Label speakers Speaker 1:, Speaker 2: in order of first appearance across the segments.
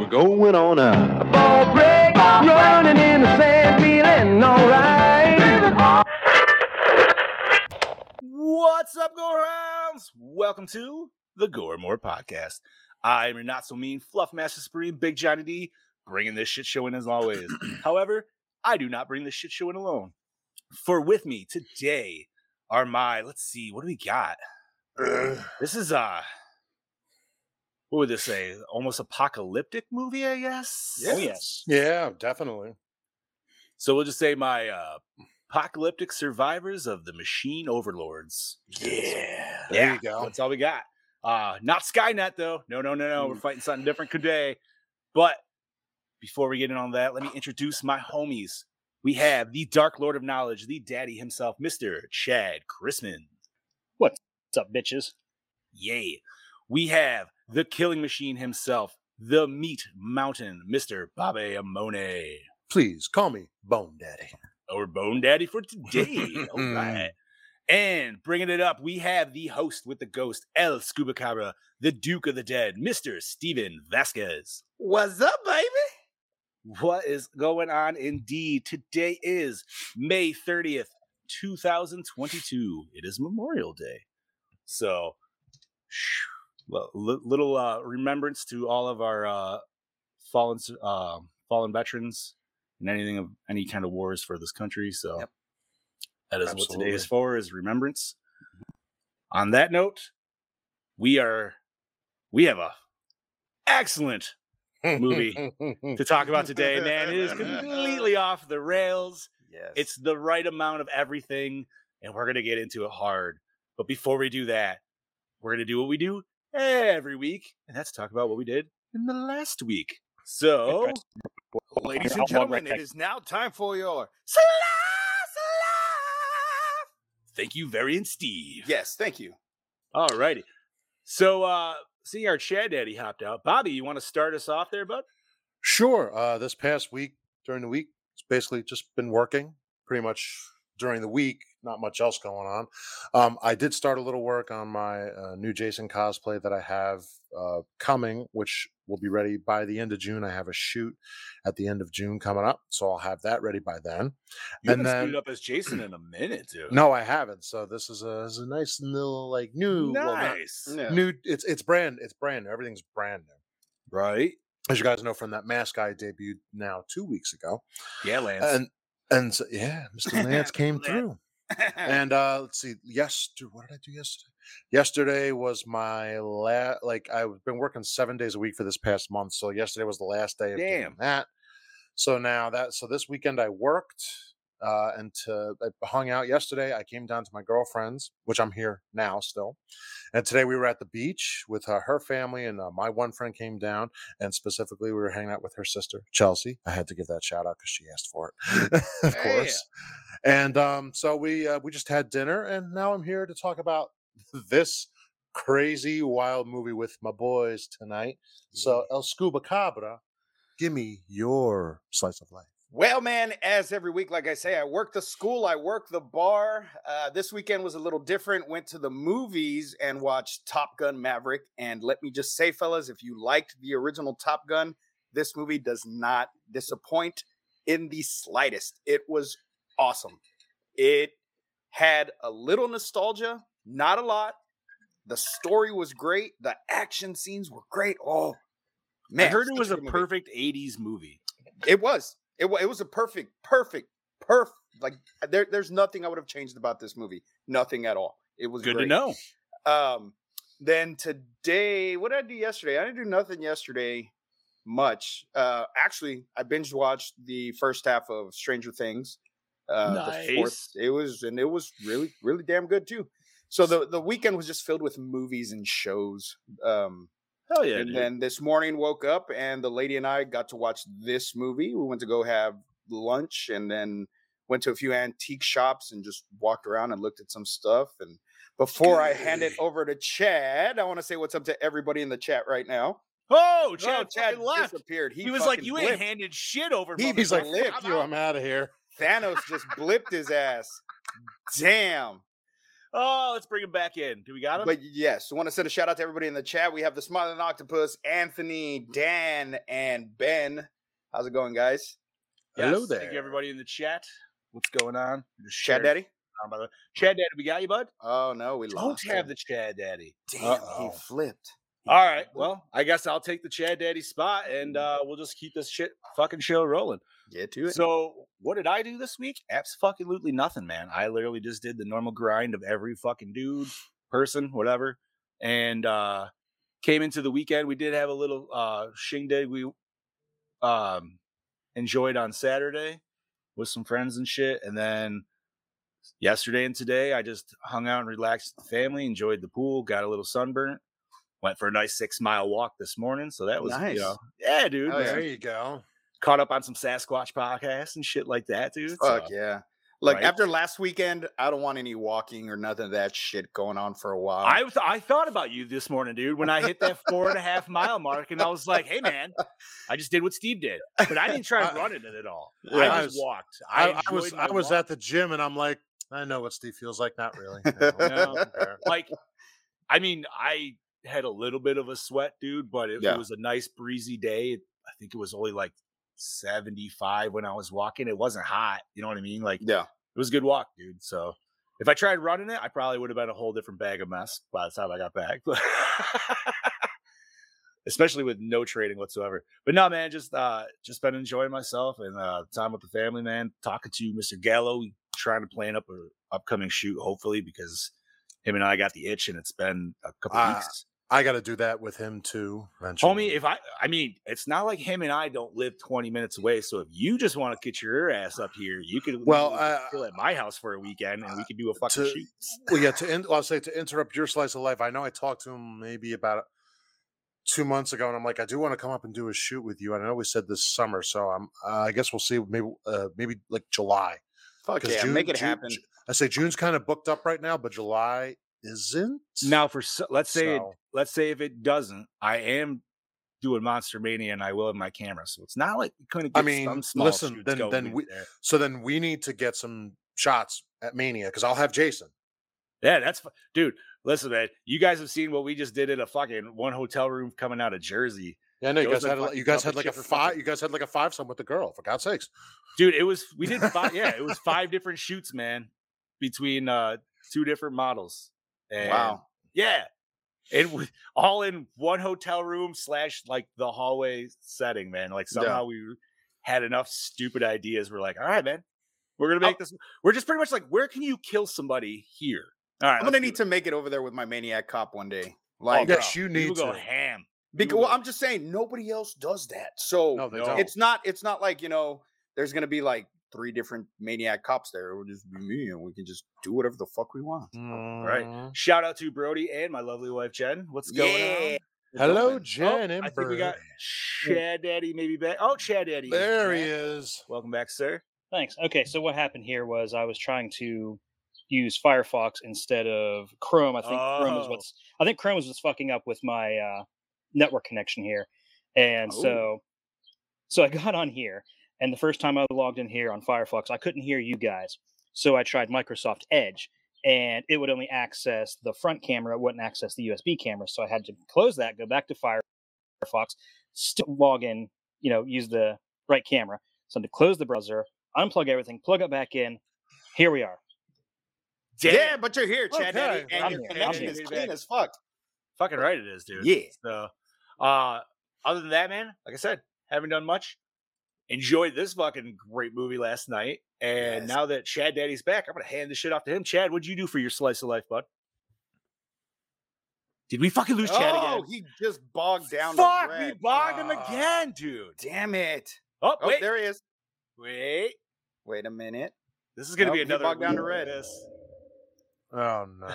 Speaker 1: We're going on now.
Speaker 2: Ball break, running in the sand, feeling alright.
Speaker 3: What's up, Gore Hounds? Welcome to the Gore More Podcast. I'm your not so mean Fluff Master Supreme, Big Johnny D, bringing this shit show in as always. However, I do not bring this shit show in alone. For with me today are my, let's see, what do we got? this is uh what would this say? Almost apocalyptic movie, I guess.
Speaker 4: Oh, yes. Yeah, definitely.
Speaker 3: So we'll just say my uh, apocalyptic survivors of the machine overlords.
Speaker 4: Yeah. There you go.
Speaker 3: That's all we got. Uh, not Skynet though. No, no, no,
Speaker 4: Mm.
Speaker 3: no. We're fighting something different today. But before we get in on that, let me introduce my homies. We have the Dark Lord of Knowledge, the daddy himself, Mr. Chad Chrisman.
Speaker 4: What's up, bitches?
Speaker 3: Yay. We have the killing machine himself, the meat mountain, Mr. Babe Amone.
Speaker 4: Please call me Bone Daddy.
Speaker 3: Our Bone Daddy for today. All right. And bringing it up, we have the host with the ghost, El Scubacabra, the Duke of the Dead, Mr. Steven Vasquez. What's up, baby? What is going on indeed? Today is May 30th, 2022. It is Memorial Day. So, shh, well, li- little uh, remembrance to all of our uh, fallen s- uh, fallen veterans and anything of any kind of wars for this country. So that is what today is
Speaker 4: Absolutely.
Speaker 3: for is remembrance. On that note, we are we have a excellent Movie.
Speaker 5: Hmm.
Speaker 3: to talk about today, man. It is completely off the rails.
Speaker 4: Yes.
Speaker 3: It's the right amount of everything, and we're gonna get into it hard. But before we do that, we're gonna do what we do every week, and that's talk about what we did in the last week. So,
Speaker 5: Ladies
Speaker 4: I'll walk
Speaker 5: and
Speaker 4: right
Speaker 5: gentlemen,
Speaker 4: back.
Speaker 5: it is now time for your.
Speaker 3: thank you, Varian Steve.
Speaker 5: Yes, thank you.
Speaker 3: All righty. So, uh, seeing our Chad Daddy hopped out, Bobby, you want to start us off there, bud?
Speaker 4: Sure. Uh, this past week, during the week, it's basically just been working pretty much during the week. Not much else going on. Um, I did start a little work on my uh, new Jason cosplay that I have uh, coming, which will be ready by the end of June. I have a shoot at the end of June coming up, so I'll have that ready by then.
Speaker 3: You
Speaker 4: And
Speaker 3: haven't suited
Speaker 4: then-
Speaker 3: up as Jason in a minute, dude.
Speaker 4: No, I haven't. So this is a, this is a nice little like new, well, not-
Speaker 3: nice,
Speaker 5: Yeah.
Speaker 4: new. It's it's brand. It's brand new. Everything's brand new.
Speaker 3: right?
Speaker 4: As you guys know from that mask I debuted now two weeks ago,
Speaker 3: Yeah, Lance.
Speaker 4: and and so, yeah, Mr. Lance came through. And uh let's see, yesterday, what did I do yesterday? Yesterday was my last. Like I've been working seven days a week for this past month, so yesterday was the last day of
Speaker 3: Damn.
Speaker 4: doing that. So now that so this weekend I worked uh, and to I hung out yesterday. I came down to my girlfriend's, which I'm here now still. And today we were at the beach with uh, her family, and uh, my one friend came down, and specifically we were hanging out with her sister Chelsea. I had to give that shout out because she asked for it, of
Speaker 5: Yeah.
Speaker 4: course. And um, so we uh, we just had dinner, and now I'm here to talk about this crazy wild movie with my boys tonight. So El Scuba Cabra, give me your slice of life.
Speaker 5: Well, man, as every week, like I say, I work the school, I work the bar. Uh, this weekend was a little different. Went to the movies and watched Top Gun Maverick. And let me just say, fellas, if you liked the original Top Gun, this movie does not disappoint in the slightest. It was awesome. It had a little nostalgia, not a lot. The story was great. The action scenes were great. Oh, man.
Speaker 3: I heard it
Speaker 5: such
Speaker 3: was a
Speaker 5: good movie.
Speaker 3: perfect 80s movie.
Speaker 5: It was. It was. It was a perfect, perfect, perfect. Like uh, there, there's nothing I would have changed about this movie. Nothing at all. It was
Speaker 3: Good
Speaker 5: great.
Speaker 3: to know.
Speaker 5: Um, then today, what did I do yesterday? I didn't do nothing yesterday. Much. Uh, actually, I binge watched the first half of Stranger Things. Uh, The fourth.
Speaker 3: Nice.
Speaker 5: It was, and it was really, really damn good too. So the the weekend was just filled with movies and shows. Um,
Speaker 3: Hell yeah,
Speaker 5: and
Speaker 3: dude.
Speaker 5: then this morning woke up and the lady and I got to watch this movie. We went to go have lunch and then went to a few antique shops and just walked around and looked at some stuff. And before I hand it over to Chad, I want to say what's up to everybody in the chat right now.
Speaker 3: oh,
Speaker 5: No,
Speaker 3: Chad, Chad left.
Speaker 5: disappeared.
Speaker 3: He, was like,
Speaker 5: fucking
Speaker 3: "You ain't
Speaker 5: blipped.
Speaker 3: handed shit over."
Speaker 5: He
Speaker 4: He's like,
Speaker 3: motherfucker.
Speaker 5: Flip,
Speaker 4: fuck you, I'm out of here.
Speaker 5: Thanos just blipped his ass. Damn.
Speaker 3: "Oh, let's bring him back in." Do we got him?
Speaker 5: But yes, want to send a shout out to everybody in the chat. We have the smiling octopus, Anthony, Dan, and Ben. How's it going, guys?
Speaker 4: Hello
Speaker 3: Yes, Thank
Speaker 4: there.
Speaker 3: you, everybody in the chat. What's going on? Just sharing
Speaker 5: Chad Daddy?
Speaker 3: on, by the way. Chad Daddy, we got you, bud.
Speaker 5: Oh no, we
Speaker 3: Don't
Speaker 5: lost
Speaker 3: have
Speaker 5: him.
Speaker 3: the Chad Daddy.
Speaker 5: Damn,
Speaker 4: Uh-oh.
Speaker 5: he flipped.
Speaker 3: All right. Well, I guess I'll take the Chad Daddy spot,
Speaker 5: Mm.
Speaker 3: and uh, we'll just keep this shit fucking show rolling.
Speaker 5: Get to it.
Speaker 3: So, what did I do this week? Absolutely nothing, man. I literally just did the normal grind of every fucking dude, person, whatever, and uh came into the weekend. We did have a little uh shindig we um enjoyed on Saturday with some friends and shit, and then yesterday and today I just hung out and relaxed with the family, enjoyed the pool, got a little sunburnt, went for a nice six mile walk this morning. So that was you
Speaker 5: Nice.
Speaker 3: know- yeah, dude.
Speaker 5: Hell
Speaker 3: that's
Speaker 5: yeah.
Speaker 4: Oh, There you go.
Speaker 3: caught up on some Sasquatch podcasts and shit like that, dude.
Speaker 5: Fuck
Speaker 3: So,
Speaker 5: yeah. Like
Speaker 3: right?
Speaker 5: after last weekend, I don't want any walking or nothing of that shit going on for a while.
Speaker 3: I was I thought about you this morning, dude, when I hit that four and a half mile mark, and I was like, "Hey, man, I just did what Steve did, but I didn't try
Speaker 4: I-
Speaker 3: and run it at all.
Speaker 4: Yeah,
Speaker 3: I
Speaker 4: I
Speaker 3: just
Speaker 4: was-
Speaker 3: walked. I,
Speaker 4: I, I was
Speaker 3: enjoyed my
Speaker 4: I was
Speaker 3: walk.
Speaker 4: at the gym and I'm like, I know what Steve feels like. Not really.
Speaker 3: No.
Speaker 4: okay.
Speaker 3: like, I mean, I had a little bit of a sweat, dude, but it, it
Speaker 5: Yeah.
Speaker 3: was a nice breezy day. I think it was only like seventy five when I was walking. It wasn't hot, you know what I mean? Like,
Speaker 5: yeah.
Speaker 3: it was a good walk, dude. So if I tried running it, I probably would have been a whole different bag of mess by the time I got back. But especially with no training whatsoever. But no, man, just uh just been enjoying myself and uh time with the family, man. Talking to Mr. Gallo, trying to plan up an upcoming shoot, hopefully, because him and I got the itch and it's been a couple
Speaker 4: Ah,
Speaker 3: weeks.
Speaker 4: I got to do that with him too. Eventually.
Speaker 3: Homie, if I I mean, it's not like him and I don't live 20 minutes away. So if you just want to get your ass up here, you could
Speaker 4: Well,
Speaker 3: literally just
Speaker 4: I-
Speaker 3: chill at my house for a weekend and we could do a fucking
Speaker 4: to-
Speaker 3: shoot.
Speaker 4: well, yeah, to in, I'll say to interrupt your slice of life. I know I talked to him maybe about two months ago, and I'm like, I do want to come up and do a shoot with you. And I know we said this summer, so I'm. Uh, I guess we'll see. Maybe uh, maybe like July.
Speaker 5: Fuck
Speaker 4: 'Cause
Speaker 5: yeah.
Speaker 4: June-
Speaker 5: make it
Speaker 4: June-
Speaker 5: happen.
Speaker 4: Ju- I say June's kind of booked up right now, but July isn't.
Speaker 3: Now, for so- let's say it,
Speaker 4: So-
Speaker 3: let's say if it doesn't, I am doing Monster Mania and I will have my camera, so it's not like we couldn't
Speaker 4: I
Speaker 3: get
Speaker 4: mean,
Speaker 3: some small
Speaker 4: listen,
Speaker 3: shoots
Speaker 4: then-
Speaker 3: going
Speaker 4: then
Speaker 3: in
Speaker 4: we-
Speaker 3: there.
Speaker 4: So then we need to get some shots at Mania because I'll have Jason.
Speaker 3: yeah, that's fu- dude. Listen, man, you guys have seen what we just did at a fucking one hotel room coming out of Jersey,
Speaker 4: Yeah, I know you
Speaker 3: Joe's
Speaker 4: guys
Speaker 3: been
Speaker 4: had a,
Speaker 3: fucking
Speaker 4: you guys
Speaker 3: jumping
Speaker 4: had like a
Speaker 3: ship for
Speaker 4: five
Speaker 3: fucking-
Speaker 4: you guys had like a five some with the girl for God's sakes.
Speaker 3: dude. It was we did five, yeah, it was five different shoots, man, between uh two different models. And
Speaker 5: Wow.
Speaker 3: yeah. It was all in one hotel room slash like the hallway setting, man. Like
Speaker 5: Yeah.
Speaker 3: somehow we had enough stupid ideas. We're like, all right, man, we're
Speaker 5: Oh
Speaker 3: gonna make this. We're just pretty much like, where can you kill somebody here? All right,
Speaker 5: I'm gonna need to make it over there with my maniac cop one day. Like
Speaker 4: yes, you need
Speaker 3: go
Speaker 4: to.
Speaker 3: ham.
Speaker 5: because
Speaker 3: do
Speaker 5: well,
Speaker 3: it.
Speaker 5: I'm just saying nobody else does that. So
Speaker 4: No, they
Speaker 3: No.
Speaker 4: don't.
Speaker 5: it's not it's not like you know there's gonna be like three different maniac cops there. It would just be me, and we can just do whatever the fuck we want.
Speaker 3: right.
Speaker 4: Mm.
Speaker 3: Shout out to Brody and my lovely wife Jen. What's going on?
Speaker 5: Yeah.
Speaker 4: Hello,
Speaker 5: Oh,
Speaker 4: Jen.
Speaker 3: oh,
Speaker 4: and
Speaker 3: I think we got
Speaker 4: Brody.
Speaker 3: Chad Daddy maybe back. Oh, Chad Daddy, is
Speaker 4: There he
Speaker 3: back.
Speaker 4: is.
Speaker 3: Welcome back, sir.
Speaker 6: Thanks. Okay, so what happened here was I was trying to use Firefox instead of Chrome. I think Chrome is
Speaker 3: Oh.
Speaker 6: what's I think Chrome is what's fucking up with my uh, network connection here, and
Speaker 3: Oh.
Speaker 6: so so I got on here, and the first time I logged in here on Firefox, I couldn't hear you guys, so I tried Microsoft Edge, and it would only access the front camera, it wouldn't access the USB camera, so I had to close that, go back to Firefox, still log in, you know, use the right camera. So I had to close the browser, unplug everything, plug it back in. Here we are.
Speaker 5: Yeah, but you're here, Chad Daddy,
Speaker 4: Okay.
Speaker 5: and
Speaker 6: I'm
Speaker 5: your
Speaker 6: here, I'm
Speaker 5: connection
Speaker 6: here.
Speaker 5: is clean as fuck.
Speaker 3: Fucking right, it is, dude.
Speaker 5: Yeah.
Speaker 3: So, uh, other than that, man, like I said, haven't done much. Enjoyed this fucking great movie last night, and
Speaker 5: Yes.
Speaker 3: now that Chad Daddy's back, I'm gonna hand this shit off to him. Chad, what'd you do for your slice of life, bud? Did we fucking lose Chad
Speaker 5: Oh,
Speaker 3: again?
Speaker 5: he just bogged down. to
Speaker 3: Fuck, we
Speaker 5: red.
Speaker 3: bogged him
Speaker 5: Ah,
Speaker 3: again, dude.
Speaker 5: Damn it!
Speaker 3: Oh,
Speaker 5: Oh,
Speaker 3: wait,
Speaker 5: there he is.
Speaker 3: wait.
Speaker 5: Wait a minute.
Speaker 3: This is gonna
Speaker 5: Nope,
Speaker 3: be
Speaker 5: he
Speaker 3: another
Speaker 5: bogged down to
Speaker 3: week
Speaker 5: red.
Speaker 3: of this.
Speaker 4: Oh no.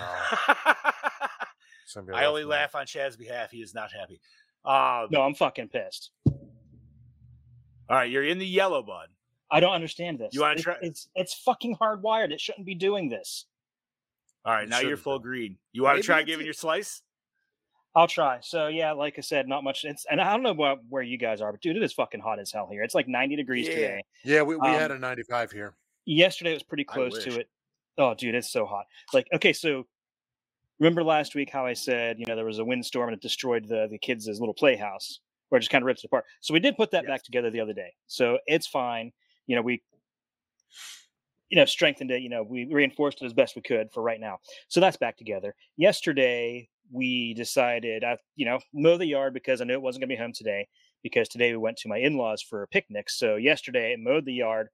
Speaker 4: It's gonna be a
Speaker 3: I
Speaker 4: rough
Speaker 3: only
Speaker 4: night.
Speaker 3: laugh on Chad's behalf. He is not happy. Uh,
Speaker 6: No, I'm fucking pissed.
Speaker 3: All right, you're in the yellow, bud.
Speaker 6: I don't understand this.
Speaker 3: You wanna
Speaker 6: It's-
Speaker 3: try-
Speaker 6: It's it's fucking hardwired. It shouldn't be doing this.
Speaker 3: All right,
Speaker 4: It
Speaker 3: now you're
Speaker 4: shouldn't
Speaker 3: full green. You want to
Speaker 5: Maybe
Speaker 3: try
Speaker 5: it's
Speaker 3: giving
Speaker 5: a-
Speaker 3: your slice?
Speaker 6: I'll try. So yeah, like I said, not much. It's and I don't know about where you guys are, but dude, it is fucking hot as hell here. It's like 90 degrees
Speaker 5: Yeah.
Speaker 6: today.
Speaker 4: Yeah, we, we had
Speaker 6: Um,
Speaker 4: a 95 here.
Speaker 6: Yesterday it was pretty
Speaker 3: I
Speaker 6: close to
Speaker 3: wish.
Speaker 6: it. Oh, dude, it's so hot. Like, okay, so remember last week how I said you know there was a windstorm and it destroyed the the kids' little playhouse, or it just kind of ripped it apart. So we did put that back together the other day. So it's fine. You know we. You know, strengthened it. You know, we reinforced it as best we could for right now. So that's back together. Yesterday, we decided, I, you know, mow the yard because I knew it wasn't going to be home today because today we went to my in laws for a picnic. So yesterday, I mowed the yard,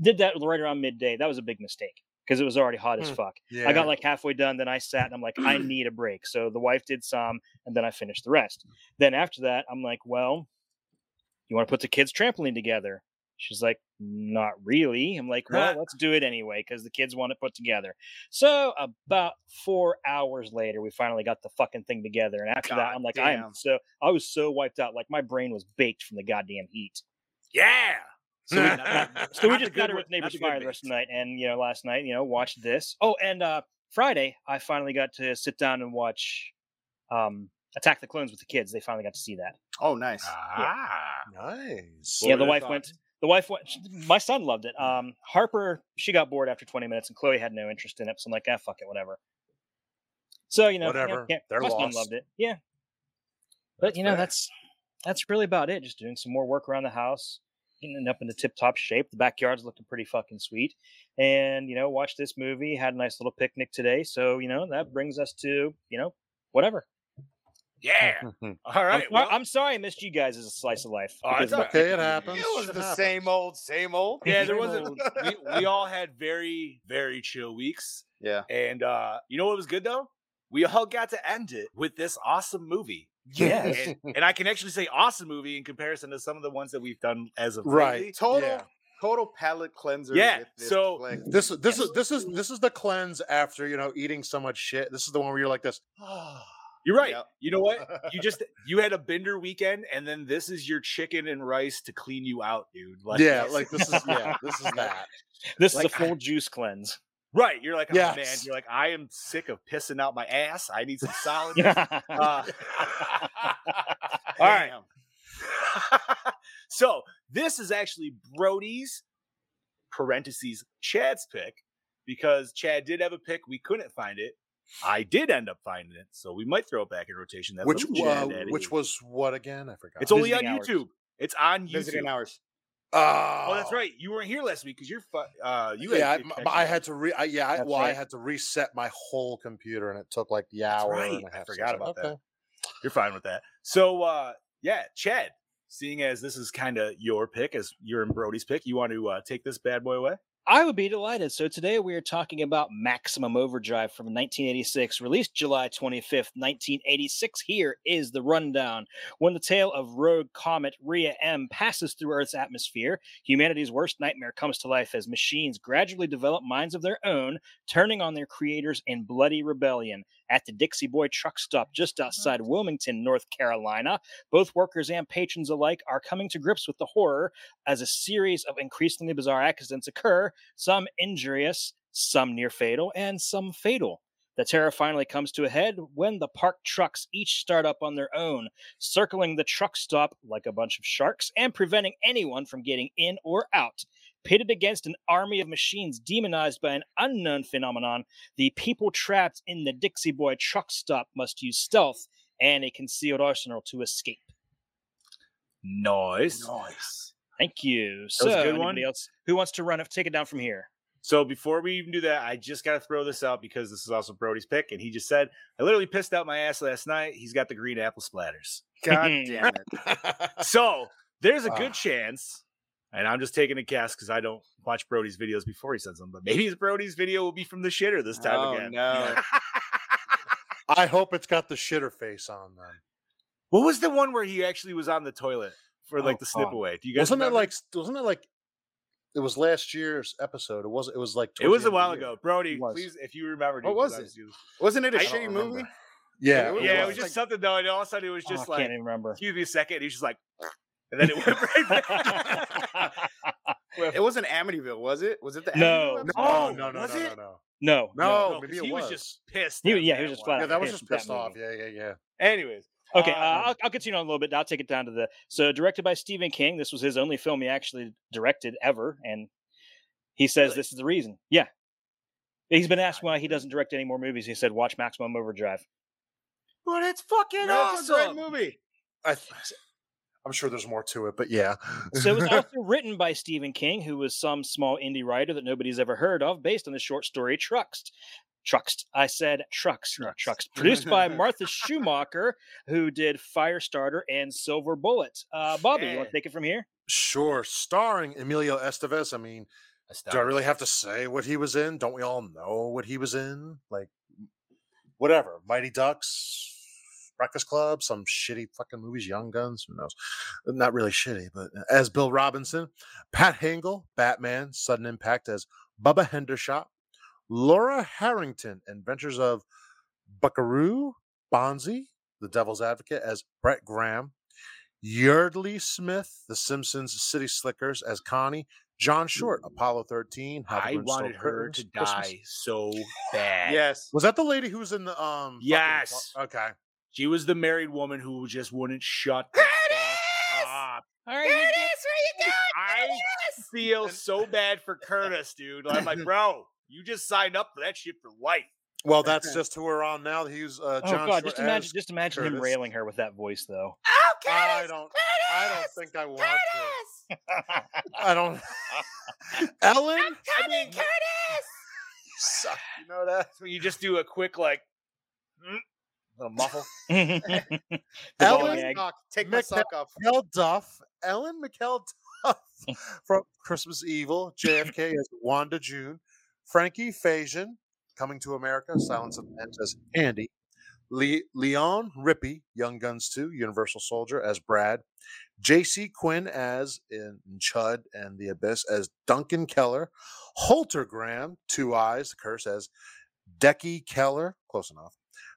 Speaker 6: did that right around midday. That was a big mistake because it was already hot as
Speaker 4: Hmm.
Speaker 6: fuck.
Speaker 4: Yeah,
Speaker 6: I got like halfway done, then I sat and I'm like, I need a break. So the wife did some, and then I finished the rest. Then after that, I'm like, well, you want to put the kids' trampoline together? She's like, not really. I'm like, well, let's do it anyway because the kids want it put together. So about four hours later, we finally got the fucking thing together. And after that,
Speaker 5: God
Speaker 6: I'm like, I am
Speaker 5: damn.
Speaker 6: so I was so wiped out, like my brain was baked from the goddamn heat.
Speaker 3: Yeah.
Speaker 6: So we- So we
Speaker 3: Not the
Speaker 6: just
Speaker 3: good
Speaker 6: got it
Speaker 3: one-
Speaker 6: with
Speaker 3: not
Speaker 6: Neighbors
Speaker 3: the good
Speaker 6: Fire the rest of
Speaker 3: bits.
Speaker 6: the night. And, you know, last night, you know, watched this. Oh, and uh Friday, I finally got to sit down and watch um Attack the Clones with the kids. They finally got to see that.
Speaker 5: Oh, nice.
Speaker 3: Ah.
Speaker 4: nice.
Speaker 3: What
Speaker 6: yeah,
Speaker 3: were
Speaker 6: the
Speaker 3: their
Speaker 6: wife
Speaker 3: thoughts?
Speaker 6: went. The wife went. she- My son loved it. Um, Harper, she got bored after 20 minutes, and Chloe had no interest in it. So I'm like, ah, fuck it, whatever. So you know, yeah,
Speaker 4: Whatever,
Speaker 6: can't-
Speaker 4: they're
Speaker 6: my son
Speaker 4: lost.
Speaker 6: loved it. Yeah, but you know,
Speaker 4: fair.
Speaker 6: that's that's really about it. Just doing some more work around the house, getting it up into tip-top shape. The backyard's looking pretty fucking sweet, and you know, watched this movie. Had a nice little picnic today. So you know, that brings us to you know, whatever.
Speaker 3: Yeah. All
Speaker 6: I'm
Speaker 3: right.
Speaker 6: sor-
Speaker 3: well-
Speaker 6: I'm sorry I missed you guys as a slice of life.
Speaker 3: Oh,
Speaker 6: because
Speaker 3: it's
Speaker 6: my-
Speaker 3: okay.
Speaker 4: Okay, it happens.
Speaker 5: It was
Speaker 4: Shit
Speaker 5: the
Speaker 4: happens.
Speaker 5: same old, same old.
Speaker 3: yeah, there
Speaker 5: same
Speaker 3: wasn't.
Speaker 5: old.
Speaker 3: We, we all had very, very chill weeks.
Speaker 5: Yeah.
Speaker 3: And uh, you know what was good, though? We all got to end it with this awesome movie.
Speaker 6: Yes.
Speaker 3: And, and I can actually say awesome movie in comparison to some of the ones that we've done as of
Speaker 4: Right.
Speaker 3: lately.
Speaker 5: Total,
Speaker 4: Yeah.
Speaker 5: total palate cleanser.
Speaker 3: Yeah,
Speaker 5: with this
Speaker 3: so-
Speaker 5: flick.
Speaker 4: This this is this is this is the cleanse after you know eating so much shit. This is the one where you're like this.
Speaker 3: You're right.
Speaker 5: Yep.
Speaker 3: You know what? You just you had a bender weekend, and then this is your chicken and rice to clean you out, dude.
Speaker 4: yeah, like this is yeah, this is that.
Speaker 6: This
Speaker 3: Like,
Speaker 6: is a full juice cleanse.
Speaker 3: right. You're like, oh, man.
Speaker 4: Yes.
Speaker 3: You're like, I am sick of pissing out my ass. I need some solid. Uh, all right.
Speaker 5: Damn.
Speaker 3: so this is actually Brody's parentheses Chad's pick because Chad did have a pick. We couldn't find it. I did end up finding it, so we might throw it back in rotation. That's
Speaker 4: which
Speaker 3: up to
Speaker 4: uh,
Speaker 3: Chad, Daddy.
Speaker 4: which was what again? I forgot.
Speaker 3: It's only on
Speaker 6: Visiting hours.
Speaker 3: YouTube. It's on
Speaker 5: Visiting
Speaker 3: YouTube.
Speaker 5: hours.
Speaker 4: oh,
Speaker 3: Oh, that's right. You weren't here last week because you're. Fu- uh, you
Speaker 4: yeah, I,
Speaker 3: had,
Speaker 4: m- m- I had to re. I, yeah, I,
Speaker 6: That's
Speaker 4: well, I
Speaker 6: right.
Speaker 4: had to reset my whole computer, and it took like the hour
Speaker 3: right.
Speaker 4: and a
Speaker 3: I
Speaker 4: half. so
Speaker 3: forgot
Speaker 4: was like,
Speaker 3: about that. You're fine with that. So, uh, yeah, Chad. Seeing as this is kind of your pick, as you're in Brody's pick, you want to uh, take this bad boy away?
Speaker 6: I would be delighted. So today we are talking about Maximum Overdrive from 1986, released July 25th, 1986. Here is the rundown. When the tail of rogue comet Rhea M passes through Earth's atmosphere, humanity's worst nightmare comes to life as machines gradually develop minds of their own, turning on their creators in bloody rebellion. At the Dixie Boy truck stop just outside Wilmington, North Carolina, both workers and patrons alike are coming to grips with the horror as a series of increasingly bizarre accidents occur some injurious, some near fatal, and some fatal. The terror finally comes to a head when the parked trucks each start up on their own, circling the truck stop like a bunch of sharks and preventing anyone from getting in or out. Pitted against an army of machines demonized by an unknown phenomenon, the people trapped in the Dixie Boy truck stop must use stealth and a concealed arsenal to escape.
Speaker 3: Nice.
Speaker 5: Nice.
Speaker 6: Thank you.
Speaker 3: That
Speaker 6: So,
Speaker 3: was a good
Speaker 6: anybody
Speaker 3: one.
Speaker 6: else who wants to run it, take it down from here?
Speaker 3: So before we even do that, I just got to throw this out because this is also Brody's pick, and he just said, "I literally pissed out my ass last night." He's got the green apple splatters.
Speaker 5: God damn it.
Speaker 3: So there's a good
Speaker 4: Ah.
Speaker 3: chance, and I'm just taking a guess because I don't watch Brody's videos before he sends them, but maybe his Brody's video will be from the shitter this time
Speaker 5: Oh,
Speaker 3: again.
Speaker 5: no.
Speaker 4: I hope it's got the shitter face on them.
Speaker 3: what was the one where he actually was on the toilet for like
Speaker 6: Oh,
Speaker 3: the snip
Speaker 6: God.
Speaker 3: away? Do you guys
Speaker 4: Wasn't it
Speaker 3: remember?
Speaker 4: like? Wasn't it like? It was last year's episode. It was. It was like.
Speaker 3: it
Speaker 4: towards
Speaker 3: was
Speaker 4: the end
Speaker 3: a
Speaker 4: of the
Speaker 3: while
Speaker 4: year.
Speaker 3: ago, Brody?
Speaker 6: It was.
Speaker 3: Please, if you remember, dude,
Speaker 5: What
Speaker 3: 'cause
Speaker 5: was
Speaker 3: I
Speaker 5: it?
Speaker 3: doing-
Speaker 5: Wasn't it a
Speaker 3: I
Speaker 4: don't
Speaker 5: shitty
Speaker 4: remember.
Speaker 5: movie?
Speaker 4: Yeah,
Speaker 5: It
Speaker 3: yeah, it
Speaker 5: was
Speaker 3: was just
Speaker 5: like-
Speaker 3: something though, and all of a sudden it was
Speaker 6: Oh,
Speaker 3: just
Speaker 6: I
Speaker 3: like,
Speaker 6: can't even remember.
Speaker 3: excuse me a second. and He's just like, and then it went right back.
Speaker 5: It wasn't Amityville, was it? Was it the
Speaker 6: No.
Speaker 5: Amityville episode?
Speaker 4: No,
Speaker 3: Oh,
Speaker 4: no, no,
Speaker 3: was
Speaker 4: no, no,
Speaker 3: it?
Speaker 4: no.
Speaker 6: no,
Speaker 4: No,
Speaker 3: No,
Speaker 4: maybe
Speaker 3: 'cause
Speaker 4: it
Speaker 3: he was
Speaker 4: was.
Speaker 3: just pissed.
Speaker 6: He-
Speaker 3: at
Speaker 6: yeah, he
Speaker 3: that
Speaker 6: was just
Speaker 3: one.
Speaker 6: flat
Speaker 4: yeah,
Speaker 6: out
Speaker 4: that was
Speaker 6: pissed
Speaker 4: just
Speaker 6: with that
Speaker 4: pissed off.
Speaker 6: movie.
Speaker 4: Yeah, yeah, yeah.
Speaker 3: Anyways,
Speaker 6: Okay, uh,
Speaker 3: um,
Speaker 6: I'll, I'll continue on a little bit. I'll take it down to the so directed by Stephen King. This was his only film he actually directed ever, and he says
Speaker 3: Really?
Speaker 6: this is the reason. Yeah, he's been asked why he doesn't direct any more movies. He said, "Watch Maximum Overdrive."
Speaker 3: but it's fucking
Speaker 5: No, it's a great
Speaker 3: awesome.
Speaker 5: movie.
Speaker 4: I th- I'm sure there's more to it, but yeah.
Speaker 6: So it was also written by Stephen King, who was some small indie writer that nobody's ever heard of, based on the short story Truxt. Truxt. I said Truxt, not Truxt. Produced by Martha Schumacher, who did Firestarter and Silver Bullet. Uh, Bobby, you want
Speaker 5: Yeah.
Speaker 6: to take it from here?
Speaker 4: sure, starring Emilio Estevez. I mean, do I really have to say what he was in? Don't we all know what he was in? Like, whatever. Mighty Ducks, Breakfast Club, some shitty fucking movies, Young Guns, who knows? Uh, Not really shitty, but uh, as Bill Robinson, Pat Hingle, Batman, Sudden Impact as Bubba Hendershot, Laura Harrington, Adventures of Buckaroo, Bonzi, The Devil's Advocate as Brett Graham, Yardley Smith, The Simpsons City Slickers as Connie, John Short, Apollo 13. How the Grinch
Speaker 3: I
Speaker 4: Stole
Speaker 3: wanted her to
Speaker 4: Christmas- Christmas.
Speaker 3: die so bad.
Speaker 5: Yes.
Speaker 4: Was that the lady who was in the um? fucking car-
Speaker 3: Yes.
Speaker 4: Okay.
Speaker 3: She was the married woman who just wouldn't shut the fuck up.
Speaker 6: All right. you did-
Speaker 3: I feel so bad for Curtis, dude. I'm like, bro, you just signed up for that shit for life.
Speaker 4: Well, that's just who we're on now. He was uh,
Speaker 6: Oh
Speaker 4: John
Speaker 6: God!
Speaker 4: Short
Speaker 6: Just
Speaker 4: as-
Speaker 6: imagine, just imagine him
Speaker 4: Curtis.
Speaker 6: railing her with that voice, though.
Speaker 4: I don't. I don't think I want to. I don't. Ellen. I mean, Curtis. You suck. You know that.
Speaker 3: So you just do a quick like little muffle.
Speaker 6: The ball
Speaker 4: Ellen
Speaker 6: gag.
Speaker 5: Knock, Take my
Speaker 4: Mick
Speaker 5: sock off.
Speaker 4: Mikhail Duff. Ellen McKell
Speaker 3: Mm.
Speaker 4: Duff from Christmas Evil. JFK as Wanda June. Frankie Fasion. Coming to America. Silence of the Lambs as Andy. Le- Leon Rippey, Young Guns 2, Universal Soldier as Brad, J.C. Quinn as in Chud and the Abyss as Duncan Keller, Holter Graham, Two Eyes, The Curse as Decky Keller, close enough.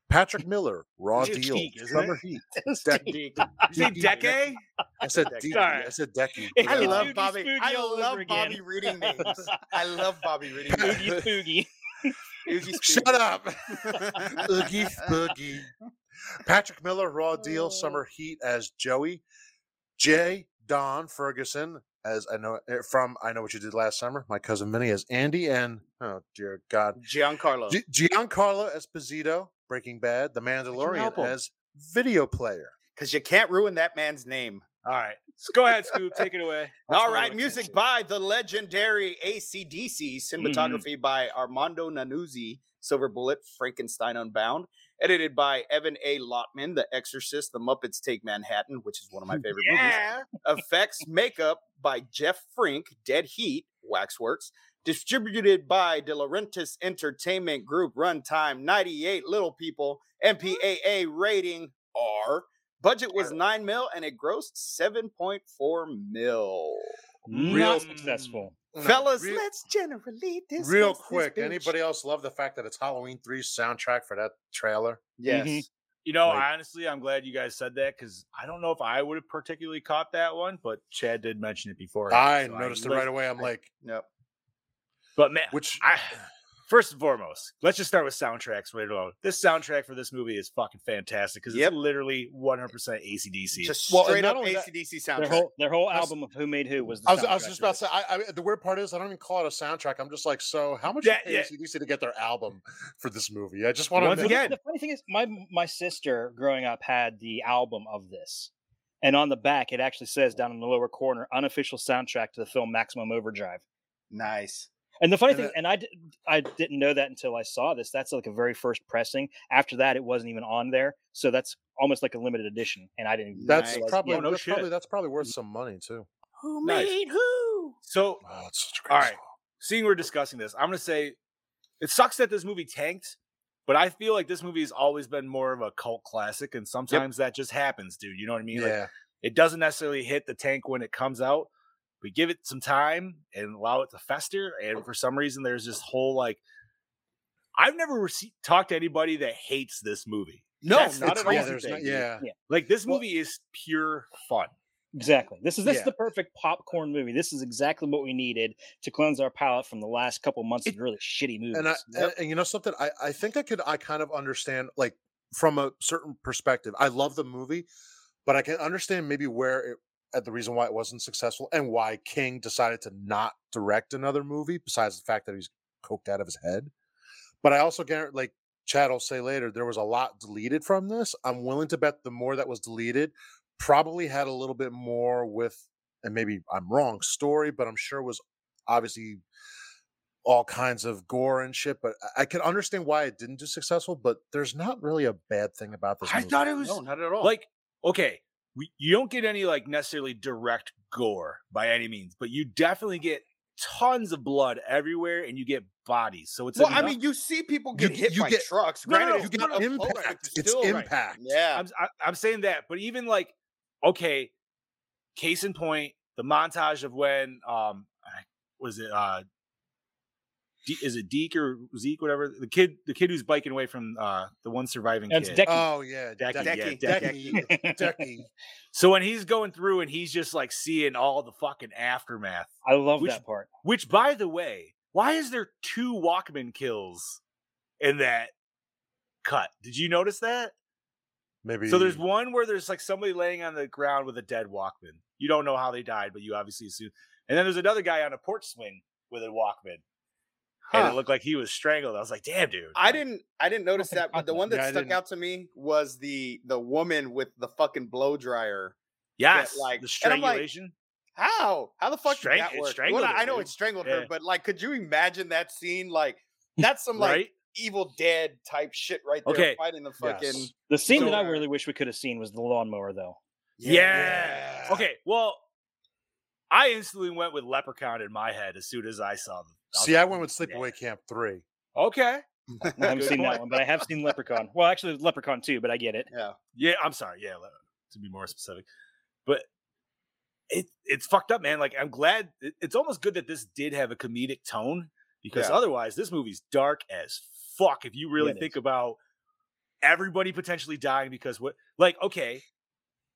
Speaker 4: Patrick Miller, Raw
Speaker 3: It's
Speaker 4: Deal,
Speaker 3: Deke, isn't it?
Speaker 4: Summer Heat, Decky.
Speaker 3: You say Deke?
Speaker 4: I said
Speaker 5: Decky.
Speaker 4: Decky.
Speaker 3: Sorry.
Speaker 4: I said uh, Decky.
Speaker 6: It's
Speaker 5: I
Speaker 6: Spooky,
Speaker 5: love
Speaker 6: spooky,
Speaker 5: Bobby. I
Speaker 6: spooky all over
Speaker 5: love
Speaker 6: again.
Speaker 5: Bobby reading names. I love Bobby reading
Speaker 6: Spooky,
Speaker 5: names.
Speaker 6: spooky.
Speaker 5: Oogie
Speaker 4: Shut
Speaker 5: Spoogie.
Speaker 4: up. Oogie Boogie. Patrick Miller, Raw Deal, Summer Heat as Joey. Jay Don Ferguson as I know er, from I know what you did last summer. My cousin Vinny as Andy and oh dear God,
Speaker 5: Giancarlo.
Speaker 4: G- Giancarlo Esposito, Breaking Bad, The
Speaker 5: help
Speaker 4: Mandalorian
Speaker 5: 'em.
Speaker 4: as video player.
Speaker 5: Because you can't ruin that man's name.
Speaker 3: All right. Go ahead, Scoop. Take it away.
Speaker 5: All right, music by the legendary ACDC, cinematography by Armando Nanuzzi, Silver Bullet, Frankenstein Unbound, edited by Evan A. Lotman, The Exorcist, The Muppets Take Manhattan, which is one of my favorite movies, effects, makeup by Jeff Frink, Dead Heat, Waxworks, distributed by De Laurentiis Entertainment Group, runtime 98 Little People, MPAA rating R. Budget was nine mil and it grossed seven point four mil.
Speaker 6: Real successful.
Speaker 4: No,
Speaker 5: Fellas,
Speaker 4: real,
Speaker 5: let's generally this
Speaker 4: real quick. Anybody else love the fact that it's Halloween 3 soundtrack for that trailer?
Speaker 5: Yes.
Speaker 6: Mhm.
Speaker 3: You know,
Speaker 4: Like-
Speaker 3: honestly, I'm glad you guys said that because I don't know if I would have particularly caught that one, but Chad did mention it before.
Speaker 4: I
Speaker 3: so
Speaker 4: noticed it
Speaker 3: lis-
Speaker 4: right away. I'm like,
Speaker 5: No.
Speaker 3: But man,
Speaker 4: which
Speaker 3: I, first and foremost, let's just start with soundtracks. Wait alone. This soundtrack for this movie is fucking fantastic because
Speaker 5: Yep.
Speaker 3: it's literally 100% ACDC.
Speaker 5: Just
Speaker 4: Well, and
Speaker 5: straight
Speaker 4: not
Speaker 5: up
Speaker 4: only that-
Speaker 5: ACDC
Speaker 6: Their
Speaker 5: soundtrack.
Speaker 6: whole their whole
Speaker 4: I was-
Speaker 6: album of Who Made Who was. The
Speaker 4: I was, I was
Speaker 6: soundtrack
Speaker 4: just
Speaker 6: to
Speaker 4: about
Speaker 6: this.
Speaker 4: to say, I, I, the weird part is, I don't even call it a soundtrack. I'm just like, so how much
Speaker 3: Yeah,
Speaker 4: did
Speaker 3: yeah.
Speaker 4: ACDC to get their album for this movie? I just want
Speaker 3: Once
Speaker 4: to.
Speaker 6: Well,
Speaker 3: again-
Speaker 6: the funny thing is, my my sister growing up had the album of this, and on the back it actually says down in the lower corner, unofficial soundtrack to the film Maximum Overdrive.
Speaker 5: Nice.
Speaker 6: And the funny
Speaker 4: And
Speaker 6: thing,
Speaker 4: that-
Speaker 6: and I, di- I didn't know that until I saw this. That's like a very first pressing. After that, it wasn't even on there, so that's almost like a limited edition. And I didn't. even
Speaker 4: That's
Speaker 6: realize-
Speaker 4: probably,
Speaker 3: Oh, no
Speaker 4: that's
Speaker 3: shit.
Speaker 4: probably that's probably worth some money too.
Speaker 3: Who made who? So,
Speaker 4: Oh, it's such a
Speaker 3: All
Speaker 4: great
Speaker 3: right. seeing we're discussing this, I'm going to say it sucks that this movie tanked, but I feel like this movie has always been more of a cult classic, and sometimes that just happens, dude. You know what I mean?
Speaker 4: song.
Speaker 3: Like,
Speaker 4: Yeah,
Speaker 3: it doesn't necessarily hit the tank when it comes out but give it some time and allow it to fester and for some reason there's this whole like i've never rece- talked to anybody that hates this movie
Speaker 5: No,
Speaker 3: That's the
Speaker 5: not at all.
Speaker 3: crazy
Speaker 4: there's
Speaker 3: thing,
Speaker 4: no-
Speaker 3: dude.
Speaker 4: yeah.
Speaker 3: Like this
Speaker 6: Well-
Speaker 3: movie is pure fun.
Speaker 6: Exactly. This is this is
Speaker 4: Mm. Yeah.
Speaker 6: the perfect popcorn movie. This is exactly what we needed to cleanse our palate from the last couple months of really shitty movies.
Speaker 4: and I and, and you know something, I I think I could I kind of understand like from a certain perspective. I love the movie, but I can understand maybe where it at the reason why it wasn't successful and why King decided to not direct another movie besides the fact that he's coked out of his head. But I also guarantee like Chad will say later there was a lot deleted from this. I'm willing to bet the more that was deleted probably had a little bit more with and maybe I'm wrong story, but I'm sure was obviously all kinds of gore and shit. But I- I can understand why it didn't do successful. But there's not really a bad thing about this.
Speaker 3: I
Speaker 4: movie.
Speaker 3: thought it was
Speaker 5: No, not at all.
Speaker 3: like okay, we, you don't get any like necessarily direct gore by any means, but you definitely get tons of blood everywhere, and you get bodies. So it's
Speaker 5: well, I
Speaker 3: enough-
Speaker 5: mean, you see people
Speaker 4: You
Speaker 5: get
Speaker 4: g-
Speaker 5: hit
Speaker 4: you
Speaker 5: by
Speaker 4: get-
Speaker 5: trucks.
Speaker 3: No, no,
Speaker 5: Granted,
Speaker 3: no,
Speaker 5: it's
Speaker 4: you get
Speaker 5: not a polar,
Speaker 4: impact. It's
Speaker 5: still right.
Speaker 4: impact.
Speaker 5: Yeah,
Speaker 3: I'm, s- I, am i am saying that, but even like, okay, case in point, the montage of when um I- was it uh De- is it Deke or Zeke, whatever the kid, the kid who's biking away from uh the one surviving
Speaker 6: That's
Speaker 3: kid.
Speaker 6: Decky.
Speaker 4: Oh yeah,
Speaker 3: Decky,
Speaker 4: Decky,
Speaker 3: yeah,
Speaker 4: Decky,
Speaker 3: Decky.
Speaker 4: Decky, Decky.
Speaker 3: So when he's going through and he's just like seeing all the fucking aftermath,
Speaker 6: I love
Speaker 3: which-
Speaker 6: that part.
Speaker 3: which by the way, why is there two Walkman kills in that cut? Did you notice that?
Speaker 4: Maybe
Speaker 3: So there's one where there's like somebody laying on the ground with a dead Walkman. You don't know how they died, but you obviously assume. And then there's another guy on a porch swing with a Walkman, and
Speaker 5: Huh.
Speaker 3: it looked like he was strangled. I was like, "Damn, dude!"
Speaker 5: I
Speaker 3: Like,
Speaker 5: didn't I didn't notice
Speaker 6: think
Speaker 5: that,
Speaker 6: I
Speaker 5: but the
Speaker 6: did.
Speaker 5: one that
Speaker 4: Yeah, I
Speaker 5: stuck
Speaker 4: didn't.
Speaker 5: out to me was the the woman with the fucking blow dryer.
Speaker 3: Yes, like
Speaker 5: like-
Speaker 3: the
Speaker 5: and I'm like,
Speaker 3: strangulation.
Speaker 5: How? How the fuck
Speaker 3: Strang-
Speaker 5: did that
Speaker 3: it
Speaker 5: work?
Speaker 3: strangled
Speaker 5: Well,
Speaker 3: her,
Speaker 5: I know
Speaker 3: dude.
Speaker 5: it strangled her,
Speaker 3: Yeah.
Speaker 5: but like, could you imagine that scene? Like, that's some like
Speaker 3: right?
Speaker 5: Evil Dead type shit right there,
Speaker 3: Okay.
Speaker 5: fighting the fucking.
Speaker 4: Yes.
Speaker 6: The scene that I
Speaker 5: So-
Speaker 6: really wish we could have seen was the lawnmower, though.
Speaker 3: Yeah.
Speaker 5: ah.
Speaker 3: Okay. Well, I instantly went with Leprechaun in my head as soon as I saw them. was
Speaker 4: See,
Speaker 3: like,
Speaker 4: I went with
Speaker 3: "Ooh,
Speaker 4: Sleepaway Camp Three.
Speaker 3: yeah." Okay.
Speaker 6: I haven't
Speaker 3: Good
Speaker 6: seen
Speaker 3: point.
Speaker 6: that one, but I have seen Leprechaun. Well, actually, Leprechaun too, but I get it.
Speaker 3: Yeah, I'm sorry. Yeah, le- to be more specific, but it it's fucked up, man. Like I'm glad it- it's almost good that this did have a comedic tone because
Speaker 5: Yeah.
Speaker 3: otherwise this movie's dark as fuck. If you really
Speaker 6: it
Speaker 3: think
Speaker 6: is.
Speaker 3: about everybody potentially dying because what, like, okay,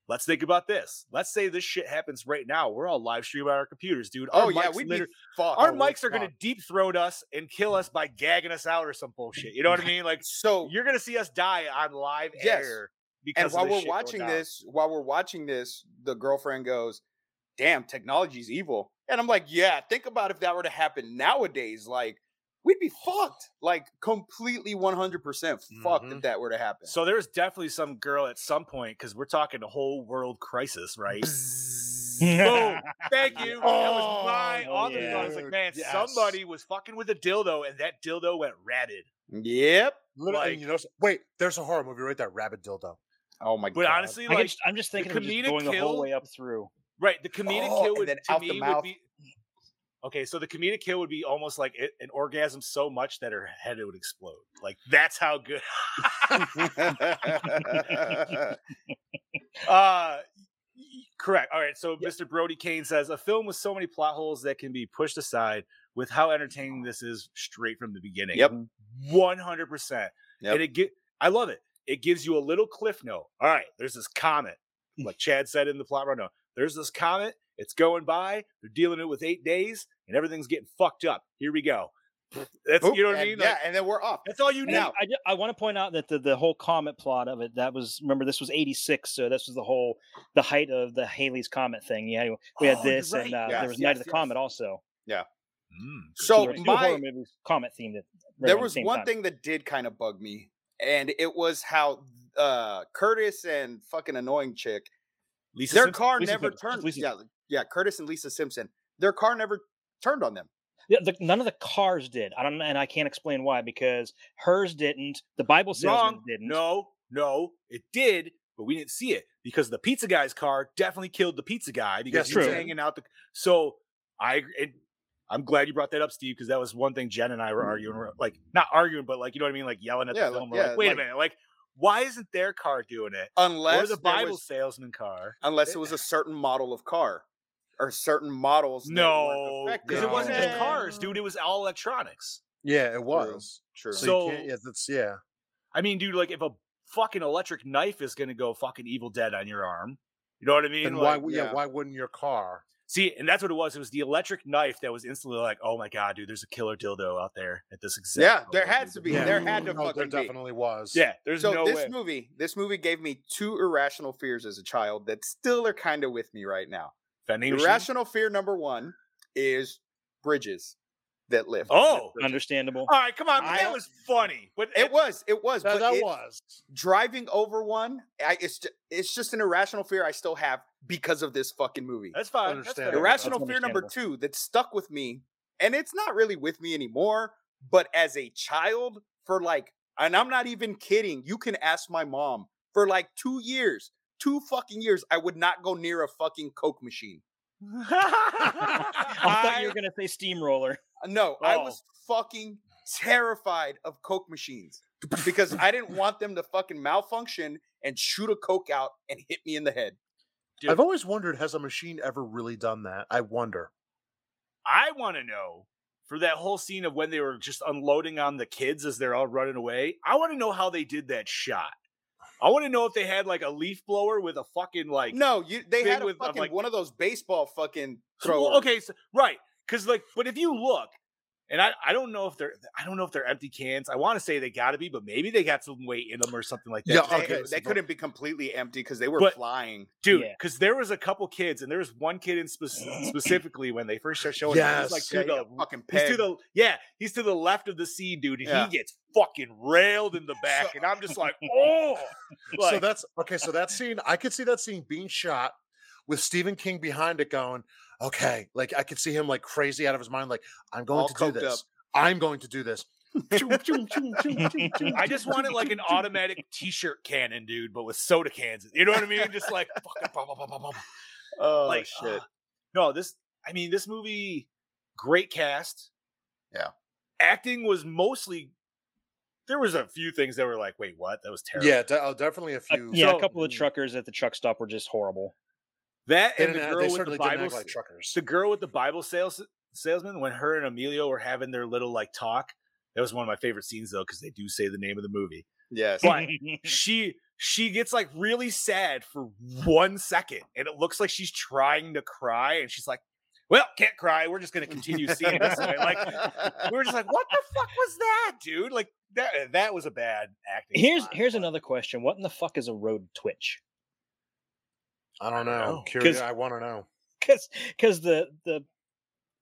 Speaker 3: let's think about this. Let's say this shit happens right now. We're all live streaming on our computers, dude. Our
Speaker 5: Oh yeah,
Speaker 3: mics
Speaker 5: we'd
Speaker 3: liter-
Speaker 5: be fucked.
Speaker 3: our
Speaker 5: Oh, we're
Speaker 3: mics are gonna
Speaker 5: fucked.
Speaker 3: deep throat us and kill us by gagging us out or some bullshit. You know what I mean? Like
Speaker 5: So
Speaker 3: you're gonna see us die on live
Speaker 5: Oh. Yes.
Speaker 3: air.
Speaker 5: and
Speaker 3: Because
Speaker 5: while
Speaker 3: of this
Speaker 5: we're
Speaker 3: shit going
Speaker 5: watching
Speaker 3: down.
Speaker 5: this, while we're watching this, the girlfriend goes, "Damn, technology's evil." And I'm like, "Yeah, think about if that were to happen nowadays, like we'd be fucked, like completely 100% fucked if
Speaker 4: Mhm.
Speaker 5: that were to happen."
Speaker 3: Mm-hmm. so there was definitely some girl at some point because we're talking a whole world crisis, right? Boom! Thank you. that was my
Speaker 6: Oh,
Speaker 3: author thought. I was
Speaker 4: yeah.
Speaker 3: like, man,
Speaker 4: Yes.
Speaker 3: somebody was fucking with a dildo, and that dildo went rabid.
Speaker 5: yep.
Speaker 4: Literally,
Speaker 3: Like-
Speaker 4: you know. s- Wait, there's a horror movie right there, Rabbit Dildo.
Speaker 5: Oh my
Speaker 3: But
Speaker 5: god.
Speaker 3: honestly,
Speaker 6: I
Speaker 3: like,
Speaker 6: am just thinking of
Speaker 3: comedic
Speaker 6: just going the
Speaker 3: kill-
Speaker 6: whole way up through.
Speaker 3: right, the comedic
Speaker 5: Oh,
Speaker 3: kill
Speaker 5: and
Speaker 3: would
Speaker 5: then
Speaker 3: to
Speaker 5: out the
Speaker 3: me would
Speaker 5: mouth.
Speaker 3: be okay. So the comedic kill would be almost like it, an orgasm so much that her head would explode. Like that's how good. Uh, y- y- correct. All right. So Mr. Brody Kane says a film with so many plot holes that can be pushed aside with how entertaining this is straight from the beginning.
Speaker 5: Yep.
Speaker 3: One hundred percent.
Speaker 5: Yep.
Speaker 3: And it get I love it. It gives you a little cliff note. All right, there's this comet. Like Chad said in the plot rundown, there's this comet. It's going by. They're dealing it with eight days, and everything's getting fucked up. Here we go. That's
Speaker 5: Boop,
Speaker 3: you know what I
Speaker 5: and
Speaker 3: mean.
Speaker 5: Yeah,
Speaker 3: Like,
Speaker 5: and then we're off.
Speaker 3: that's all you need.
Speaker 6: Now, I, ju- I want to point out that the, the whole comet plot of it, that was, remember, this was 86, so this was the whole, the height of the Haley's Comet thing. Yeah, we had
Speaker 3: Oh, you're
Speaker 6: this, and uh,
Speaker 3: right.
Speaker 6: there
Speaker 5: Yes,
Speaker 6: was Night
Speaker 5: yes,
Speaker 6: of the
Speaker 5: yes.
Speaker 6: Comet also.
Speaker 3: Mm, good
Speaker 5: So
Speaker 3: point.
Speaker 6: there were two
Speaker 5: my-
Speaker 6: horror movies, comet themed. that ran
Speaker 5: there
Speaker 6: at the
Speaker 5: was
Speaker 6: same
Speaker 5: one
Speaker 6: time.
Speaker 5: thing that did kind of bug me, and it was how uh Curtis and fucking annoying chick
Speaker 3: Lisa
Speaker 5: their
Speaker 3: Simpson-
Speaker 5: car
Speaker 6: Lisa
Speaker 5: never
Speaker 6: Simpson,
Speaker 5: turned.
Speaker 6: Lisa
Speaker 5: yeah, yeah, Curtis and Lisa Simpson. Their car never turned on them.
Speaker 6: Yeah, the, none of the cars did. I don't, and I can't explain why because hers didn't. The Bible salesman
Speaker 3: Wrong.
Speaker 6: didn't.
Speaker 3: No, no, it did, but we didn't see it because the pizza guy's car definitely killed the pizza guy because
Speaker 4: Yes,
Speaker 3: he was
Speaker 6: true.
Speaker 3: hanging out the. So I, agree- it, I'm glad you brought that up, Steve, because that was one thing Jen and I were arguing, we're, like not arguing, but like you know what I mean, like yelling at
Speaker 5: Yeah,
Speaker 3: the
Speaker 5: like-
Speaker 3: film. we're like,
Speaker 5: yeah,
Speaker 3: Wait
Speaker 5: like-
Speaker 3: a minute, like why isn't their car doing it?
Speaker 5: Unless
Speaker 3: or the
Speaker 5: there
Speaker 3: Bible eh
Speaker 5: was-
Speaker 3: salesman car?
Speaker 5: unless it was a certain model of car or certain models. that weren't
Speaker 3: No, because it
Speaker 5: effective.
Speaker 3: wasn't just
Speaker 4: No.
Speaker 3: cars, dude. It was all electronics.
Speaker 4: Yeah, it was.
Speaker 5: True.
Speaker 4: So,
Speaker 3: So-
Speaker 4: you can't, yeah, that's yeah.
Speaker 3: I mean, dude, like if a fucking electric knife is going to go fucking Evil Dead on your arm. You know what I mean?
Speaker 4: Then
Speaker 3: Like-
Speaker 4: why? w- yeah.
Speaker 5: yeah.
Speaker 4: Why wouldn't your car?
Speaker 3: See, and that's what it was. It was the electric knife that was instantly like, "Oh my god, dude, there's a killer dildo out there at this exact."
Speaker 5: Yeah, there
Speaker 3: moment,
Speaker 5: had
Speaker 3: dude."
Speaker 5: to be. Yeah. There had
Speaker 4: no,
Speaker 5: to
Speaker 4: there
Speaker 5: fucking be.
Speaker 4: definitely was.
Speaker 3: Yeah, there's
Speaker 5: so
Speaker 3: no
Speaker 5: this
Speaker 3: way.
Speaker 5: movie, this movie gave me two irrational fears as a child that still are kind of with me right now.
Speaker 3: Vending machine?
Speaker 5: Irrational fear number one is bridges that lift.
Speaker 3: Oh,
Speaker 6: Understandable.
Speaker 3: all right, come on, but
Speaker 5: I-
Speaker 3: that was funny. But
Speaker 5: it was, it was,
Speaker 4: That,
Speaker 5: but
Speaker 4: that
Speaker 5: it-
Speaker 4: was.
Speaker 5: driving over one. I, it's just, it's just an irrational fear I still have because of this fucking movie.
Speaker 3: that's fine. That's
Speaker 4: Understandable.
Speaker 3: fair.
Speaker 5: irrational fear number two that stuck with me, and it's not really with me anymore. But as a child, for like, and I'm not even kidding. You can ask my mom. For like two years, two fucking years, I would not go near a fucking coke machine.
Speaker 6: I thought you
Speaker 3: I,
Speaker 6: were gonna say steamroller.
Speaker 5: Uh, No, I
Speaker 3: Oh.
Speaker 5: was fucking terrified of Coke machines because I didn't want them to fucking malfunction and shoot a Coke out and hit me in the head.
Speaker 3: Dude.
Speaker 4: I've always wondered: has a machine ever really done that? I wonder.
Speaker 3: want to know for that whole scene of when they were just unloading on the kids as they're all running away. I want to know how they did that shot. I want to know if they had like a leaf blower with a fucking like
Speaker 5: No, you they
Speaker 3: big
Speaker 5: had a
Speaker 3: with- of,
Speaker 5: fucking
Speaker 3: like-
Speaker 5: one of those baseball fucking
Speaker 3: So, well,
Speaker 5: throwers.
Speaker 3: okay, so, right. Because like, but if you look, and I, I don't know if they're I don't know if they're empty cans. I want to say they got to be, but maybe they got some weight in them or something like that.
Speaker 4: Yeah,
Speaker 3: just to
Speaker 5: They,
Speaker 4: okay,
Speaker 3: give
Speaker 5: they
Speaker 3: us some-
Speaker 5: couldn't be completely empty because they were
Speaker 3: But-
Speaker 5: flying.
Speaker 3: dude.
Speaker 6: Yeah.
Speaker 3: Because there was a couple kids, and there was one kid in spec- specifically when they first start showing. up, he's like
Speaker 4: Yes.
Speaker 3: to
Speaker 5: Yeah, yeah,
Speaker 3: the.
Speaker 5: fucking
Speaker 3: He's
Speaker 5: peg.
Speaker 3: to the yeah, he's to the left of the scene, dude, and
Speaker 5: Yeah.
Speaker 3: he gets fucking railed in the back, and I'm just like, oh, like,
Speaker 4: so that's okay. So that scene, I could see that scene being shot with Stephen King behind it, going, "Okay," like I could see him like crazy out of his mind, like I'm going
Speaker 5: All
Speaker 4: to do
Speaker 5: coked
Speaker 4: this.
Speaker 5: up.
Speaker 4: I'm going to do this.
Speaker 3: I just wanted like an automatic t-shirt cannon, dude, but with soda cans. You know what I mean? Just like fucking pop, pop, pop, pop, pop.
Speaker 5: Oh
Speaker 3: like
Speaker 5: shit!
Speaker 3: ah. no, this I mean, this movie, great cast.
Speaker 5: Yeah.
Speaker 3: Acting was mostly there was a few things that were like, wait, what? That was terrible.
Speaker 4: Yeah, de- oh, definitely a
Speaker 6: Uh,
Speaker 4: few. Mm.
Speaker 6: yeah,
Speaker 3: So-
Speaker 6: a couple of truckers at the truck stop were just horrible.
Speaker 4: uh,
Speaker 3: That
Speaker 4: They,
Speaker 3: and the
Speaker 4: didn't,
Speaker 3: girl
Speaker 4: they
Speaker 3: with the
Speaker 4: certainly didn't
Speaker 3: Bible
Speaker 4: act like
Speaker 3: s-
Speaker 4: truckers.
Speaker 3: the girl with the Bible sales salesman, when her and Emilio were having their little like talk, that was one of my favorite scenes though, because they do say the name of the movie.
Speaker 5: Yes,
Speaker 3: But- she she gets like really sad for one second and it looks like she's trying to cry and she's like well can't cry we're just gonna continue seeing this way like we were just like what the fuck was that dude like that that was a bad acting
Speaker 6: here's
Speaker 3: spot,
Speaker 6: here's
Speaker 3: but-
Speaker 6: another question. What in the fuck is a road twitch?
Speaker 4: I don't know.
Speaker 3: know,
Speaker 4: I'm
Speaker 6: 'cause-
Speaker 4: curious. I want to know.
Speaker 6: Because because the the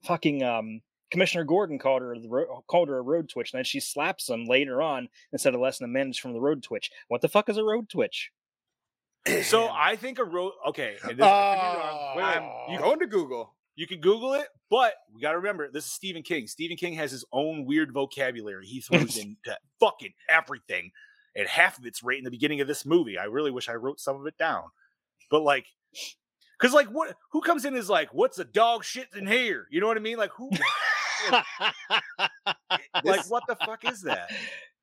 Speaker 6: fucking um Commissioner Gordon called her the ro- called her a road twitch, and then she slaps him later on and said a lesson to manage from the road twitch. What the fuck is a road twitch?
Speaker 3: so i think a road okay and this, I could be wrong. Wait, wait,
Speaker 4: Oh.
Speaker 3: you,
Speaker 5: going to Google.
Speaker 3: you can google it but we gotta remember this is stephen king stephen king has his own weird vocabulary he throws into fucking everything and half of it's right in the beginning of this movie i really wish i wrote some of it down but like because like what who comes in is like what's a dog shit in here you know what i mean like who like what the fuck is that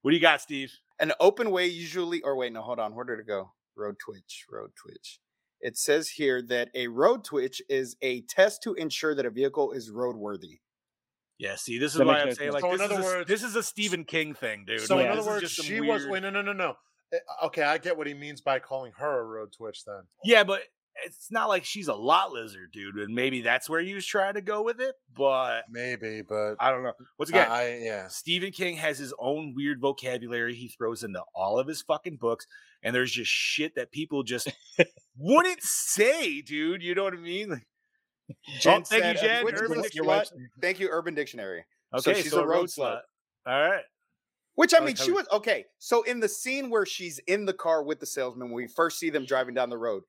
Speaker 3: what do you got steve
Speaker 5: An open way usually, or wait, no, hold on. Where did it go? Road twitch, road twitch. It says here that a road twitch is a test to ensure that a vehicle is roadworthy.
Speaker 3: yeah see this is
Speaker 6: That
Speaker 3: why
Speaker 6: makes
Speaker 3: i'm
Speaker 6: no
Speaker 3: saying
Speaker 6: sense.
Speaker 3: like
Speaker 4: So in
Speaker 3: this, is
Speaker 4: other
Speaker 3: a,
Speaker 4: words-
Speaker 3: this is a stephen king thing dude
Speaker 4: So
Speaker 3: Like,
Speaker 4: in
Speaker 6: yeah,
Speaker 4: other
Speaker 3: this is
Speaker 4: words,
Speaker 3: just some
Speaker 4: she was.
Speaker 3: weird-
Speaker 4: Wait, no, no, no, no. Uh, Okay, I get what he means by calling her a road twitch. Then
Speaker 3: Yeah, but it's not like she's a lot lizard, dude. And maybe that's where he was trying to go with it. But
Speaker 4: maybe, but
Speaker 3: I don't know. Once
Speaker 4: I,
Speaker 3: again,
Speaker 4: I Uh, yeah.
Speaker 3: Stephen King has his own weird vocabulary he throws into all of his fucking books, and there's just shit that people just wouldn't say, dude. You know what I mean? Like,
Speaker 4: Oh,
Speaker 5: Jen
Speaker 3: Oh, thank you,
Speaker 5: said, uh,
Speaker 3: Jen.
Speaker 5: which
Speaker 3: Urban
Speaker 5: was
Speaker 3: Dictionary.
Speaker 5: slut- Thank you, Urban Dictionary. So
Speaker 3: okay,
Speaker 5: she's
Speaker 3: so
Speaker 5: a road slut.
Speaker 3: All right.
Speaker 5: Which I
Speaker 3: Oh,
Speaker 5: mean,
Speaker 3: tell
Speaker 5: she
Speaker 3: me.
Speaker 5: was okay. So in the scene where she's in the car with the salesman, when we first see them driving down the road,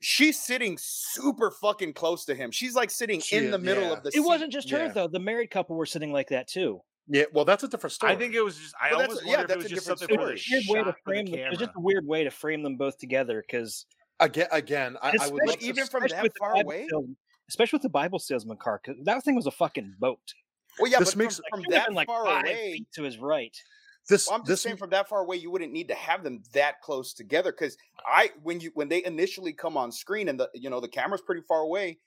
Speaker 5: she's sitting super fucking close to him. She's like sitting
Speaker 4: She
Speaker 5: in
Speaker 4: is,
Speaker 5: the middle
Speaker 4: yeah.
Speaker 5: of the.
Speaker 6: It wasn't just her
Speaker 4: yeah.
Speaker 6: though. The married couple were sitting like that too.
Speaker 4: Yeah, well, that's a different story.
Speaker 3: I think it was just. I
Speaker 5: Well, that's
Speaker 3: almost
Speaker 5: a- yeah,
Speaker 3: wonder if it
Speaker 5: that's
Speaker 3: was
Speaker 5: a
Speaker 3: just
Speaker 5: different
Speaker 3: something
Speaker 6: It
Speaker 3: for
Speaker 5: story.
Speaker 3: the
Speaker 6: was a weird way to
Speaker 3: shot for the
Speaker 6: frame. them- It was
Speaker 3: camera.
Speaker 6: just a weird way to frame them both together because
Speaker 4: again. Again, I, I would
Speaker 5: Especially
Speaker 4: love to
Speaker 5: even
Speaker 4: s-
Speaker 5: from that far away?
Speaker 6: especially with the Bible salesman car, 'cause that thing was a fucking boat.
Speaker 5: Well, yeah,
Speaker 4: This
Speaker 5: but
Speaker 4: makes-
Speaker 5: from,
Speaker 6: He
Speaker 5: from
Speaker 6: would've
Speaker 5: that
Speaker 6: been, like,
Speaker 5: far
Speaker 6: five
Speaker 5: away,
Speaker 6: feet to his right.
Speaker 4: this.
Speaker 5: Well, I'm just
Speaker 4: this
Speaker 5: saying from that far away, you wouldn't need to have them that close together because I when you when they initially come on screen and the you know the camera's pretty far away,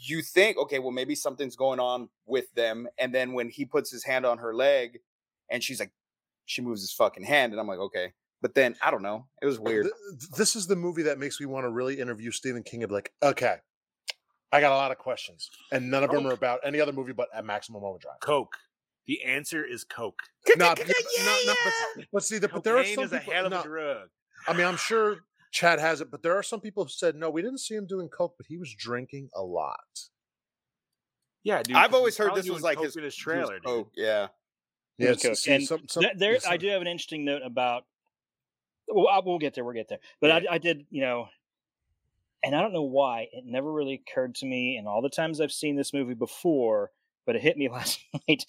Speaker 5: you think okay, well maybe something's going on with them, and then when he puts his hand on her leg, and she's like, she moves his fucking hand, and I'm like, okay, But then I don't know. It was weird.
Speaker 4: Th- this is the movie that makes me want to really interview Stephen King and be like, okay, I got a lot of questions, and none of them are about any other movie but a Maximum Overdrive.
Speaker 3: Coke. The answer is Coke.
Speaker 4: Not, but- not- not- but, but see, the, but there are
Speaker 3: Cocaine
Speaker 4: some
Speaker 3: is a
Speaker 4: people.
Speaker 3: hell of
Speaker 4: no,
Speaker 3: a drug.
Speaker 4: I mean, I'm sure Chad has it, but there are some people who said no. We didn't see him doing coke, but he was drinking a lot.
Speaker 3: Yeah, dude.
Speaker 5: I've
Speaker 3: 'cause
Speaker 5: always
Speaker 3: he's
Speaker 5: heard
Speaker 3: probably
Speaker 5: this was
Speaker 3: doing
Speaker 5: like
Speaker 3: coke
Speaker 5: his-
Speaker 3: in his
Speaker 5: He was
Speaker 3: trailer. dude.
Speaker 5: coke, yeah.
Speaker 6: He was
Speaker 4: it's-
Speaker 6: cooked.
Speaker 4: see,
Speaker 6: And
Speaker 4: some- some-
Speaker 6: Th- there,
Speaker 4: yes,
Speaker 6: I
Speaker 4: sir.
Speaker 6: do have an interesting note about. Well, I, we'll get there. We'll get there. But I, I did, you know, and I don't know why it never really occurred to me. And all the times I've seen this movie before, but it hit me last night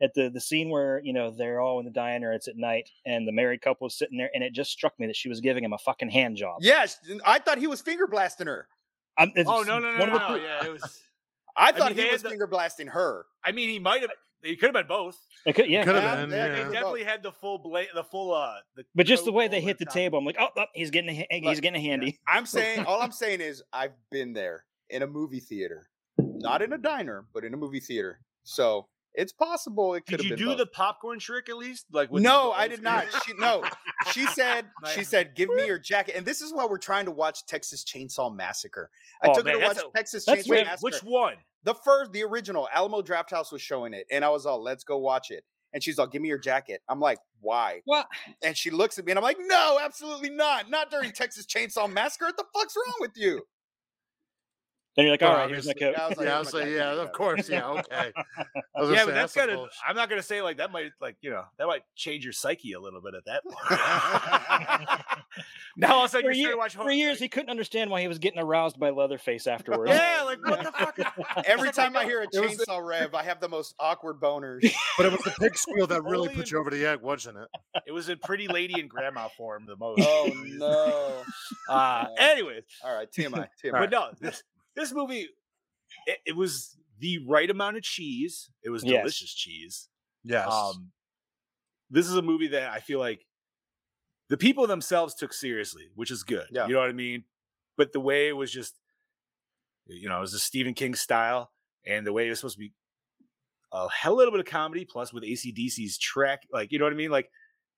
Speaker 6: at the the scene where you know they're all in the diner. It's at night, and the married couple is sitting there, and it just struck me that she was giving him a fucking hand job.
Speaker 5: Yes, I thought he was finger blasting her.
Speaker 6: I'm, it's
Speaker 3: Oh no, no, no,
Speaker 6: one
Speaker 3: no,
Speaker 6: of the
Speaker 3: no.
Speaker 6: few-
Speaker 3: Yeah, it was.
Speaker 5: I
Speaker 3: mean,
Speaker 5: thought
Speaker 3: they
Speaker 5: he
Speaker 3: had
Speaker 5: was
Speaker 3: the-
Speaker 5: finger blasting her.
Speaker 3: I mean, he might have. It could have been both.
Speaker 6: it could- yeah,
Speaker 4: Could have
Speaker 5: Yeah,
Speaker 4: been,
Speaker 5: yeah,
Speaker 3: They
Speaker 4: yeah.
Speaker 5: both.
Speaker 3: definitely had the full blade, the full uh. The
Speaker 6: but just the
Speaker 3: coat
Speaker 6: way they
Speaker 3: over
Speaker 6: hit the
Speaker 3: top.
Speaker 6: table, I'm like, oh, oh, he's getting a, ha- he's
Speaker 5: Look,
Speaker 6: getting a handy.
Speaker 5: I'm saying all I'm saying is I've been there in a movie theater, not in a diner, but in a movie theater. So it's possible it could
Speaker 3: Did
Speaker 5: have
Speaker 3: you
Speaker 5: been
Speaker 3: do
Speaker 5: both.
Speaker 3: the popcorn trick at least? Like with the
Speaker 5: no, I
Speaker 3: old
Speaker 5: did
Speaker 3: school-
Speaker 5: not. She, no, she said, she
Speaker 3: Like-
Speaker 5: said, give me your jacket. And this is why we're trying to watch Texas Chainsaw Massacre. I
Speaker 3: Oh,
Speaker 5: took
Speaker 3: man,
Speaker 5: her to watch
Speaker 3: that's a-
Speaker 5: Texas
Speaker 6: that's
Speaker 5: Chainsaw
Speaker 3: Wait,
Speaker 5: Massacre.
Speaker 3: which one?
Speaker 5: the first, the original Alamo Draft House was showing it, and I was all, "Let's go watch it." And she's all, "Give me your jacket." I'm like, "Why?"
Speaker 6: Well,
Speaker 5: And she looks at me, and I'm like, "No, absolutely not. Not during Texas Chainsaw Massacre. What the fuck's wrong with you?"
Speaker 6: then you're like, all
Speaker 4: Well,
Speaker 6: right, here's my
Speaker 5: obviously,
Speaker 6: coat.
Speaker 4: yeah, I
Speaker 5: I was like, "Oh
Speaker 4: was
Speaker 5: my
Speaker 4: like,
Speaker 5: God,
Speaker 4: yeah,
Speaker 5: yeah,
Speaker 4: of
Speaker 5: yeah.
Speaker 4: course, yeah, okay. I was gonna
Speaker 3: Yeah,
Speaker 4: say,
Speaker 3: but that's
Speaker 4: some
Speaker 3: gotta.
Speaker 4: bullshit.
Speaker 3: I'm not gonna say like that might like you know that might change your psyche a little bit at that point. now all of a sudden
Speaker 6: For
Speaker 3: you're starting
Speaker 6: year-
Speaker 3: to watch horror.
Speaker 6: For years, he
Speaker 3: like,
Speaker 6: couldn't understand why he was getting aroused by Leatherface afterwards.
Speaker 3: yeah, like what the fuck?
Speaker 5: Every time I hear a
Speaker 4: It was-
Speaker 5: chainsaw rev, I have the most awkward boners.
Speaker 4: But it was the pig squeal that really
Speaker 3: Only
Speaker 4: put
Speaker 3: in-
Speaker 4: you over the edge, wasn't it?
Speaker 3: it was a pretty lady and grandma form the most.
Speaker 5: oh no!
Speaker 3: Uh, anyways,
Speaker 5: All right, TMI, TMI.
Speaker 3: but no, this this movie, it, it was the right amount of cheese. It was
Speaker 6: Yes.
Speaker 3: delicious cheese.
Speaker 4: Yes.
Speaker 3: Um, this is a movie that I feel like the people themselves took seriously, which is good.
Speaker 5: Yeah.
Speaker 3: You know what I mean? But the way it was just, you know, it was a Stephen King style, and the way it was supposed to be a hell of a little bit of comedy, plus with ACDC's track, like, you know what I mean? Like,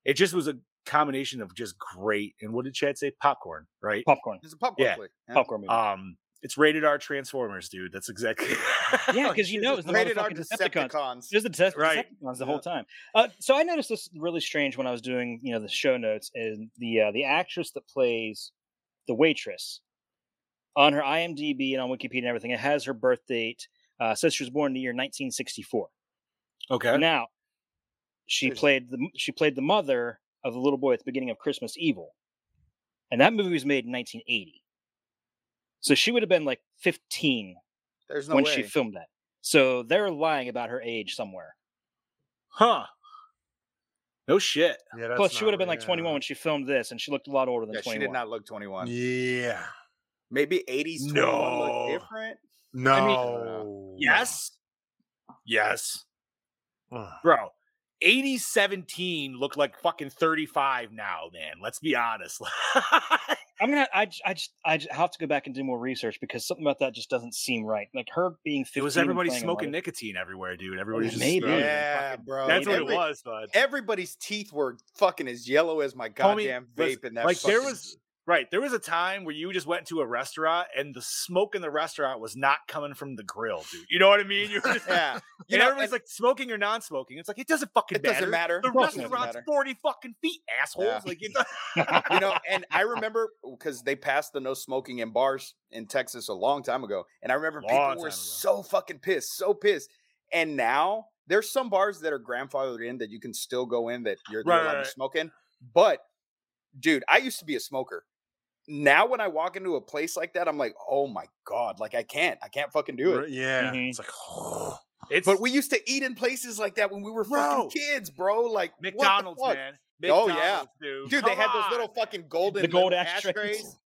Speaker 3: it just was a combination of just great. And what did Chad say? Popcorn, right?
Speaker 6: popcorn,
Speaker 5: It's a popcorn
Speaker 3: Yeah.
Speaker 5: flick. yeah. Uh,
Speaker 6: popcorn movie.
Speaker 3: Um, it's rated R Transformers, dude. That's exactly.
Speaker 6: yeah, because you know it's the
Speaker 5: Rated R
Speaker 6: motherfucking Decepticons.
Speaker 5: Decepticons.
Speaker 6: There's the Decep-
Speaker 3: Right.
Speaker 6: Decepticons the
Speaker 5: Yeah.
Speaker 6: whole time. Uh, so I noticed this really strange when I was doing, you know, the show notes. And the uh, the actress that plays the waitress on her IMDb and on Wikipedia and everything, it has her birth date. Uh, says she was born in the year 1964.
Speaker 3: okay.
Speaker 6: Now, she
Speaker 5: There's-
Speaker 6: played the m- she played the mother of the little boy at the beginning of Christmas Evil, and that movie was made in 1980. So she would have been like 15
Speaker 5: There's no
Speaker 6: when
Speaker 5: way.
Speaker 6: she filmed that. So they're lying about her age somewhere.
Speaker 3: Huh. No shit.
Speaker 4: yeah, that's
Speaker 6: Plus, she
Speaker 4: not
Speaker 6: would have been
Speaker 4: right,
Speaker 6: like 21 when she filmed this, and she looked a lot older than
Speaker 5: yeah,
Speaker 6: 21.
Speaker 5: she did not look 21.
Speaker 4: yeah. Yeah.
Speaker 5: Maybe 80s 21
Speaker 3: No.
Speaker 5: look different.
Speaker 4: No.
Speaker 3: Yes. Yes.
Speaker 4: Ugh.
Speaker 3: Bro, 80 17 look like fucking 35 now, man. Let's be honest.
Speaker 6: I'm gonna. I, j- I just. I j- have to go back and do more research because something about that just doesn't seem right. Like her being 15.
Speaker 3: it was
Speaker 6: and
Speaker 3: everybody
Speaker 6: playing a
Speaker 3: smoking
Speaker 6: mother-
Speaker 3: nicotine everywhere, dude. Everybody's just
Speaker 6: Maybe.
Speaker 3: smoking.
Speaker 5: Oh, Yeah, bro.
Speaker 3: That's what
Speaker 5: Every-
Speaker 3: it was, bud.
Speaker 5: Everybody's teeth were fucking as yellow as my
Speaker 3: Homie,
Speaker 5: goddamn
Speaker 3: listen,
Speaker 5: vape in that.
Speaker 3: like, there
Speaker 5: fucking-
Speaker 3: was- Right. There was a time where you just went to a restaurant and the smoke in the restaurant was not coming from the grill, dude. You know what I mean? You were just
Speaker 5: yeah. You
Speaker 3: and
Speaker 5: know,
Speaker 3: everybody's
Speaker 5: and
Speaker 3: like smoking or non-smoking. It's like it doesn't fucking
Speaker 5: it doesn't matter.
Speaker 3: The
Speaker 5: It doesn't
Speaker 3: restaurant's
Speaker 5: matter.
Speaker 3: forty fucking feet, assholes.
Speaker 5: Yeah.
Speaker 3: Like it
Speaker 5: you know, and I remember because they passed the no smoking in bars in Texas a long time ago, and I remember
Speaker 3: Long
Speaker 5: people
Speaker 3: time
Speaker 5: were
Speaker 3: ago.
Speaker 5: so fucking pissed, so pissed. And now there's some bars that are grandfathered in that you can still go in that you're, you're
Speaker 3: Right,
Speaker 5: allowed
Speaker 3: right,
Speaker 5: to
Speaker 3: right.
Speaker 5: smoke in. But dude, I used to be a smoker. Now when I walk into a place like that, I'm like, oh my god, like I can't, I can't fucking do it.
Speaker 4: Right, Yeah.
Speaker 6: Mhm.
Speaker 4: It's like, oh.
Speaker 3: it's
Speaker 5: But we used to eat in places like that when we were
Speaker 3: Bro.
Speaker 5: fucking kids, bro. Like what the
Speaker 3: McDonald's,
Speaker 5: fuck?
Speaker 3: man.
Speaker 5: Oh,
Speaker 3: McDonald's,
Speaker 5: yeah.
Speaker 3: dude.
Speaker 5: Dude, they
Speaker 3: Come
Speaker 5: had those little
Speaker 3: on.
Speaker 5: fucking golden
Speaker 6: the gold
Speaker 5: little
Speaker 6: ashtrays.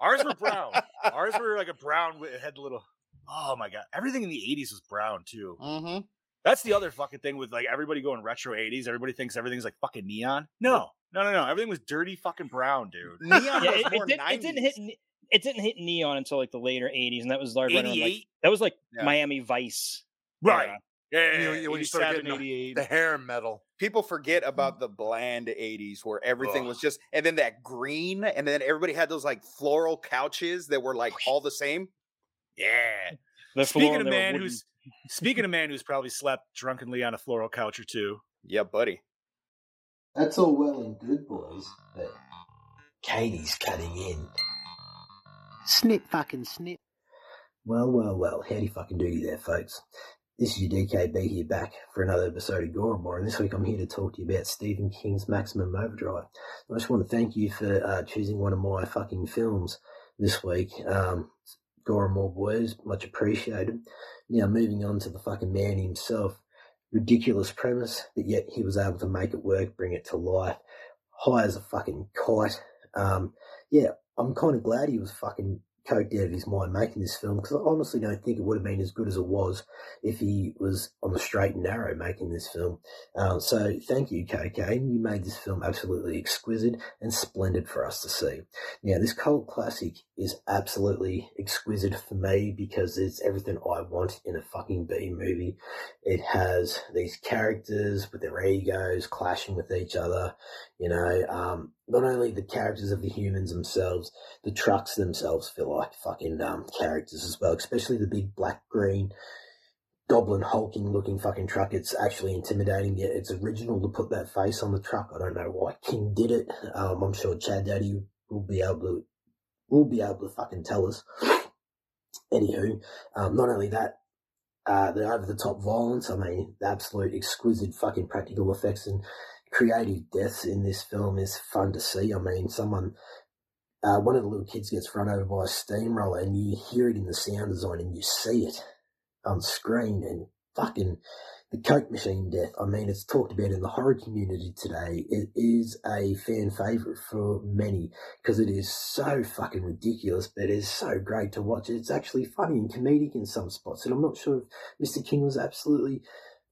Speaker 3: Ours were brown. Ours were like a brown. wi- It had the little. Oh my god! Everything in the '80s was brown too.
Speaker 5: Mm-hmm.
Speaker 3: That's the other fucking thing with like everybody going retro '80s. Everybody thinks everything's like fucking neon. No, no, no, no. Everything was dirty fucking brown, dude.
Speaker 5: Neon
Speaker 6: Yeah,
Speaker 5: was
Speaker 6: it,
Speaker 5: more
Speaker 6: it, did, it didn't hit.
Speaker 5: 90s.
Speaker 6: ne- It didn't hit neon until like the later 80s, and that was largely around, like
Speaker 3: '88,
Speaker 6: That was like
Speaker 5: Yeah.
Speaker 6: Miami Vice.
Speaker 3: right?
Speaker 6: era.
Speaker 3: Yeah,
Speaker 4: You- you- when you start getting
Speaker 3: 87, 88.
Speaker 4: The hair metal.
Speaker 5: People forget about the bland 80s where everything was just, and then that green, and then everybody had those like floral couches that were like all the same.
Speaker 3: yeah.
Speaker 6: The floor,
Speaker 3: Speaking
Speaker 6: there
Speaker 3: of
Speaker 6: were
Speaker 3: man
Speaker 6: wooden-
Speaker 3: who's speaking of man who's probably slept drunkenly on a floral couch or two.
Speaker 5: Yeah, buddy.
Speaker 7: That's all well and good, boys, but Katie's cutting in.
Speaker 8: Snip fucking snip.
Speaker 7: Well, well, well, howdy fucking duty there, folks. This is your DKB here back for another episode of Goramore, and this week I'm here to talk to you about Stephen King's Maximum Overdrive. I just want to thank you for uh, choosing one of my fucking films this week. Um, Goramore boys, much appreciated. Now, moving on to the fucking man himself. Ridiculous premise, but yet he was able to make it work, bring it to life. High as a fucking kite. Um, yeah, I'm kind of glad he was fucking coked out of his mind making this film because I honestly don't think it would have been as good as it was if he was on the straight and narrow making this film. Uh, so thank you, KK. You made this film absolutely exquisite and splendid for us to see. Now, this cult classic is absolutely exquisite for me because it's everything I want in a fucking B movie. It has these characters with their egos clashing with each other. You know, um, not only the characters of the humans themselves, the trucks themselves feel like fucking um, characters as well, especially the big black green goblin hulking looking fucking truck. It's actually intimidating. Yeah, it's original to put that face on the truck. I don't know why King did it. Um, I'm sure Chad Daddy will be able to will be able to fucking tell us. Anywho, um, not only that. Uh, the over the top violence, I mean, the absolute exquisite fucking practical effects and creative deaths in this film is fun to see. I mean, someone uh, one of the little kids gets run over by a steamroller, and you hear it in the sound design, and you see it on screen, and fucking the Coke machine death. I mean, it's talked about in the horror community today. It is a fan favorite for many because it is so fucking ridiculous, but it is so great to watch. It's actually funny and comedic in some spots, and I'm not sure if Mr. King was absolutely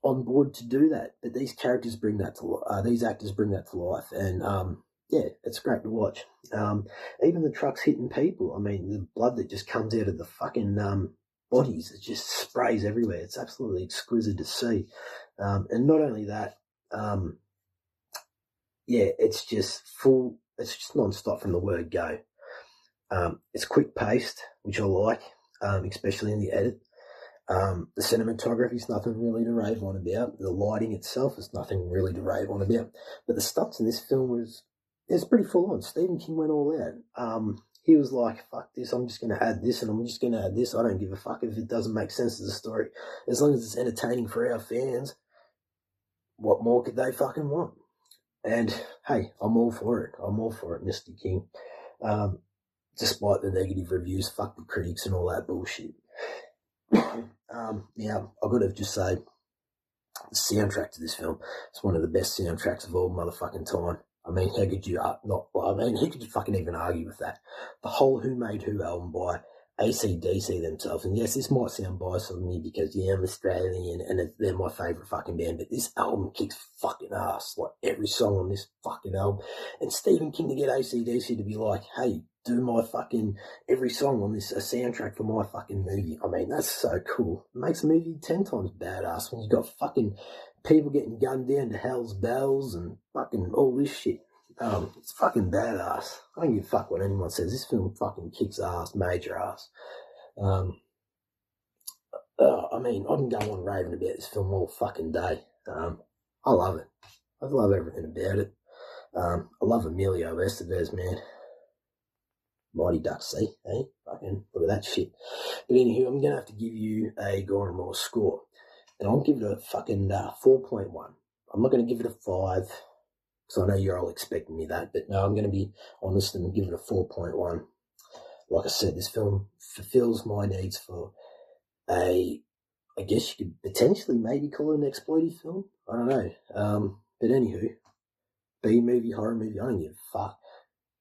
Speaker 7: on board to do that, but these characters bring that to li- uh, these actors bring that to life, and um, yeah, it's great to watch. Um, even the trucks hitting people. I mean, the blood that just comes out of the fucking um, bodies, it just sprays everywhere. It's absolutely exquisite to see. Um, and not only that, um, yeah, it's just full, it's just non stop from the word go. Um, it's quick paced, which I like, um, especially in the edit. Um, the cinematography is nothing really to rave on about. The lighting itself is nothing really to rave on about. But the stunts in this film was it's pretty full on. Stephen King went all out. Um, he was like, "Fuck this! I'm just going to add this, and I'm just going to add this. I don't give a fuck if it doesn't make sense to the story, as long as it's entertaining for our fans. What more could they fucking want?" And hey, I'm all for it. I'm all for it, Mister King. Um, despite the negative reviews, fuck the critics and all that bullshit. um, yeah, I've got to just say, the soundtrack to this film is one of the best soundtracks of all motherfucking time. I mean, how could you ar- not? well, I mean, who could you fucking even argue with that? The whole Who Made Who album by ACDC themselves. And yes, this might sound biased of me because, yeah, I'm Australian and it- they're my favourite fucking band, but this album kicks fucking ass. Like, every song on this fucking album. And Stephen King to get ACDC to be like, hey, do my fucking every song on this a soundtrack for my fucking movie. I mean, that's so cool. It makes a movie 10 times badass when you've got fucking people getting gunned down to hell's bells and fucking all this shit. Um, it's fucking badass. I don't give a fuck what anyone says. This film fucking kicks ass, major ass. Um, uh, I mean, I can go on raving about this film all fucking day. Um, I love it. I love everything about it. Um, I love Emilio Estevez, man. Mighty Ducks, see? Eh? Fucking look at that shit. But anywho, I'm gonna have to give you a Goran Moore score and I'll give it a fucking uh, 4.1. I'm not going to give it a 5, because I know you're all expecting me that, but no, I'm going to be honest and give it a 4.1. Like I said, this film fulfills my needs for a, I guess you could potentially maybe call it an exploitive film. I don't know. Um, but anywho, B movie, horror movie, I don't give a fuck.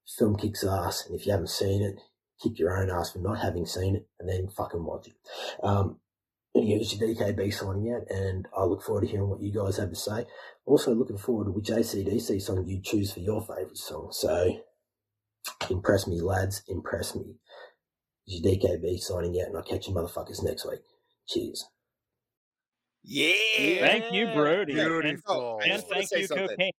Speaker 7: This film kicks ass, and if you haven't seen it, kick your own ass for not having seen it, and then fucking watch it. Um, Anyway, it's your DKB signing out, and I look forward to hearing what you guys have to say. Also, looking forward to which ACDC song you choose for your favourite song. So, impress me, lads, impress me. It's your DKB signing out, and I'll catch you motherfuckers next week. Cheers.
Speaker 3: Yeah.
Speaker 6: Thank you, Brody.
Speaker 4: Beautiful.
Speaker 6: And, and
Speaker 5: Oh, just wanna
Speaker 6: thank
Speaker 5: say
Speaker 6: you,
Speaker 5: something.
Speaker 6: cocaine.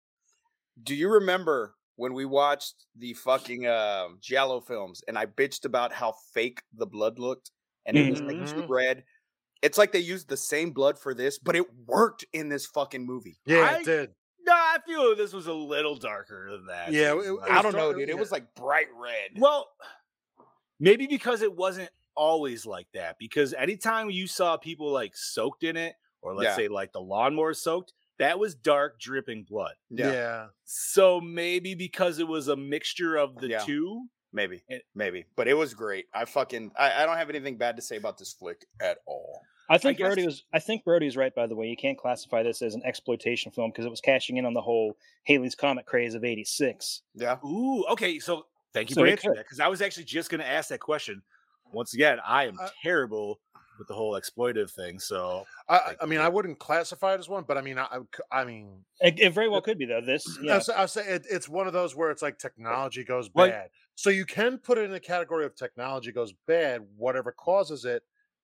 Speaker 5: Do you remember when we watched the fucking uh, Giallo films and I bitched about how fake the blood looked and it was like
Speaker 6: Mm-hmm.
Speaker 5: too
Speaker 4: Mhm.
Speaker 5: red? It's like they used the same blood for this, but it worked in this fucking movie.
Speaker 4: Yeah,
Speaker 3: I-
Speaker 4: it did.
Speaker 3: No, I feel this was a little darker than that.
Speaker 4: Yeah,
Speaker 3: dude.
Speaker 4: it- it
Speaker 5: I
Speaker 4: was
Speaker 5: don't know,
Speaker 4: darker-
Speaker 5: dude. It
Speaker 4: yeah.
Speaker 5: was like bright red.
Speaker 3: Well, maybe because it wasn't always like that. Because anytime you saw people like soaked in it, or let's
Speaker 5: Yeah.
Speaker 3: say like the lawnmower soaked, that was dark dripping blood.
Speaker 4: Yeah.
Speaker 3: So maybe because it was a mixture of the
Speaker 5: Yeah.
Speaker 3: two.
Speaker 5: Maybe,
Speaker 3: It-
Speaker 5: maybe, but it was great. I fucking, I, I don't have anything bad to say about this flick at all.
Speaker 6: I think
Speaker 3: guess-
Speaker 6: Brody was. I think Brody's right. By the way, you can't classify this as an exploitation film because it was cashing in on the whole Haley's Comet craze of '86.
Speaker 5: Yeah,
Speaker 3: Ooh, okay. So thank you
Speaker 6: So
Speaker 3: for
Speaker 6: it
Speaker 3: answering
Speaker 6: could.
Speaker 3: that. Because I was actually just gonna ask that question. Once again, I am
Speaker 4: Uh,
Speaker 3: terrible with the whole exploitive thing. So
Speaker 4: I- I,
Speaker 3: Like,
Speaker 4: I mean, I wouldn't classify it as one, but I mean, I, I c- I mean,
Speaker 6: It, it very well could be though. This,
Speaker 4: I
Speaker 6: yeah,
Speaker 4: was, I was saying it, it's one of those where it's like technology goes
Speaker 3: Like-
Speaker 4: bad. So you can put it in the category of technology goes bad. Whatever causes it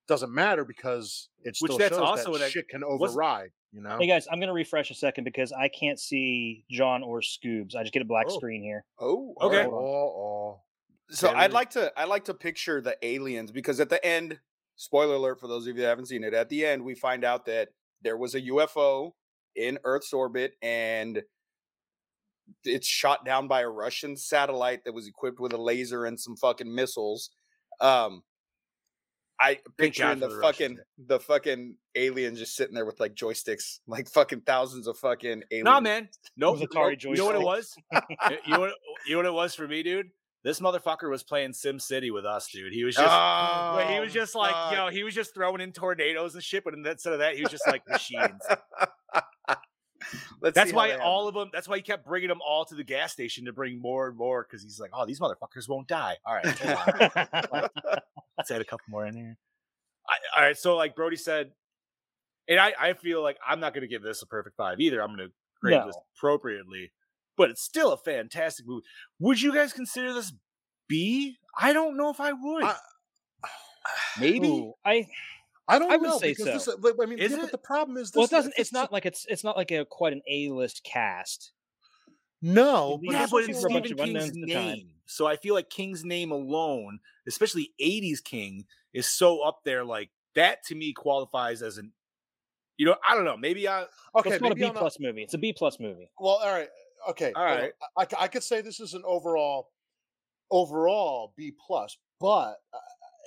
Speaker 4: doesn't matter because it
Speaker 3: Which
Speaker 4: still
Speaker 3: that's
Speaker 4: shows
Speaker 3: also an
Speaker 4: that
Speaker 3: ex-
Speaker 4: shit can
Speaker 3: wasn't-
Speaker 4: override. You know,
Speaker 6: Hey guys, I'm gonna refresh a second because I can't see John or Scoobs. I just get a black
Speaker 3: Oh.
Speaker 6: screen here.
Speaker 5: Oh,
Speaker 3: Okay.
Speaker 5: alright.
Speaker 4: Oh, oh,
Speaker 5: So
Speaker 3: Yeah,
Speaker 5: I'd
Speaker 3: we-
Speaker 5: like to I'd like to picture the aliens because at the end, spoiler alert for those of you that haven't seen it, at the end we find out that there was a UFO in Earth's orbit and it's shot down by a Russian satellite that was equipped with a laser and some fucking missiles. Um I picture
Speaker 3: God
Speaker 5: the,
Speaker 3: for the
Speaker 5: fucking
Speaker 3: Russians,
Speaker 5: the fucking aliens just sitting there with like joysticks, like fucking thousands of fucking aliens.
Speaker 3: Nah, man. Nope.
Speaker 6: With
Speaker 3: nope.
Speaker 6: Atari
Speaker 3: You know what it
Speaker 6: joysticks.
Speaker 3: was? you, know what, you know what it was for me, dude? This motherfucker was playing Sim City with us, dude. He was just but he was
Speaker 5: Oh,
Speaker 3: just like,
Speaker 5: fuck.
Speaker 3: yo, he was just throwing in tornadoes and shit, but instead of that, he was just like machines.
Speaker 5: Let's
Speaker 3: That's
Speaker 5: see how
Speaker 3: why
Speaker 5: they
Speaker 3: all of them. That's why he kept bringing them all to the gas station to bring more and more because he's like, oh, these motherfuckers won't die. All right, hold on. let's add a couple more in here. I, all right, so like Brody said, and I, I feel like I'm not going to give this a perfect five either. I'm going to grade this
Speaker 6: No.
Speaker 3: appropriately, but it's still a fantastic movie. Would you guys consider this B? I don't know if I would.
Speaker 4: I-
Speaker 3: Maybe.
Speaker 6: Ooh, I
Speaker 4: I don't
Speaker 6: I would
Speaker 4: know
Speaker 6: say
Speaker 4: because this.
Speaker 6: so.
Speaker 4: like, I mean,
Speaker 3: Is
Speaker 4: yeah,
Speaker 3: it?
Speaker 4: but the problem is this.
Speaker 6: well, it doesn't.
Speaker 4: if
Speaker 6: It's not like it's it's not like a quite an A-list cast.
Speaker 4: no,
Speaker 6: Yeah,
Speaker 4: but
Speaker 3: yeah,
Speaker 6: it's
Speaker 3: but
Speaker 6: just
Speaker 3: it's
Speaker 6: for a bunch
Speaker 3: Stephen
Speaker 6: of
Speaker 3: King's
Speaker 6: unknowns at the time.
Speaker 3: name. So I feel like King's name alone, especially 80s King, is so up there. Like that to me qualifies as an, you know, I don't know. Maybe I,
Speaker 6: So
Speaker 4: okay,
Speaker 6: it's not a
Speaker 4: maybe
Speaker 6: B
Speaker 4: I'm not-
Speaker 6: plus movie. It's a B plus movie.
Speaker 4: Well, all right, okay,
Speaker 3: All
Speaker 4: hold on.
Speaker 3: right.
Speaker 4: I, I could say this is an overall, overall B plus, but uh,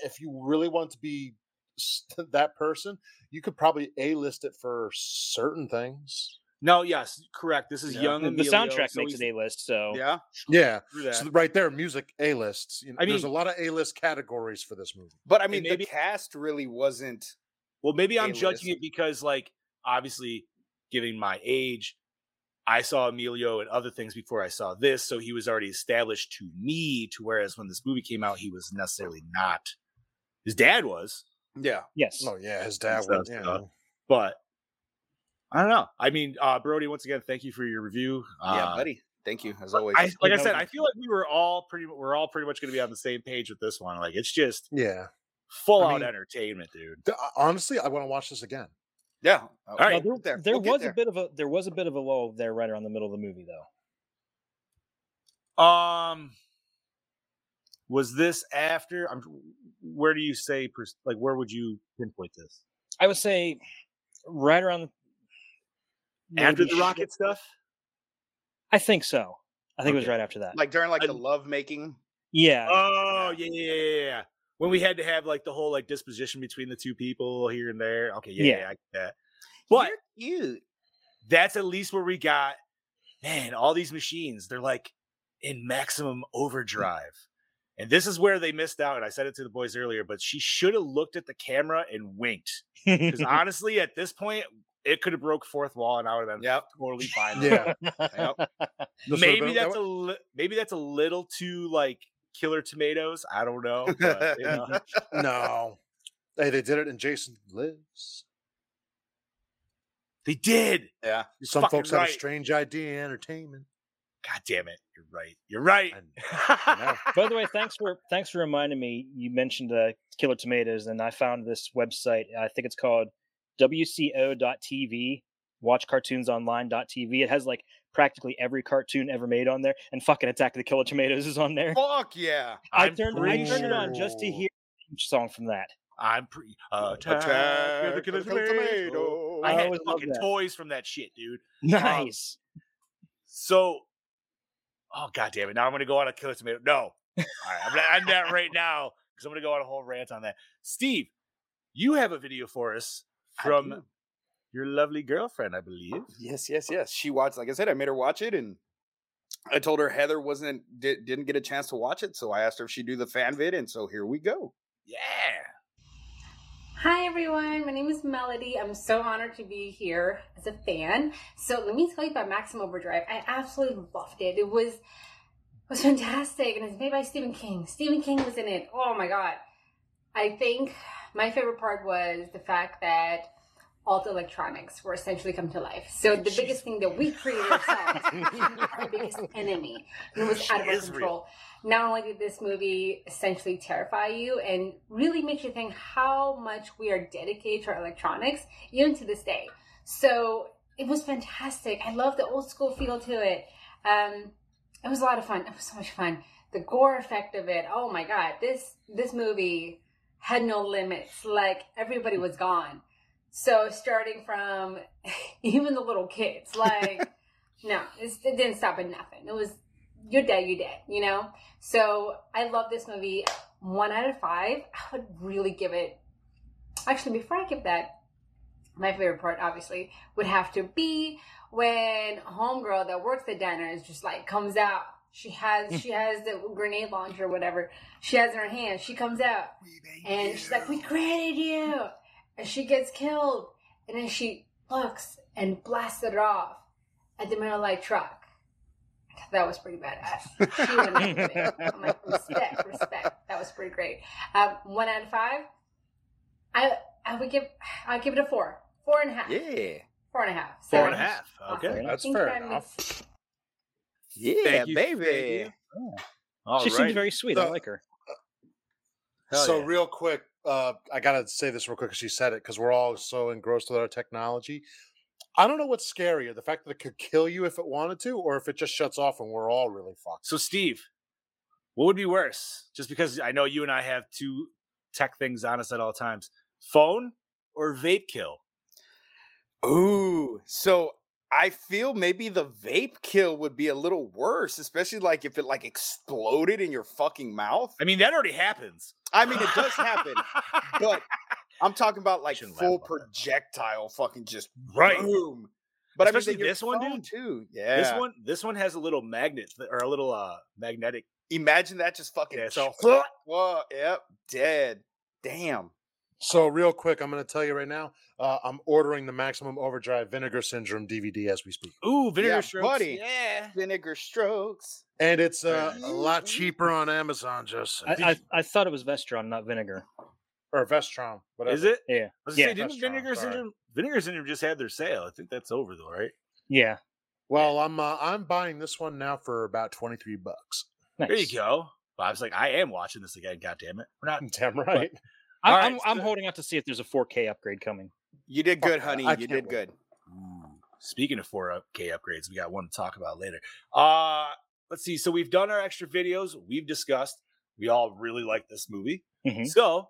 Speaker 4: if you really want to be s- that person, you could probably A list it for certain things.
Speaker 3: no, yes, correct. This is
Speaker 5: Yeah.
Speaker 3: young.
Speaker 6: The
Speaker 3: Emilio,
Speaker 6: soundtrack
Speaker 3: so
Speaker 6: makes
Speaker 3: he's-
Speaker 6: it A-list. So
Speaker 5: yeah.
Speaker 4: Yeah,
Speaker 3: Screw that.
Speaker 4: so right there, music A lists. You know,
Speaker 3: I
Speaker 4: there's a
Speaker 3: mean-
Speaker 4: lot of A list categories for this movie.
Speaker 5: But I mean
Speaker 3: maybe-
Speaker 5: the cast really wasn't
Speaker 3: Well, maybe I'm judging
Speaker 5: A-list.
Speaker 3: it because, like, obviously, given my age, I saw Emilio and other things before I saw this, so he was already established to me. To whereas when this movie came out, he was necessarily not. His dad was,
Speaker 5: Yeah.
Speaker 6: yes,
Speaker 4: Oh yeah, his dad
Speaker 3: So,
Speaker 4: was.
Speaker 3: uh,
Speaker 4: Yeah,
Speaker 3: but I don't know. I mean, uh, Brody, once again, thank you for your review.
Speaker 5: Yeah,
Speaker 3: Uh,
Speaker 5: buddy. Thank you as always.
Speaker 3: I, like I
Speaker 6: That
Speaker 3: said,
Speaker 6: was-
Speaker 3: I feel like we were all pretty. We're all pretty much going to be on the same page with this one. Like, it's just
Speaker 4: yeah.
Speaker 3: full
Speaker 4: I
Speaker 3: out
Speaker 4: mean-
Speaker 3: entertainment, dude.
Speaker 4: D- uh, honestly, I want to watch this again.
Speaker 5: yeah. All
Speaker 3: right,
Speaker 6: Now, there, there was a bit of a there was a bit of a lull there right around the middle of the movie though.
Speaker 3: Um, was this after? I'm, where do you say? pers- Like, where would you pinpoint this?
Speaker 6: I would say right around the
Speaker 3: After
Speaker 6: maybe
Speaker 3: the
Speaker 6: sh-
Speaker 3: rocket stuff?
Speaker 6: I think so. I think it was
Speaker 3: Okay.
Speaker 6: right after that.
Speaker 5: like during like
Speaker 3: I-
Speaker 5: the love making.
Speaker 6: yeah,
Speaker 3: Oh yeah, yeah, yeah, yeah. When we had to have like the whole like disposition between the two people here and there. Okay, yeah, yeah,
Speaker 6: Yeah.
Speaker 3: I get that. But
Speaker 5: you
Speaker 3: that's at least where we got. Man, all these machines, they're like in maximum overdrive. And this is where they missed out. And I said it to the boys earlier, but she should have looked at the camera and winked. Because honestly, at this point, it could have broke fourth wall, and I would have been
Speaker 5: Yep.
Speaker 3: totally fine. with it.
Speaker 4: Yeah, this would've
Speaker 3: maybe
Speaker 4: been- that
Speaker 3: that's
Speaker 4: wa-
Speaker 3: a li- maybe that's a little too like Killer Tomatoes. I don't know. But, you know.
Speaker 4: no. Hey, they did it in Jason Lives.
Speaker 3: they did.
Speaker 5: Yeah.
Speaker 3: You're
Speaker 4: Some
Speaker 3: fucking
Speaker 4: folks
Speaker 3: right.
Speaker 4: have a strange idea entertainment.
Speaker 3: God damn it! You're right. You're right.
Speaker 6: By the way, thanks for thanks for reminding me. You mentioned uh, Killer Tomatoes, and I found this website. I think it's called WCO.TV, watchcartoonsonline.tv. It has like practically every cartoon ever made on there, and fucking Attack of the Killer Tomatoes is on there.
Speaker 5: Fuck yeah.
Speaker 6: I
Speaker 3: I'm
Speaker 6: turned, I
Speaker 3: pretty
Speaker 6: turned it on just to
Speaker 3: sure-
Speaker 6: hear the song from that.
Speaker 3: I'm pre uh, attack,
Speaker 5: Uh, Attack
Speaker 3: of the Killer
Speaker 5: of the Killer
Speaker 3: Tomato.
Speaker 5: Tomato.
Speaker 3: I
Speaker 6: I
Speaker 3: had
Speaker 6: always loved
Speaker 3: fucking
Speaker 6: that.
Speaker 3: toys from that shit, dude.
Speaker 6: Nice.
Speaker 3: So, oh god damn it! Now I'm gonna go on a killer tomato. No, all right, I'm gonna end that right now because I'm gonna go on a whole rant on that. Steve, you have a video for us from
Speaker 5: do.
Speaker 3: your lovely girlfriend, I believe.
Speaker 5: Yes, yes, yes. She watched, like I said, I made her watch it and I told her Heather wasn't di- didn't get a chance to watch it, so I asked her if she'd do the fan vid, and so here we go.
Speaker 3: Yeah,
Speaker 9: Hi everyone, my name is Melody. I'm so honored to be here as a fan. So let me tell you about Maximum Overdrive. I absolutely loved it. It was it was fantastic, and it's made by Stephen King. Stephen King was in it. Oh my god! I think my favorite part was the fact that all the electronics were essentially come to life. So the biggest thing that we created ourselves became our biggest enemy. It was
Speaker 3: She
Speaker 9: out of our
Speaker 3: is real.
Speaker 9: control not only did this movie essentially terrify you and really make you think how much we are dedicated to our electronics, even to this day. So it was fantastic. I love the old school feel to it. Um, it was a lot of fun. It was so much fun. The gore effect of it. Oh my god, this this movie had no limits. Like everybody was gone. So starting from even the little kids, like no, it's, it didn't stop at nothing. It was you're dead, you're dead, you know? So I love this movie. One out of five. I would really give it. Actually, before I give that, my favorite part obviously would have to be when homegirl that works at diner is just like comes out. She has she has the grenade launcher, or whatever she has in her hand. She comes out and she's like, "We created you," and she gets killed. And then she looks and blasts it off at the middle light truck. That was pretty badass. She went into it. I'm like, respect, respect. That was pretty great. Um, one out of five. I I would give I give it a four, four and a half,
Speaker 5: Yeah.
Speaker 9: four and a half. So,
Speaker 3: four and a half. Okay,
Speaker 9: Awesome.
Speaker 4: That's
Speaker 9: Thank you
Speaker 4: fair
Speaker 9: very much.
Speaker 4: enough.
Speaker 5: Yeah,
Speaker 3: Thank you, thank
Speaker 5: baby.
Speaker 3: you. all
Speaker 6: she seems
Speaker 3: right.
Speaker 6: very sweet. I
Speaker 4: So-
Speaker 6: like her.
Speaker 3: Hell
Speaker 4: so
Speaker 3: yeah.
Speaker 4: real quick, uh, I gotta say this real quick because she said it because we're all so engrossed with our technology. I don't know what's scarier: the fact that it could kill you if it wanted to, or if it just shuts off and we're all really fucked.
Speaker 3: So, Steve, what would be worse? Just because I know you and I have two tech things on us at all times: phone or vape kill.
Speaker 5: Ooh. So I feel maybe the vape kill would be a little worse, especially like if it like exploded in your fucking mouth.
Speaker 3: I mean, that already happens.
Speaker 5: I mean, it does happen, but I'm talking about like
Speaker 3: shouldn't laugh
Speaker 5: full
Speaker 3: about that.
Speaker 5: projectile fucking just
Speaker 3: Right.
Speaker 5: boom. But I
Speaker 3: Especially
Speaker 5: mean, then your
Speaker 3: this one, dude.
Speaker 5: phone, too. Yeah.
Speaker 3: This one, this one has a little magnet th- or a little uh magnetic.
Speaker 5: Imagine that just fucking.
Speaker 3: Yeah, so
Speaker 5: Whoa, yep, dead. Damn.
Speaker 4: So real quick, I'm gonna tell you right now. Uh, I'm ordering the Maximum Overdrive Vinegar Syndrome DVD as we speak,
Speaker 3: ooh, vinegar
Speaker 5: Yeah,
Speaker 3: strokes.
Speaker 5: buddy.
Speaker 3: Yeah,
Speaker 5: Vinegar strokes.
Speaker 4: and it's uh, a
Speaker 5: Very
Speaker 4: lot
Speaker 5: nice.
Speaker 4: cheaper on Amazon. Just
Speaker 3: uh,
Speaker 4: so-
Speaker 6: I, I, I thought it was Vestron, not vinegar.
Speaker 4: or Vestron, whatever.
Speaker 3: is it?
Speaker 6: Yeah.
Speaker 3: I was
Speaker 6: Yeah,
Speaker 3: yeah, say, didn't
Speaker 4: that's strong,
Speaker 3: vinegar
Speaker 4: sorry.
Speaker 3: syndrome? Vinegar syndrome just had their sale. I think that's over though, right?
Speaker 6: Yeah.
Speaker 4: Well, I'm uh, I'm buying this one now for about twenty three bucks.
Speaker 6: Nice.
Speaker 3: There you go. Bob's like, I am watching this again. God damn it, we're not.
Speaker 4: Damn right.
Speaker 6: I,
Speaker 3: All right,
Speaker 6: I'm, I'm
Speaker 3: so-
Speaker 6: holding out to see if there's a 4K upgrade coming.
Speaker 5: You did
Speaker 4: Fuck
Speaker 5: good,
Speaker 4: that.
Speaker 5: honey.
Speaker 4: I
Speaker 5: you
Speaker 4: can't
Speaker 5: did
Speaker 4: wait.
Speaker 5: good.
Speaker 3: Ooh, Mm. Speaking of 4K upgrades, we got one to talk about later. Uh let's see. So we've done our extra videos. We've discussed. We all really like this movie.
Speaker 6: Mhm.
Speaker 3: So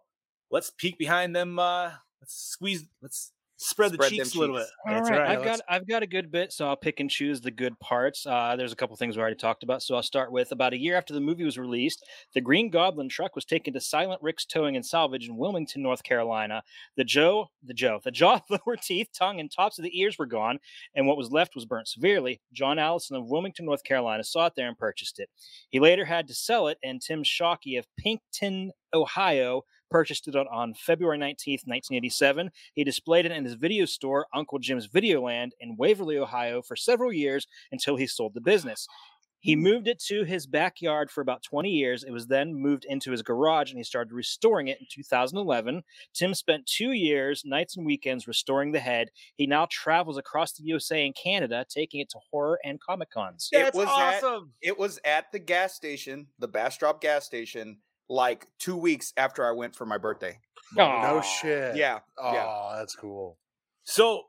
Speaker 3: let's peek behind them. Uh Let's squeeze. Let's spread, the
Speaker 5: Spread them
Speaker 3: cheeks a little bit.
Speaker 5: cheeks.
Speaker 6: All
Speaker 3: That's
Speaker 6: right,
Speaker 3: right,
Speaker 6: I've
Speaker 3: let's-
Speaker 6: got I've got a good bit, so I'll pick and choose the good parts. Uh, there's a couple things we already talked about, so I'll start with about a year after the movie was released, the Green Goblin truck was taken to Silent Rick's Towing and Salvage in Wilmington, North Carolina. The Joe, the Joe, the jaw, lower teeth, tongue, and tops of the ears were gone, and what was left was burnt severely. John Allison of Wilmington, North Carolina, saw it there and purchased it. He later had to sell it, and Tim Shockey of Pinkton, Ohio, purchased it on, on February 19th, 1987. He displayed it in his video store, Uncle Jim's Videoland, in Waverly, Ohio, for several years until he sold the business.
Speaker 3: Mm.
Speaker 6: He moved it to his backyard for about 20 years. It was then moved into his garage and he started restoring it in 2011. Tim spent two years, nights and weekends, restoring the head. He now travels across the USA and Canada, taking it to horror and comic cons.
Speaker 5: It
Speaker 3: That's
Speaker 5: was that-
Speaker 3: awesome.
Speaker 5: It was at the gas station, the Bastrop gas station, like two weeks after I went for my birthday.
Speaker 4: No
Speaker 6: Aw.
Speaker 4: shit.
Speaker 5: Yeah.
Speaker 4: Oh,
Speaker 5: yeah.
Speaker 4: that's cool.
Speaker 3: So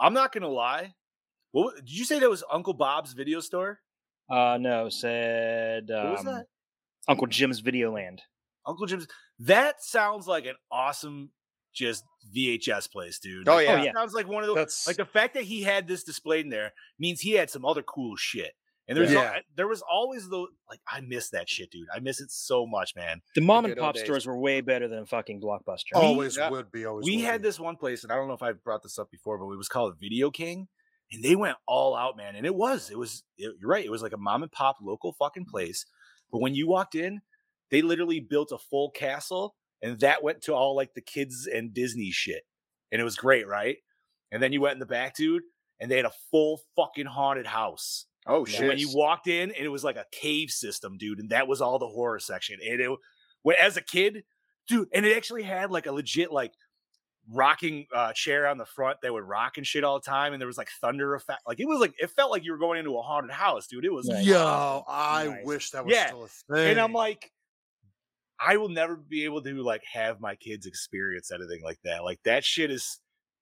Speaker 3: I'm not gonna lie. What wa- did you say that was Uncle Bob's video store?
Speaker 6: Uh, no, said um,
Speaker 3: What was that?
Speaker 6: Uncle Jim's Videoland.
Speaker 3: Uncle Jim's. That sounds like an awesome just VHS place, dude.
Speaker 5: Oh,
Speaker 3: Like,
Speaker 5: yeah.
Speaker 3: it sounds like one of those.
Speaker 4: That's
Speaker 3: Like the fact that he had this displayed in there means he had some other cool shit. And there's
Speaker 4: Yeah.
Speaker 3: al- there was always the like I miss that shit, dude. I miss it so much, man.
Speaker 6: The mom and
Speaker 5: good old
Speaker 6: pop
Speaker 5: days.
Speaker 6: stores were way better than fucking Blockbuster.
Speaker 4: always
Speaker 3: yeah.
Speaker 4: would be always.
Speaker 3: we
Speaker 4: would
Speaker 3: had
Speaker 4: be.
Speaker 3: this one place, and I don't know if I brought this up before, but it was called Video King, and they went all out, man. And it was, it was, it- you're right, it was like a mom and pop local fucking place. But when you walked in, they literally built a full castle, and that went to all like the kids and Disney shit, and it was great, right? And then you went in the back, dude, and they had a full fucking haunted house.
Speaker 5: Oh
Speaker 3: And when
Speaker 5: shit!
Speaker 3: you walked in, and it was like a cave system, dude, and that was all the horror section. And it, when, as a kid, dude, and it actually had like a legit like rocking uh, chair on the front that would rock and shit all the time, and there was like thunder effect. Like it was like it felt like you were going into a haunted house, dude. It was,
Speaker 6: Nice.
Speaker 4: Yo, I
Speaker 6: Nice.
Speaker 4: wish that was
Speaker 3: Yeah.
Speaker 4: still a thing.
Speaker 3: and I'm like. I will never be able to like have my kids experience anything like that. Like that shit is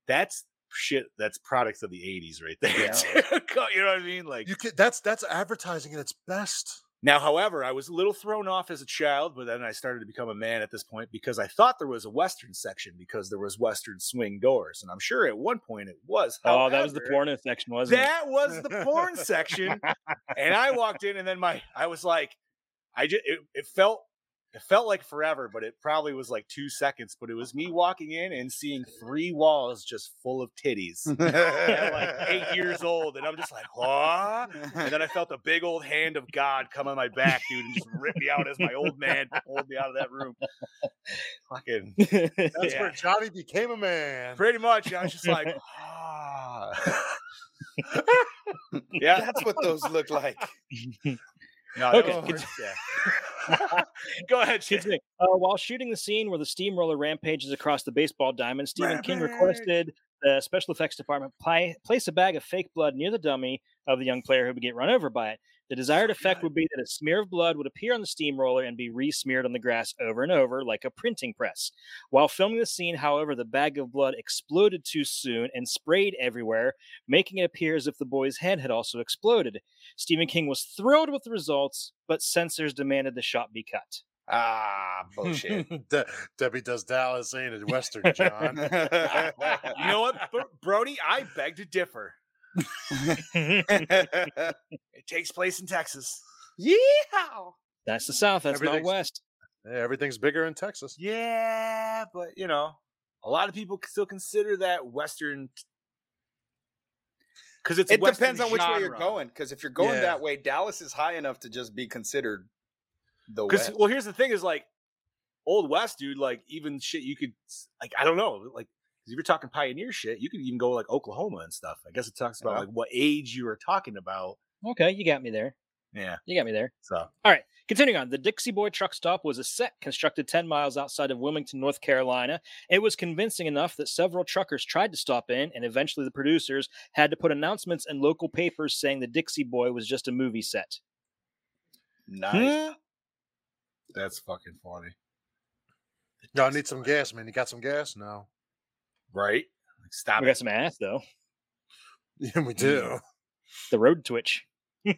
Speaker 3: that's shit that's products of the 80s right there. you know what I mean? Like
Speaker 4: you can, that's that's advertising at its best.
Speaker 3: Now, however, I was a little thrown off as a child, but then I started to become a man at this point because I thought there was a Western section because there was Western swing doors, and I'm sure at one point it was.
Speaker 6: oh, that was the
Speaker 3: However,
Speaker 6: porno section, wasn't
Speaker 3: That was the porn section, and I walked in, and then my I was like, I just it, it felt it felt like forever, but it probably was like two seconds. But it was me walking in and seeing three walls just full of titties at like eight years old, and I'm just like, huh? And then I felt a big old hand of God come on my back, dude, and just rip me out as my old man pulled me out of that room. Fucking
Speaker 6: it?
Speaker 4: That's
Speaker 3: Yeah.
Speaker 4: where Johnny became a man.
Speaker 3: pretty much. I was just like, ah. yeah.
Speaker 5: That's what those look like.
Speaker 3: No,
Speaker 6: Okay,
Speaker 3: okay. Yeah. Go ahead,
Speaker 6: Kids
Speaker 3: Shane.
Speaker 6: Nick, uh, while shooting the scene where the steamroller rampages across the baseball diamond, Stephen King requested the special effects department pli- place a bag of fake blood near the dummy of the young player who would get run over by it. The desired effect would be that a smear of blood would appear on the steamroller and be re-smeared on the grass over and over like a printing press. While filming the scene, however, the bag of blood exploded too soon and sprayed everywhere, making it appear as if the boy's head had also exploded. Stephen King was thrilled with the results, but censors demanded the shot be cut.
Speaker 5: Ah, bullshit.
Speaker 4: De- Debbie does Dallas ain't it Western John.
Speaker 3: You know what, Bro- Brody? I beg to differ. It takes place in Texas.
Speaker 5: Yeehaw!
Speaker 6: That's the South. That's not
Speaker 4: Everything's-
Speaker 6: West.
Speaker 4: Yeah, everything's bigger in Texas.
Speaker 3: Yeah, but you know, a lot of people c- still consider that Western because it's
Speaker 5: It
Speaker 3: Western
Speaker 5: depends on which way you're
Speaker 3: genre.
Speaker 5: going. Because if you're going
Speaker 4: Yeah.
Speaker 5: that way, Dallas is high enough to just be considered the
Speaker 3: 'Cause,
Speaker 5: West.
Speaker 3: well, here's the thing: is like old West, dude. Like even shit you could s- like I don't know, like 'cause if you're talking pioneer shit, you could even go like Oklahoma and stuff. I guess it talks about
Speaker 5: Yeah.
Speaker 3: like what age you were talking about.
Speaker 6: Okay, you got me there.
Speaker 3: Yeah,
Speaker 6: You got me there.
Speaker 3: so
Speaker 6: Continuing on, the Dixie Boy truck stop was a set constructed 10 miles outside of Wilmington, North Carolina. It was convincing enough that several truckers tried to stop in, and eventually the producers had to put announcements in local papers saying the Dixie Boy was just a movie set. Hmm?
Speaker 5: nice.
Speaker 3: that's fucking funny,
Speaker 4: Y'all need some gas, man. You got some gas? No.
Speaker 3: right? Like, stop
Speaker 6: We
Speaker 3: it.
Speaker 6: got some ass, though.
Speaker 4: Yeah,
Speaker 3: Mm-hmm.
Speaker 4: we do.
Speaker 6: The road twitch.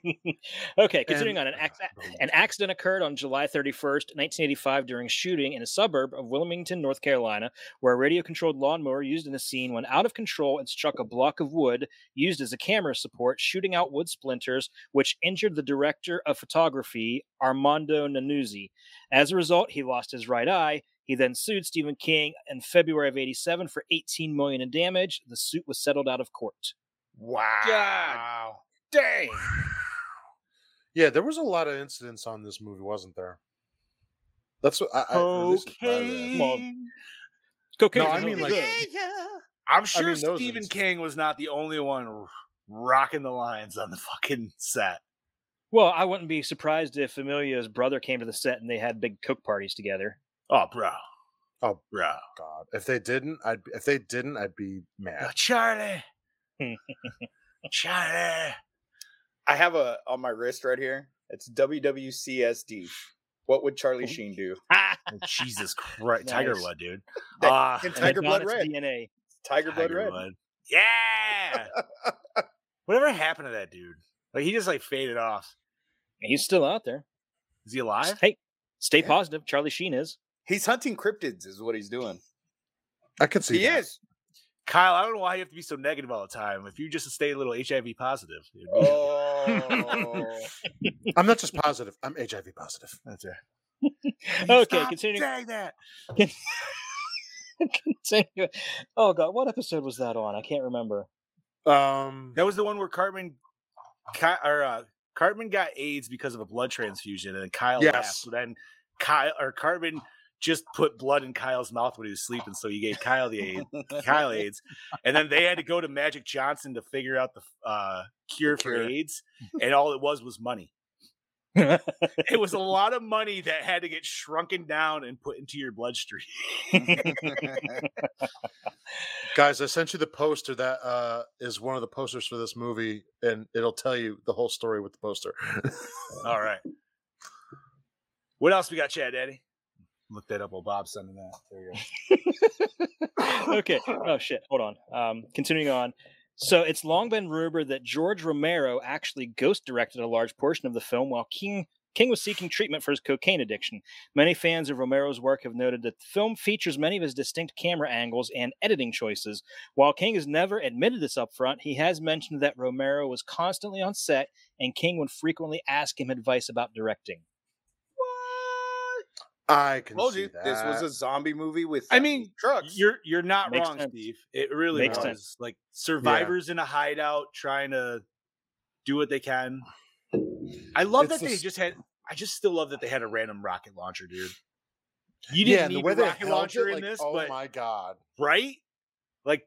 Speaker 6: okay, continuing
Speaker 4: And-
Speaker 6: on. An, ac- an accident occurred on July 31st, 1985, during shooting in a suburb of Wilmington, North Carolina, where a radio controlled lawnmower used in the scene went out of control and struck a block of wood used as a camera support, shooting out wood splinters, which injured the director of photography, Armando Nanuzzi. As a result, he lost his right eye. He then sued Stephen King in February of 87 for 18 million in damage. The suit was settled out of court.
Speaker 5: Wow.
Speaker 3: dang.
Speaker 4: Yeah, there was a lot of incidents on this movie, wasn't there? That's what I, I or this is what I read.
Speaker 6: Well,
Speaker 3: Okay.
Speaker 6: Cocaine
Speaker 4: No,
Speaker 6: is
Speaker 4: I
Speaker 6: only
Speaker 4: mean like
Speaker 6: good.
Speaker 3: I'm sure
Speaker 4: mean, those
Speaker 3: Stephen
Speaker 4: ones.
Speaker 3: King was not the only one r- rocking the lines on the fucking set.
Speaker 6: Well, I wouldn't be surprised if Emilio's brother came to the set and they had big coke parties together.
Speaker 3: Oh, bro.
Speaker 4: Oh.
Speaker 3: bro.
Speaker 4: God. If they didn't, I'd if they didn't, I'd be
Speaker 3: Oh,
Speaker 4: mad.
Speaker 3: Charlie.
Speaker 5: Hmm.
Speaker 3: Charlie.
Speaker 5: I have a on my wrist right here. It's WWCSD. What would Charlie Sheen do?
Speaker 3: Oh, Jesus Christ. Tiger
Speaker 6: Nice.
Speaker 3: Blood, dude.
Speaker 5: That-
Speaker 3: Ah,
Speaker 5: Can Tiger Blood
Speaker 6: Adonis
Speaker 5: Red.
Speaker 6: DNA.
Speaker 5: Tiger Blood
Speaker 3: Tiger
Speaker 5: Red.
Speaker 3: Blood. Yeah. Whatever happened to that dude? Like he just like faded off.
Speaker 6: He's still out there.
Speaker 3: Is he alive?
Speaker 6: Hey, stay
Speaker 5: Yeah.
Speaker 6: positive. Charlie Sheen is.
Speaker 5: He's hunting cryptids, is what he's doing.
Speaker 4: I could see
Speaker 5: He
Speaker 4: that.
Speaker 5: is.
Speaker 3: Kyle, I don't know why you have to be so negative all the time. If you just stay a little HIV positive, it'd be-
Speaker 5: Oh,
Speaker 4: I'm not just positive. I'm HIV positive.
Speaker 3: that's right.
Speaker 6: Okay,
Speaker 3: Stop
Speaker 6: continuing.
Speaker 3: saying that.
Speaker 6: continue. Oh god, what episode was that on? I can't remember.
Speaker 4: Um,
Speaker 3: That was the one where Cartman, Ki- or uh, Cartman got AIDS because of a blood transfusion, and then Kyle
Speaker 4: Yes.
Speaker 3: laughed. So then Kyle or Cartman just put blood in Kyle's mouth when he was sleeping, so he gave Kyle the AIDS, Kyle AIDS, and then they had to go to Magic Johnson to figure out the uh, cure for
Speaker 5: cure.
Speaker 3: AIDS, and all it was was money. It was a lot of money that had to get shrunken down and put into your bloodstream.
Speaker 4: guys, I sent you the poster that uh, is one of the posters for this movie, and it'll tell you the whole story with the poster.
Speaker 3: All right. What else we got, Chad Daddy? Look that up while Bob's sending that. There you go.
Speaker 6: okay. Oh shit. Hold on. Um, continuing on. So it's long been rumored that George Romero actually ghost directed a large portion of the film while King King was seeking treatment for his cocaine addiction. Many fans of Romero's work have noted that the film features many of his distinct camera angles and editing choices. While King has never admitted this up front, he has mentioned that Romero was constantly on set and King would frequently ask him advice about directing.
Speaker 4: I can
Speaker 5: told
Speaker 4: see
Speaker 5: you
Speaker 4: that.
Speaker 5: this was a zombie movie with.
Speaker 3: I
Speaker 5: uh,
Speaker 3: mean,
Speaker 5: trucks.
Speaker 3: You're you're not
Speaker 6: Makes
Speaker 3: wrong,
Speaker 6: sense.
Speaker 3: Steve. It really
Speaker 6: Makes
Speaker 3: was
Speaker 6: sense.
Speaker 3: like survivors in a hideout trying to do what they can. I love
Speaker 4: It's
Speaker 3: that they
Speaker 4: just-
Speaker 3: just had. I just still love that they had a random rocket launcher, dude.
Speaker 4: yeah,
Speaker 3: You didn't
Speaker 4: and the
Speaker 3: need
Speaker 4: way
Speaker 3: a
Speaker 4: they
Speaker 3: rocket
Speaker 4: held it,
Speaker 3: launcher in
Speaker 4: like,
Speaker 3: this,
Speaker 4: Oh
Speaker 3: but
Speaker 4: my god!
Speaker 3: right, like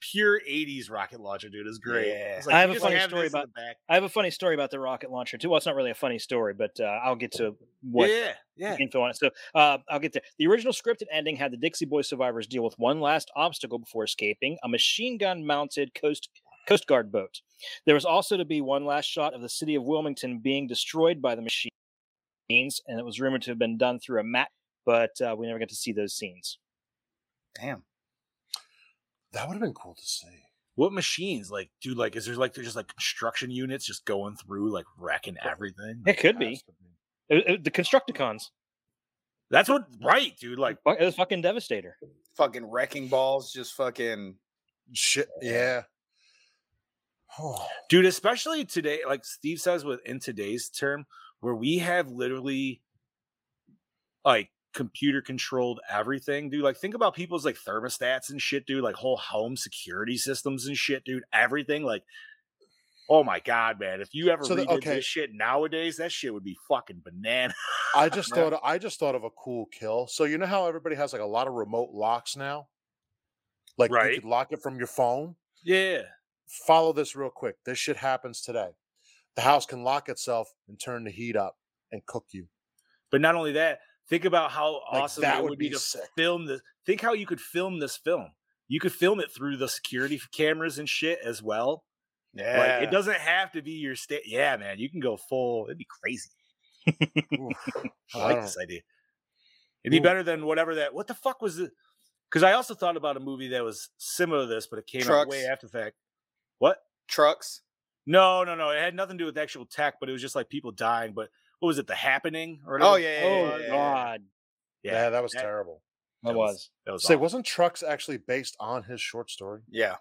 Speaker 3: pure '80s rocket launcher, dude, is great. It's like,
Speaker 6: I
Speaker 3: you
Speaker 6: have a
Speaker 3: just
Speaker 6: funny
Speaker 3: have
Speaker 6: story
Speaker 3: this in
Speaker 6: about-
Speaker 3: the back.
Speaker 6: I have a funny story about the rocket launcher too. Well, it's not really a funny story, but uh, I'll get to what
Speaker 3: Yeah, yeah.
Speaker 6: info on it. So uh, I'll get there. The original scripted ending had the Dixie Boy survivors deal with one last obstacle before escaping a machine gun mounted coast. Coast Guard boat. There was also to be one last shot of the city of Wilmington being destroyed by the machines, and it was rumored to have been done through a mat, but uh, we never got to see those scenes.
Speaker 5: damn.
Speaker 4: That would have been cool to see.
Speaker 3: What machines, like, dude? Like, is there like there's just like construction units just going through, like wrecking everything?
Speaker 6: It could be. It- it- the Constructicons.
Speaker 3: That's what, right, dude? Like,
Speaker 6: Fuck, It was fucking Devastator.
Speaker 5: Fucking wrecking balls, just fucking.
Speaker 4: Shit. Yeah. Oh,
Speaker 3: dude especially today like steve says with in today's term where we have literally like computer controlled everything dude like think about people's like thermostats and shit dude like whole home security systems and shit dude everything like oh my god man if you ever
Speaker 4: So the-
Speaker 3: redid
Speaker 4: okay.
Speaker 3: this shit nowadays that shit would be fucking banana
Speaker 4: I just
Speaker 5: Yeah.
Speaker 4: thought I just thought of a cool kill. So you know how everybody has like a lot of remote locks now? Like
Speaker 3: Right.
Speaker 4: you could lock it from your phone.
Speaker 3: yeah
Speaker 4: Follow this real quick. This shit happens today. The house can lock itself and turn the heat up and cook you.
Speaker 3: but not only that think about how
Speaker 4: Like,
Speaker 3: awesome
Speaker 4: that
Speaker 3: it
Speaker 4: would
Speaker 3: would be
Speaker 4: be
Speaker 3: to
Speaker 4: sick.
Speaker 3: film this think how you could film this film you could film it through the security cameras and shit as well
Speaker 5: Yeah.
Speaker 3: Like it doesn't have to be your state. Yeah, man, you can go full. It'd be crazy.
Speaker 4: Oof.
Speaker 3: I
Speaker 4: I
Speaker 3: like
Speaker 4: don't-
Speaker 3: this idea. It'd be
Speaker 4: Ooh.
Speaker 3: better than whatever that. What the fuck was it? Because I also thought about a movie that was similar to this, but it came out way
Speaker 5: Trucks.
Speaker 3: after the fact. What?
Speaker 5: trucks.
Speaker 3: No, no, no. It had nothing to do with actual tech, but it was just like people dying. But what was it? The happening or whatever?
Speaker 5: Oh yeah, yeah, yeah,
Speaker 6: oh
Speaker 5: yeah, yeah.
Speaker 6: God,
Speaker 4: Yeah,
Speaker 3: yeah.
Speaker 4: that was
Speaker 3: that-
Speaker 4: terrible.
Speaker 6: that was.
Speaker 3: That was.
Speaker 4: Say,
Speaker 3: awful.
Speaker 4: wasn't Trucks actually based on his short story?
Speaker 5: Yeah,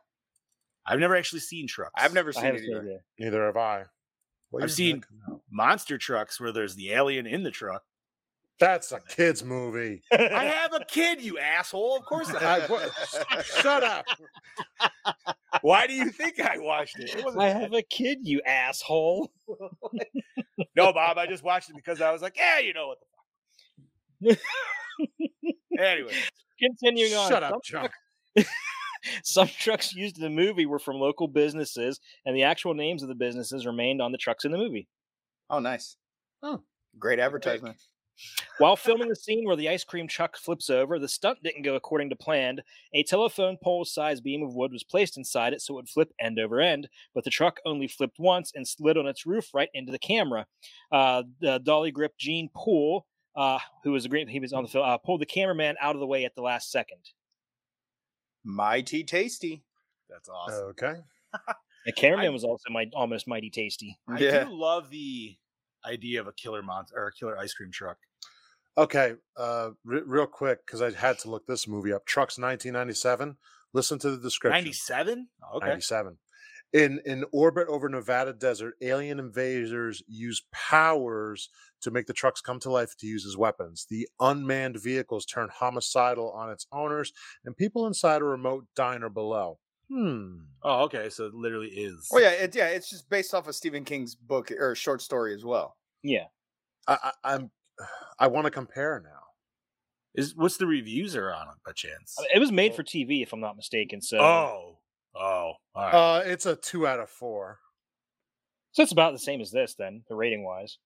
Speaker 3: I've never actually seen trucks.
Speaker 5: I've never
Speaker 6: I
Speaker 5: seen
Speaker 6: haven't
Speaker 5: it.
Speaker 6: seen it
Speaker 5: either.
Speaker 6: either.
Speaker 4: Neither have I. What year
Speaker 3: I've
Speaker 4: did
Speaker 3: seen-
Speaker 4: that come out?
Speaker 3: monster trucks where there's the alien in the truck.
Speaker 4: That's a kids movie.
Speaker 3: I have a kid, you asshole. Of course. I
Speaker 4: I- what- Shut up.
Speaker 3: Why do you think I watched it? It wasn't
Speaker 6: I
Speaker 3: bad.
Speaker 6: have a kid, you asshole.
Speaker 3: No, Bob, I just watched it because I was like, yeah, you know what the fuck. anyway,
Speaker 6: Continuing on.
Speaker 4: Shut
Speaker 6: some-
Speaker 4: up, John.
Speaker 6: Some trucks used in the movie were from local businesses, and the actual names of the businesses remained on the trucks in the movie.
Speaker 5: Oh, nice.
Speaker 3: Oh.
Speaker 5: great advertisement.
Speaker 6: While filming the scene where the ice cream truck flips over, the stunt didn't go according to plan. A telephone pole sized beam of wood was placed inside it so it would flip end over end, but the truck only flipped once and slid on its roof right into the camera. Uh, the dolly grip Gene Poole, uh, who was a great, he was on the film, uh, pulled the cameraman out of the way at the last second.
Speaker 5: Mighty tasty.
Speaker 3: That's awesome.
Speaker 4: Okay.
Speaker 6: The cameraman was also my almost mighty tasty.
Speaker 3: I
Speaker 5: Yeah.
Speaker 3: do love the idea of a killer monster or a killer ice cream truck.
Speaker 4: Okay, uh, re- real quick because I had to look this movie up. Trucks, nineteen ninety-seven. Listen to the description.
Speaker 3: Ninety-seven. Okay.
Speaker 4: 97. In in orbit over Nevada desert, alien invaders use powers to make the trucks come to life to use as weapons. The unmanned vehicles turn homicidal on its owners and people inside a remote diner below. Hmm.
Speaker 3: Oh, okay. So it literally is.
Speaker 5: Oh yeah, it, yeah. It's just based off of Stephen King's book or short story as well.
Speaker 6: Yeah.
Speaker 4: I, I I'm I want to compare now.
Speaker 3: Is what's the reviews are on it by chance?
Speaker 6: I mean, It was made for TV, if I'm not mistaken. So,
Speaker 3: oh. Oh. All right.
Speaker 4: Uh, it's a two out of four.
Speaker 6: so it's about the same as this, then, the rating wise.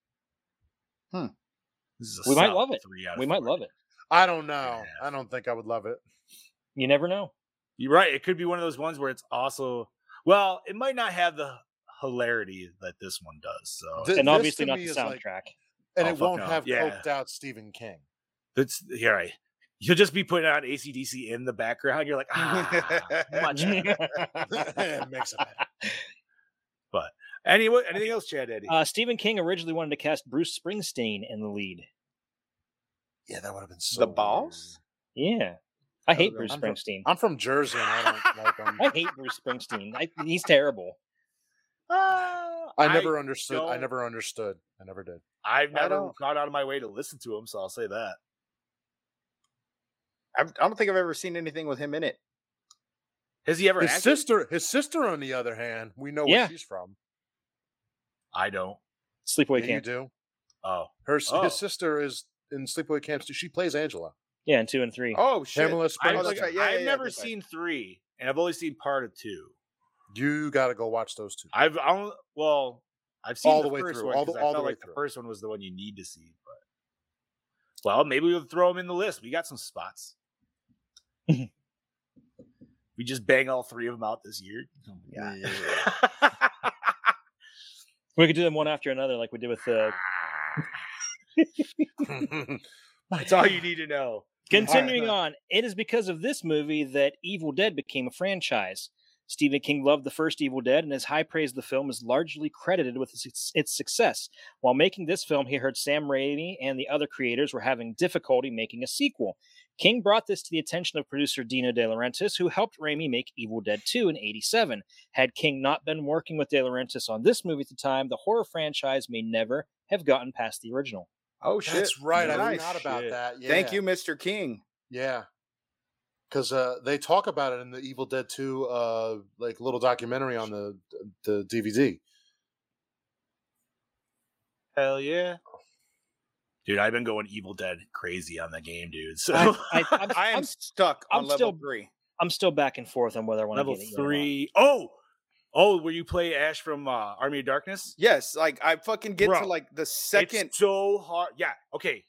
Speaker 3: This is a
Speaker 6: we might
Speaker 3: solid
Speaker 6: love it.
Speaker 3: Three out of
Speaker 6: We might love it.
Speaker 4: I don't know.
Speaker 3: Yeah.
Speaker 4: I don't think I would love it.
Speaker 6: You never know.
Speaker 3: You're right. It could be one of those ones where it's also well, it might not have the hilarity that this one does. So
Speaker 4: Th-
Speaker 6: And
Speaker 4: this
Speaker 6: obviously
Speaker 4: to
Speaker 6: not
Speaker 4: me
Speaker 6: the
Speaker 4: is
Speaker 6: soundtrack.
Speaker 4: like- And
Speaker 3: Oh,
Speaker 4: it
Speaker 3: fuck
Speaker 4: won't
Speaker 3: no.
Speaker 4: have
Speaker 3: Yeah.
Speaker 4: coked out Stephen King.
Speaker 3: That's here. I you'll just be putting on ACDC in the background. You're like, ah, much. better."
Speaker 4: It makes it better.
Speaker 3: Anyway, anything else, Chad Eddie?
Speaker 6: uh, Stephen King originally wanted to cast Bruce Springsteen in the lead.
Speaker 4: Yeah, that would have been so
Speaker 5: the
Speaker 4: weird.
Speaker 5: boss?
Speaker 6: Yeah. I hate
Speaker 5: no,
Speaker 6: Bruce
Speaker 4: Oh, I'm from-
Speaker 6: Springsteen.
Speaker 4: I'm from Jersey and I don't like him.
Speaker 6: I hate Bruce Springsteen. I, he's terrible.
Speaker 5: uh,
Speaker 3: Ah,
Speaker 4: I never understood. I
Speaker 3: don't-
Speaker 4: never understood. I never did.
Speaker 3: I've
Speaker 5: I
Speaker 3: never
Speaker 5: don't-
Speaker 3: gone out of my way to listen to him, so I'll say that.
Speaker 5: I, I don't think I've ever seen anything with him in it.
Speaker 3: Has he ever
Speaker 4: His
Speaker 3: acted?
Speaker 4: sister, his sister, on the other hand, we know where
Speaker 6: Yeah.
Speaker 4: she's from.
Speaker 3: I don't.
Speaker 6: Sleepaway
Speaker 4: Yeah, you
Speaker 6: Camp.
Speaker 4: do.
Speaker 3: Oh,
Speaker 4: Her s-
Speaker 3: Oh.
Speaker 4: his sister is in Sleepaway Camp. too. She plays Angela.
Speaker 6: Yeah, and two and three.
Speaker 5: Oh shit!
Speaker 4: Pamela
Speaker 3: I've,
Speaker 5: that's
Speaker 4: Springsteen.
Speaker 3: like-
Speaker 5: right. Yeah,
Speaker 3: I've
Speaker 5: yeah, yeah,
Speaker 3: never
Speaker 5: that's right.
Speaker 3: seen three, and I've only seen part of two.
Speaker 4: You got to go watch those two.
Speaker 3: I've I don't, well, I've seen
Speaker 4: All
Speaker 3: the,
Speaker 4: the way
Speaker 3: first
Speaker 4: through,
Speaker 3: one
Speaker 4: all the-
Speaker 3: 'cause
Speaker 4: all
Speaker 3: I
Speaker 4: the
Speaker 3: felt
Speaker 4: way
Speaker 3: like the
Speaker 4: through.
Speaker 3: first one was the one you need to see. But well, maybe we'll throw them in the list. We got some spots. we just bang all three of them out this year. Oh my God.
Speaker 6: We could do them one after another, like we did with the.
Speaker 3: That's all you need to know.
Speaker 6: Continuing on, it is because of this movie that Evil Dead became a franchise. Stephen King loved the first Evil Dead, and his high praise of the film is largely credited with its, its success. While making this film, he heard Sam Raimi and the other creators were having difficulty making a sequel. King brought this to the attention of producer Dino De Laurentiis, who helped Raimi make Evil Dead 2 in 87. Had King not been working with De Laurentiis on this movie at the time, the horror franchise may never have gotten past the original.
Speaker 5: Oh shit!
Speaker 4: That's right. I
Speaker 5: Nice.
Speaker 4: forgot about that. Yeah.
Speaker 5: Thank you, Mr. King.
Speaker 4: Yeah. Because uh, they talk about it in the Evil Dead 2, uh, like little documentary on the the DVD.
Speaker 3: Hell yeah. Dude, I've been going Evil Dead crazy on the game, dude. So
Speaker 6: I, I, I'm,
Speaker 5: I am
Speaker 6: I'm-
Speaker 5: stuck on
Speaker 6: I'm
Speaker 5: level
Speaker 6: still-
Speaker 5: three.
Speaker 6: I'm still back and forth on whether I want
Speaker 3: level
Speaker 6: to get it yet or not.
Speaker 3: three. Oh, oh, where you play Ash from uh, Army of Darkness?
Speaker 5: Yes, like I fucking get
Speaker 3: Bro,
Speaker 5: to like the
Speaker 3: It's
Speaker 5: second.
Speaker 3: so hard. Yeah. Okay.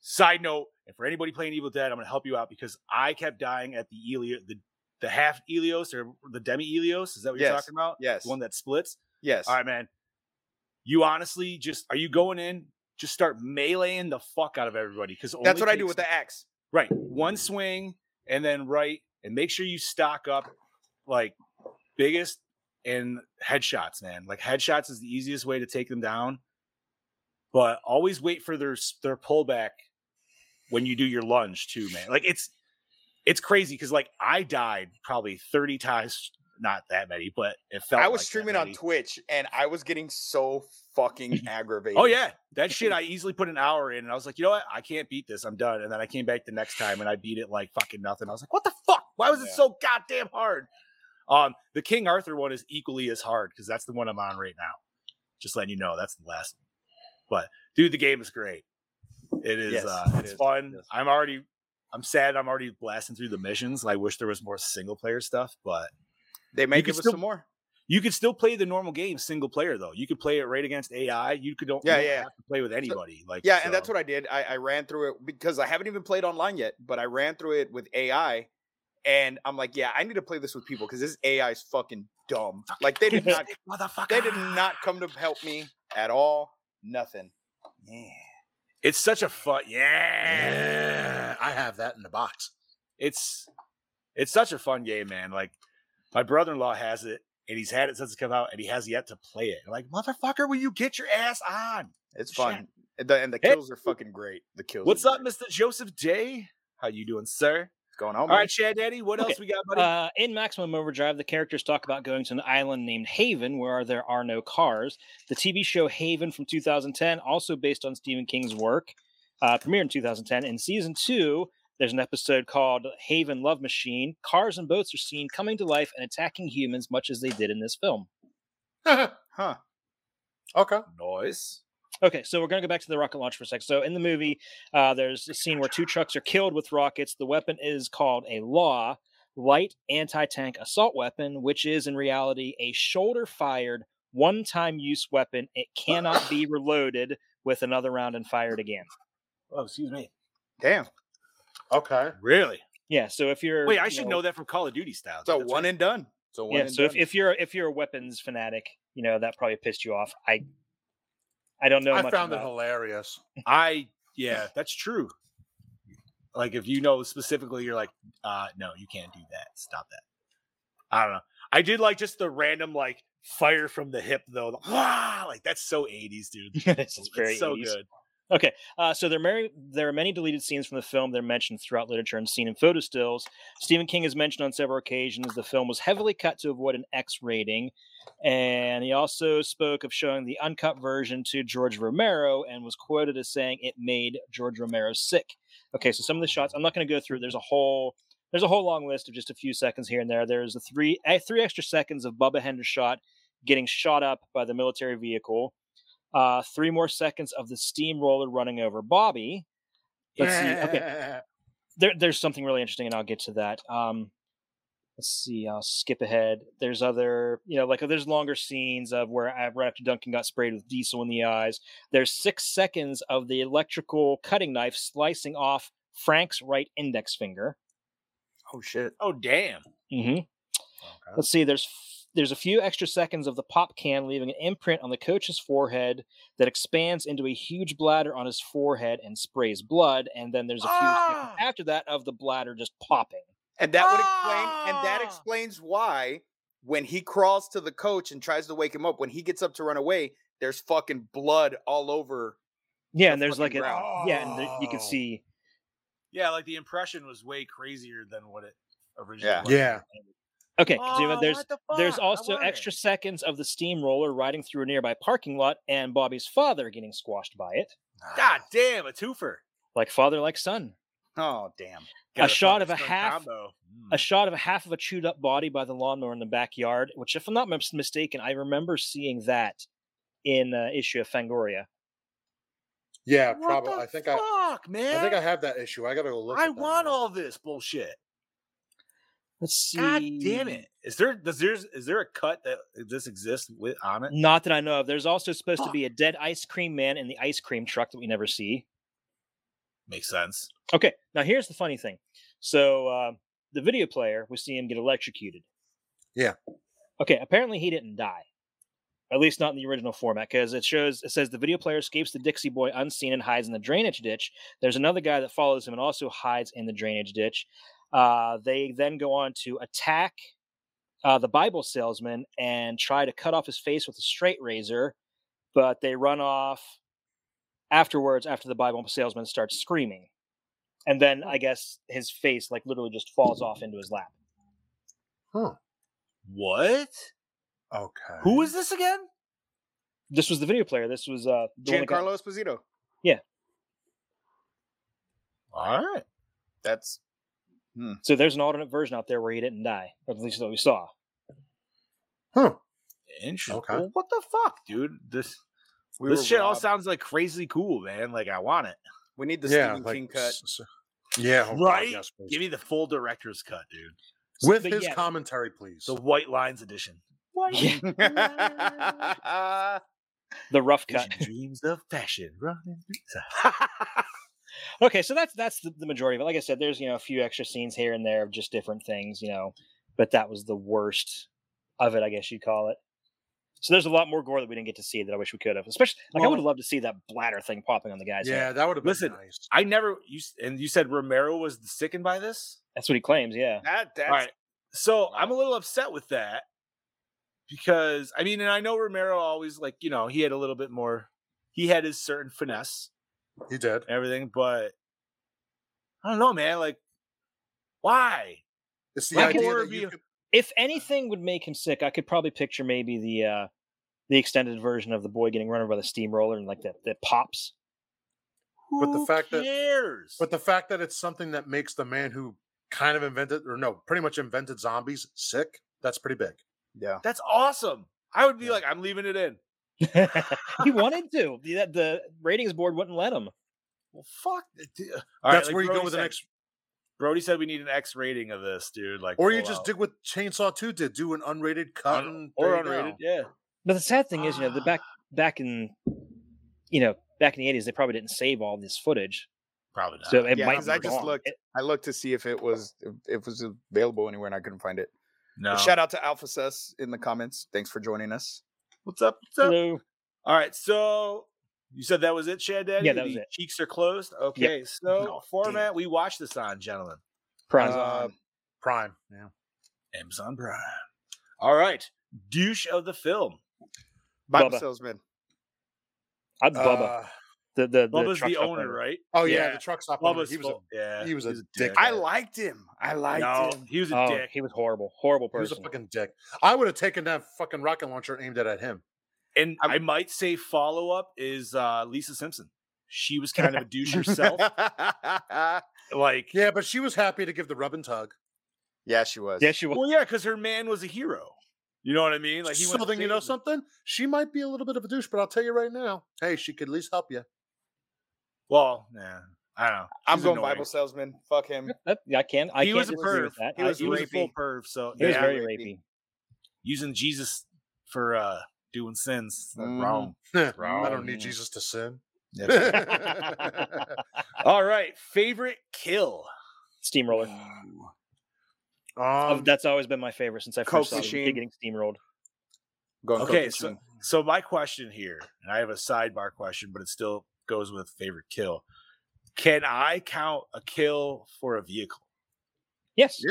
Speaker 3: Side note, and for anybody playing Evil Dead, I'm gonna help you out because I kept dying at the Elio, the, the half Elios or the demi Elios. Is that what you're
Speaker 5: Yes,
Speaker 3: talking about?
Speaker 5: yes,
Speaker 3: The one that splits.
Speaker 5: yes.
Speaker 3: All right, man. You honestly just are you going in? Just start meleeing the fuck out of everybody because
Speaker 5: That's what I do with the axe.
Speaker 3: Right. One swing and then right and make sure you stock up like biggest and headshots, man. Like headshots is the easiest way to take them down. But always wait for their s- their pullback when you do your lunge too, man. Like it's it's crazy because like I died probably 30 times, not that many, but it felt
Speaker 5: I was
Speaker 3: like that
Speaker 5: streaming on
Speaker 3: many.
Speaker 5: Twitch and I was getting so fucking aggravated.
Speaker 3: Oh yeah, that shit. I easily put an hour in, and I was like, you know what? I can't beat this. I'm done. And then I came back the next time, and I beat it like fucking nothing. I was like, what the fuck? Why was it
Speaker 5: Yeah.
Speaker 3: so goddamn hard? Um, the King Arthur one is equally as hard because that's the one I'm on right now. Just letting you know, that's the last. One. But dude, the game is great. It is.
Speaker 5: Yes,
Speaker 3: uh,
Speaker 5: it
Speaker 3: it's
Speaker 5: is,
Speaker 3: fun.
Speaker 5: yes.
Speaker 3: I'm already. I'm sad. I'm already blasting through the missions. I wish there was more single player stuff, but
Speaker 5: They may
Speaker 3: could
Speaker 5: give us
Speaker 3: still-
Speaker 5: some more.
Speaker 3: you could still play the normal game single player though. You could play it right against AI. You could don't, you
Speaker 5: Yeah,
Speaker 3: don't
Speaker 5: yeah.
Speaker 3: have to play with anybody. Like
Speaker 5: Yeah, and that's
Speaker 3: so-
Speaker 5: what I did. I, I ran through it because I haven't even played online yet, but I ran through it with AI. And I'm like, yeah, I need to play this with people because this AI is fucking dumb. Like they did not they did not come to help me at all. Nothing. Yeah.
Speaker 3: It's such a fun. Yeah.
Speaker 4: I have that in the box.
Speaker 3: It's It's such a fun game, man. Like my brother in law has it, and he's had it since it came out, and he has yet to play it. I'm like, motherfucker, will you get your ass on?
Speaker 5: It's fun. And the, and the kills are fucking great. The kills.
Speaker 3: What's
Speaker 5: are
Speaker 3: up, Mister Joseph Day? How you doing, sir?
Speaker 5: What's going on?
Speaker 3: All right, Chad Daddy, what else we got, buddy?
Speaker 6: Uh, in Maximum Overdrive, the characters talk about going to an island named Haven where there are no cars. The TV show Haven from 2010, also based on Stephen King's work, uh, premiered in 2010. In season two, there's an episode called Haven Love Machine. Cars and boats are seen coming to life and attacking humans, much as they did in this film.
Speaker 5: huh. Uh,
Speaker 4: Okay.
Speaker 3: Noise.
Speaker 6: Okay, so we're going to go back to the rocket launch for a sec. So in the movie, uh, there's a scene where two trucks are killed with rockets. The weapon is called a law, light anti-tank assault weapon, which is in reality a shoulder-fired one-time use weapon. It cannot be reloaded with another round and fired again.
Speaker 3: Oh, excuse me.
Speaker 5: Damn.
Speaker 4: Okay.
Speaker 3: Really?
Speaker 6: Yeah. So if you're
Speaker 3: Wait, I
Speaker 6: you
Speaker 3: should know that from Call of Duty style.
Speaker 5: It's a
Speaker 3: That's right.
Speaker 5: one and done. It's a one
Speaker 6: Yeah.
Speaker 5: and
Speaker 6: So if,
Speaker 5: done.
Speaker 6: if you're if you're a weapons fanatic, you know that probably pissed you off. I I don't know.
Speaker 4: I
Speaker 6: much
Speaker 4: found it
Speaker 6: about-
Speaker 4: hilarious.
Speaker 3: I yeah, that's true. Like if you know specifically, you're like, uh no, you can't do that. Stop that. I don't know. I did like just the random like fire from the hip though. The, "Wah!" like that's so 80s, dude.
Speaker 6: This is
Speaker 3: It's
Speaker 6: very
Speaker 3: so
Speaker 6: 80s.
Speaker 3: good.
Speaker 6: Okay, uh, so there are, many, there are many deleted scenes from the film. They're mentioned throughout literature and seen in photo stills. Stephen King has mentioned on several occasions the film was heavily cut to avoid an X rating, and he also spoke of showing the uncut version to George Romero and was quoted as saying it made George Romero sick. Okay, so some of the shots I'm not going to go through. There's a whole there's a whole long list of just a few seconds here and there. There's a three eh, three extra seconds of Bubba Hender's shot getting shot up by the military vehicle uh, three more seconds of the steamroller running over Bobby. Let's see. Okay, there, there's something really interesting, and I'll get to that. Um, let's see. I'll skip ahead. There's other, you know, like there's longer scenes of where I, right after Duncan got sprayed with diesel in the eyes. There's six seconds of the electrical cutting knife slicing off Frank's right index finger.
Speaker 5: oh shit.
Speaker 3: Oh damn.
Speaker 6: hmm Let's see. There's f- there's a few extra seconds of the pop can leaving an imprint on the coach's forehead that expands into a huge bladder on his forehead and sprays blood. And then there's a few
Speaker 3: Ah!
Speaker 6: seconds after that of the bladder just popping.
Speaker 5: And that would explain and that
Speaker 3: Ah!
Speaker 5: explains why when he crawls to the coach and tries to wake him up, when he gets up to run away, there's fucking blood all over.
Speaker 6: Yeah,
Speaker 5: The
Speaker 6: and there's like
Speaker 5: fucking
Speaker 6: an
Speaker 5: ground.
Speaker 6: yeah, and there- you can
Speaker 4: Oh.
Speaker 6: see
Speaker 3: Yeah, like the impression was way crazier than what it originally
Speaker 5: Yeah.
Speaker 3: was.
Speaker 4: Yeah.
Speaker 6: okay. continue,
Speaker 3: Oh,
Speaker 6: there's
Speaker 3: what the
Speaker 6: there's
Speaker 3: fuck? I
Speaker 6: also
Speaker 3: want it.
Speaker 6: extra seconds of the steamroller riding through a nearby parking lot and Bobby's father getting squashed by it,
Speaker 3: God damn, a twofer.
Speaker 6: like father like son.
Speaker 5: Oh damn.
Speaker 3: Got
Speaker 6: shot of a
Speaker 3: father-son
Speaker 6: half-
Speaker 3: combo. Mm.
Speaker 6: a shot of a half of a chewed up body by the lawnmower in the backyard, which, if I'm not mis- mistaken, I remember seeing that in uh, issue of Fangoria.
Speaker 4: Yeah,
Speaker 3: What
Speaker 4: probably.
Speaker 3: the
Speaker 4: I think I,
Speaker 3: fuck, man.
Speaker 4: I think I have that issue. I gotta go look.
Speaker 3: I
Speaker 4: at that
Speaker 3: want
Speaker 4: now.
Speaker 3: all this bullshit.
Speaker 6: Let's see.
Speaker 3: God damn it! Is there does there's is there a cut that uh, this exists with on it?
Speaker 6: Not that I know of. There's also supposed to be a dead ice cream man in the ice cream truck that we never see.
Speaker 3: Makes sense.
Speaker 6: Okay, now here's the funny thing. So uh, the video player, we see him get electrocuted.
Speaker 4: Yeah.
Speaker 6: Okay, apparently he didn't die. At least not in the original format, because it shows it says the video player escapes the Dixie Boy unseen and hides in the drainage ditch. There's another guy that follows him and also hides in the drainage ditch. Uh, they then go on to attack uh, the Bible salesman and try to cut off his face with a straight razor, but they run off afterwards after the Bible salesman starts screaming and then I guess his face like literally just falls off into his lap.
Speaker 3: What?
Speaker 4: Okay.
Speaker 3: Who is this again?
Speaker 6: This was the video player. This was uh the one that got-
Speaker 5: Giancarlo Esposito.
Speaker 3: All right.
Speaker 5: That's
Speaker 6: So there's an alternate version out there where he didn't die, or at least that we saw.
Speaker 4: Huh.
Speaker 3: Interesting.
Speaker 4: Okay.
Speaker 3: Well, what the fuck, dude? This
Speaker 5: we
Speaker 3: this
Speaker 5: were
Speaker 3: shit all
Speaker 5: robbed.
Speaker 3: sounds like crazy cool, man. Like I want it.
Speaker 5: we need the
Speaker 4: yeah.
Speaker 5: Stephen
Speaker 4: Like,
Speaker 5: King cut.
Speaker 4: s- s- yeah. oh God,
Speaker 3: Right?
Speaker 4: yes, please.
Speaker 3: Give me the full director's cut, dude.
Speaker 4: With
Speaker 6: But
Speaker 4: his
Speaker 6: yeah.
Speaker 4: commentary, please.
Speaker 3: The White Lines edition.
Speaker 6: Yeah,
Speaker 5: yeah.
Speaker 6: the rough cut.
Speaker 3: Vision Dreams of fashion. running.
Speaker 6: Okay, so that's that's the, the majority of it. Like I said, there's you know a few extra scenes here and there of just different things, you know, but that was the worst of it, I guess you'd call it. So there's a lot more gore that we didn't get to see that I wish we could have. Especially like I
Speaker 3: Well-
Speaker 6: would have loved to see that bladder thing popping on the guy's head.
Speaker 4: yeah, that would have been
Speaker 3: Listen,
Speaker 4: nice.
Speaker 3: I never you s- and you said Romero was sickened by this.
Speaker 6: That's what he claims. Yeah.
Speaker 5: That that's
Speaker 3: All right. So I'm a little upset with that because I mean, and I know Romero always like you know he had a little bit more, he had his certain finesse,
Speaker 4: He did.
Speaker 3: and everything, but I don't know, man. Like, why?
Speaker 4: It's the
Speaker 3: Like,
Speaker 4: idea
Speaker 3: or
Speaker 4: that you
Speaker 3: be-
Speaker 4: could-
Speaker 6: If anything would make him sick, I could probably picture maybe the uh the extended version of the boy getting run over by the steamroller and like that that pops.
Speaker 4: But the
Speaker 3: Who
Speaker 4: fact that-
Speaker 3: cares?
Speaker 4: but the fact that it's something that makes the man who kind of invented or no, pretty much invented zombies sick, that's pretty big.
Speaker 5: yeah.
Speaker 3: that's awesome. I would be
Speaker 4: Yeah.
Speaker 3: like, I'm leaving it in.
Speaker 6: he wanted to. The, the ratings board wouldn't let him.
Speaker 3: Well, fuck. it, dude. All right,
Speaker 4: that's
Speaker 3: like
Speaker 4: where you
Speaker 3: Brody
Speaker 4: go with
Speaker 3: said-
Speaker 4: an ex
Speaker 3: Brody said we need an X rating of this, dude. Like,
Speaker 4: or you
Speaker 3: full
Speaker 4: just
Speaker 3: out.
Speaker 4: did what Chainsaw 2 did, do an unrated cut and
Speaker 3: or
Speaker 4: there you
Speaker 3: unrated,
Speaker 4: go.
Speaker 3: yeah.
Speaker 6: But the sad thing is, you know, the back back in you know back in the eighties, they probably didn't save all this footage,
Speaker 3: Probably not.
Speaker 6: so it
Speaker 5: yeah,
Speaker 6: might.
Speaker 5: 'cause
Speaker 6: Be
Speaker 5: I just
Speaker 6: wrong.
Speaker 5: looked.
Speaker 6: It-
Speaker 5: I looked to see if it was if it was available anywhere and I couldn't find it.
Speaker 3: no.
Speaker 5: But Shout out to Alpha Sus in the comments. Thanks for joining us.
Speaker 3: What's up? What's up?
Speaker 6: Hello.
Speaker 3: All right, so you said that was it, Shad Daddy?
Speaker 6: Yeah, that was
Speaker 3: The
Speaker 6: it.
Speaker 3: Cheeks are closed. Okay, so
Speaker 4: Oh,
Speaker 3: format we watched this on, gentlemen.
Speaker 6: Prime.
Speaker 5: Uh,
Speaker 4: Prime. Yeah.
Speaker 3: Amazon Prime. All right, douche of the film.
Speaker 5: Bible
Speaker 6: Bubba.
Speaker 5: salesman.
Speaker 6: I'm Bubba.
Speaker 4: Uh,
Speaker 6: the the, the
Speaker 3: Bubba's
Speaker 6: truck
Speaker 3: the
Speaker 6: stop
Speaker 3: owner,
Speaker 6: driver.
Speaker 3: right?
Speaker 4: oh yeah,
Speaker 3: Yeah.
Speaker 4: the truck stop owner.
Speaker 3: Bubba's
Speaker 4: He was
Speaker 3: full- yeah,
Speaker 4: he was a
Speaker 3: he's
Speaker 4: dick.
Speaker 5: I
Speaker 3: dickhead.
Speaker 5: liked him. I liked
Speaker 3: no,
Speaker 5: him.
Speaker 3: he was a
Speaker 6: Oh,
Speaker 3: dick.
Speaker 6: he was horrible, horrible
Speaker 4: a, he was a
Speaker 6: person.
Speaker 4: fucking dick. I would have taken that fucking rocket launcher and aimed it at him.
Speaker 3: And i might say follow up is uh, Lisa Simpson. She was kind of a douche herself. like,
Speaker 4: Yeah, but she was happy to give the rub and tug.
Speaker 5: yeah, she was.
Speaker 6: Yes, you was.
Speaker 3: well, yeah, because her man was a hero. You know what I mean? Like, he went
Speaker 4: so then you know
Speaker 3: saved them.
Speaker 4: something? She might be a little bit of a douche, but I'll tell you right now, hey, she could at least help you.
Speaker 3: Well, yeah, I don't know.
Speaker 5: I'm
Speaker 3: She's
Speaker 5: going
Speaker 3: annoying.
Speaker 5: Bible salesman. Fuck him.
Speaker 6: That- I can. I
Speaker 3: he
Speaker 6: can't
Speaker 3: was a
Speaker 6: disagree with
Speaker 3: perv.
Speaker 6: that.
Speaker 3: He was,
Speaker 6: I,
Speaker 3: he was a full
Speaker 5: rapey.
Speaker 3: perv. So
Speaker 6: he was
Speaker 3: yeah,
Speaker 6: very
Speaker 5: rapey.
Speaker 6: rapey.
Speaker 3: using Jesus for uh doing sins. That's
Speaker 5: Mm.
Speaker 3: Wrong.
Speaker 4: I don't
Speaker 5: Mm.
Speaker 4: need Jesus to sin.
Speaker 3: All right. Favorite kill.
Speaker 6: Steamroller. Oh,
Speaker 4: Um,
Speaker 6: That's always been my favorite since I
Speaker 5: Coke
Speaker 6: first saw the
Speaker 5: machine.
Speaker 6: kid getting steamrolled.
Speaker 5: Going
Speaker 3: Okay, so so my question here, and I have a sidebar question, but it still goes with favorite kill. Can I count a kill for a vehicle?
Speaker 6: Yes.
Speaker 5: yeah,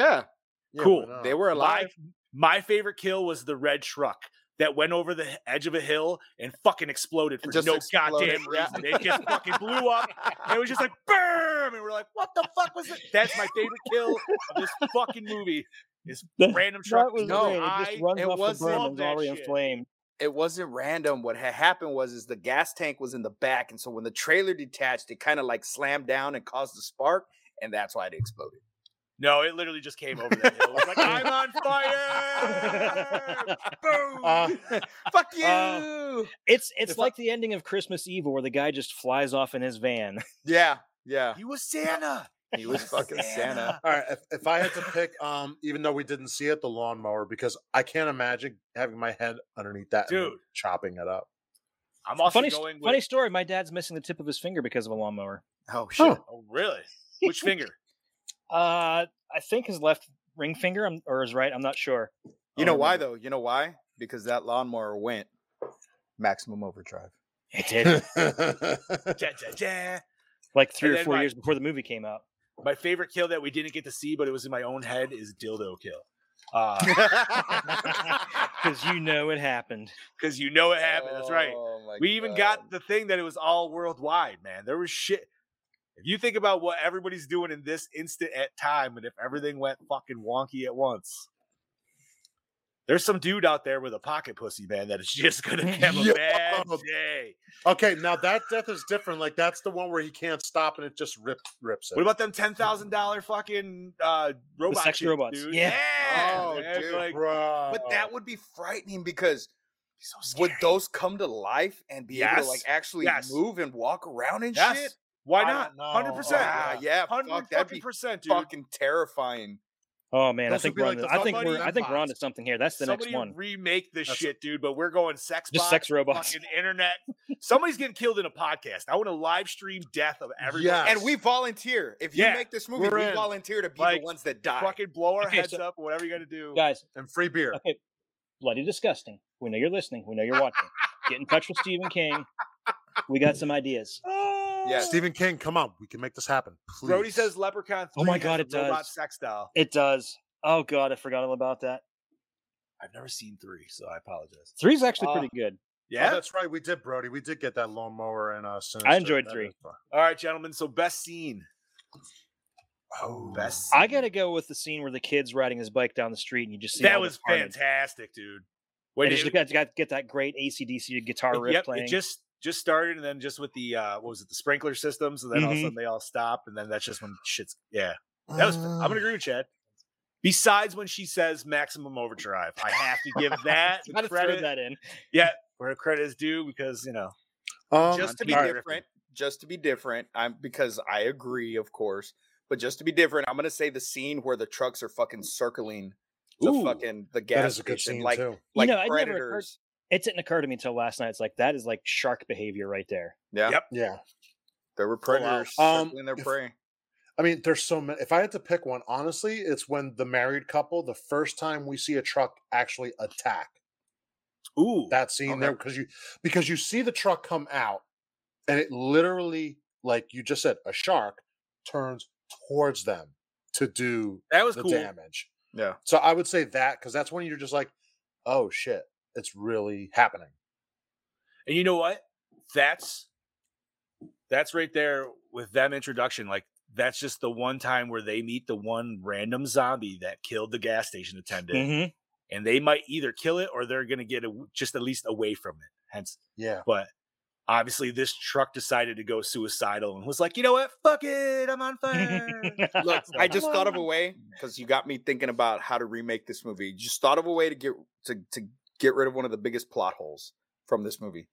Speaker 4: yeah, why
Speaker 3: cool.
Speaker 4: not?
Speaker 5: they were alive.
Speaker 3: My my favorite kill was the red truck that went over the h- edge of a hill and fucking exploded for
Speaker 5: Just
Speaker 3: no
Speaker 5: exploded,
Speaker 3: goddamn
Speaker 5: yeah.
Speaker 3: reason. It just fucking blew up. And it was just like BAM! And we're like, what the fuck was that? That's my favorite kill of this fucking movie. This
Speaker 6: That-
Speaker 3: random
Speaker 6: That
Speaker 3: truck.
Speaker 6: was
Speaker 3: No,
Speaker 6: great. It
Speaker 3: I
Speaker 6: just runs
Speaker 5: it
Speaker 6: off
Speaker 5: was
Speaker 6: the berm
Speaker 3: love
Speaker 6: and is
Speaker 3: that
Speaker 6: already
Speaker 3: shit.
Speaker 6: inflamed.
Speaker 5: it wasn't random. What had happened was is the gas tank was in the back, and so when the trailer detached, it kind of like slammed down and caused a spark, and that's why it exploded.
Speaker 3: no, it literally just came over that hill. It was like, I'm on fire. Boom.
Speaker 5: Fuck you!
Speaker 6: Uh, It's it's
Speaker 3: If I-
Speaker 6: like the ending of Christmas Evil where the guy just flies off in his van.
Speaker 5: yeah, yeah.
Speaker 3: he was Santa.
Speaker 5: He was fucking Santa.
Speaker 4: All right, if, if I had to pick, um, even though we didn't see it, the lawnmower, because I can't imagine having my head underneath that and
Speaker 3: Dude.
Speaker 4: chopping it up.
Speaker 3: I'm also
Speaker 6: funny, st-
Speaker 3: going with
Speaker 6: funny story. My dad's missing the tip of his finger because of a lawnmower.
Speaker 5: Oh shit!
Speaker 3: Oh, really? Which finger?
Speaker 6: Uh, I think his left ring finger I'm, or his right. I'm not sure.
Speaker 5: You
Speaker 3: Oh,
Speaker 5: know why though? You know why? Because that lawnmower went maximum overdrive.
Speaker 6: It did
Speaker 3: Ja, ja, ja.
Speaker 6: like three or
Speaker 3: And then
Speaker 6: four
Speaker 3: my-
Speaker 6: years before the movie came out.
Speaker 3: My favorite kill that we didn't get to see, but it was in my own head, is dildo kill. Uh,
Speaker 6: Because you know it happened.
Speaker 3: because you know it happened. That's right.
Speaker 5: Oh my
Speaker 3: We even
Speaker 5: God.
Speaker 3: got the thing that it was all worldwide, man. There was shit. If you think about what everybody's doing in this instant at time, and if everything went fucking wonky at once, there's some dude out there with a pocket pussy, man, that is just gonna have a
Speaker 4: Yeah.
Speaker 3: bad day.
Speaker 4: okay, now that death is different. Like that's the one where he can't stop and it just rip, rips it.
Speaker 3: What about them ten thousand dollar fucking uh, robot
Speaker 6: sex
Speaker 3: chicks,
Speaker 6: robots.
Speaker 3: Dude?
Speaker 6: Yeah.
Speaker 3: Yeah,
Speaker 5: Oh,
Speaker 3: man,
Speaker 5: dude,
Speaker 3: like,
Speaker 5: But
Speaker 4: Bro.
Speaker 5: that would be frightening because
Speaker 3: Oh. so
Speaker 5: would
Speaker 3: scary.
Speaker 5: those come to life and be able to like
Speaker 3: Yes.
Speaker 5: actually
Speaker 3: Yes.
Speaker 5: move and walk around and
Speaker 3: Yes.
Speaker 5: shit?
Speaker 3: Why
Speaker 4: I
Speaker 3: not?
Speaker 4: don't know.
Speaker 3: Hundred
Speaker 5: Ah,
Speaker 3: percent.
Speaker 5: yeah,
Speaker 3: Hundred
Speaker 5: fuck, that'd
Speaker 3: fucking
Speaker 5: be
Speaker 3: percent, dude.
Speaker 5: fucking terrifying.
Speaker 6: Oh man, I
Speaker 4: Those would
Speaker 6: think
Speaker 4: be
Speaker 6: we're
Speaker 4: like
Speaker 6: on to-
Speaker 4: the
Speaker 6: I think
Speaker 4: somebody
Speaker 6: we're I think we're
Speaker 4: vampires.
Speaker 6: onto something here. That's the
Speaker 3: Somebody
Speaker 6: next one.
Speaker 3: remake this
Speaker 4: That's-
Speaker 3: shit, dude. But we're going sex
Speaker 6: Just
Speaker 3: bots,
Speaker 6: sex robots.
Speaker 3: fucking internet. Somebody's getting killed in a podcast. I want to live stream death of everybody.
Speaker 4: Yes.
Speaker 5: And we volunteer. If you
Speaker 3: Yeah,
Speaker 5: make this movie,
Speaker 4: we're
Speaker 5: we
Speaker 4: in.
Speaker 5: volunteer to be
Speaker 3: Like,
Speaker 5: the ones that die.
Speaker 3: fucking blow our
Speaker 6: Okay,
Speaker 3: heads
Speaker 6: so-
Speaker 3: up, whatever you got to do.
Speaker 6: Guys,
Speaker 4: and free beer?
Speaker 6: okay, bloody disgusting. We know you're listening. We know you're watching. Get in touch with Stephen King. We got some ideas.
Speaker 3: Oh,
Speaker 5: Yes.
Speaker 4: Stephen King, come on, we can make this happen. Please.
Speaker 5: Brody says Leprechaun 3
Speaker 6: Oh my
Speaker 5: has
Speaker 6: God,
Speaker 5: a
Speaker 6: it does.
Speaker 5: robot sex doll.
Speaker 6: It does. Oh god, I forgot all about that.
Speaker 3: I've never seen three, so I apologize.
Speaker 6: Three's actually
Speaker 5: Uh,
Speaker 6: pretty good.
Speaker 4: Yeah,
Speaker 3: Yeah.
Speaker 4: Oh, that's right. We did, Brody. We did get that lawnmower and uh. Sinister.
Speaker 6: enjoyed
Speaker 4: That
Speaker 6: three.
Speaker 4: is fun.
Speaker 3: All right, gentlemen. So best scene.
Speaker 4: Oh,
Speaker 3: Best.
Speaker 6: I
Speaker 3: scene.
Speaker 6: gotta go with the scene where the kid's riding his bike down the street and you just see
Speaker 3: That
Speaker 6: all the
Speaker 3: was
Speaker 6: carnage.
Speaker 3: fantastic, dude.
Speaker 6: And
Speaker 3: When
Speaker 6: you just got, got get that great ACDC guitar riff
Speaker 3: yep,
Speaker 6: playing.
Speaker 3: it just just started, and then just with the uh what was it, the sprinkler systems, and then all of a
Speaker 6: Mhm.
Speaker 3: sudden they all stop, and then that's just when shit's yeah. That was. I'm
Speaker 6: Uh.
Speaker 3: gonna agree with Chad. Besides when she says maximum overdrive, I have to give that
Speaker 6: I
Speaker 3: the
Speaker 6: just throw
Speaker 3: credit
Speaker 6: that in.
Speaker 3: where credit is due because you know
Speaker 4: Um,
Speaker 5: just to
Speaker 3: I'm
Speaker 5: be
Speaker 3: sorry.
Speaker 5: different, just to be different, I'm because I agree, of course, but just to be different, I'm gonna say the scene where the trucks are fucking circling the
Speaker 6: Ooh,
Speaker 5: fucking the gas
Speaker 4: that is a good
Speaker 5: station,
Speaker 4: scene
Speaker 5: like
Speaker 4: too.
Speaker 5: like
Speaker 6: know, it never occurred-
Speaker 5: predators.
Speaker 6: It didn't occur to me until last night. It's like that is like shark behavior right there.
Speaker 5: Yeah,
Speaker 3: Yep.
Speaker 4: Yeah,
Speaker 5: there were
Speaker 4: out.
Speaker 5: predators
Speaker 4: Um,
Speaker 5: circling their
Speaker 4: if-
Speaker 5: prey.
Speaker 4: I mean, there's so many. If I had to pick one, honestly, it's when the married couple, the first time we see a truck actually attack
Speaker 3: ooh
Speaker 4: that scene
Speaker 5: Okay.
Speaker 4: there, because you because you see the truck come out, and it literally, like you just said, a shark turns towards them to do
Speaker 3: that was
Speaker 4: the
Speaker 3: cool.
Speaker 4: damage.
Speaker 5: Yeah.
Speaker 4: So I would say that because that's when you're just like, oh shit, it's really happening.
Speaker 3: And you know what? That's that's right there with them introduction. Like that's just the one time where they meet the one random zombie that killed the gas station attendant,
Speaker 6: Mhm.
Speaker 3: and they might either kill it or they're gonna get a, just at least away from it. Hence,
Speaker 4: Yeah.
Speaker 3: but obviously this truck decided to go suicidal and was like, you know what? Fuck it, I'm on fire.
Speaker 6: Mm-hmm.
Speaker 5: Look, I just thought of a
Speaker 3: on.
Speaker 5: way because you got me thinking about how to remake this movie. Just thought of a way to get to to get rid of one of the biggest plot holes from this movie.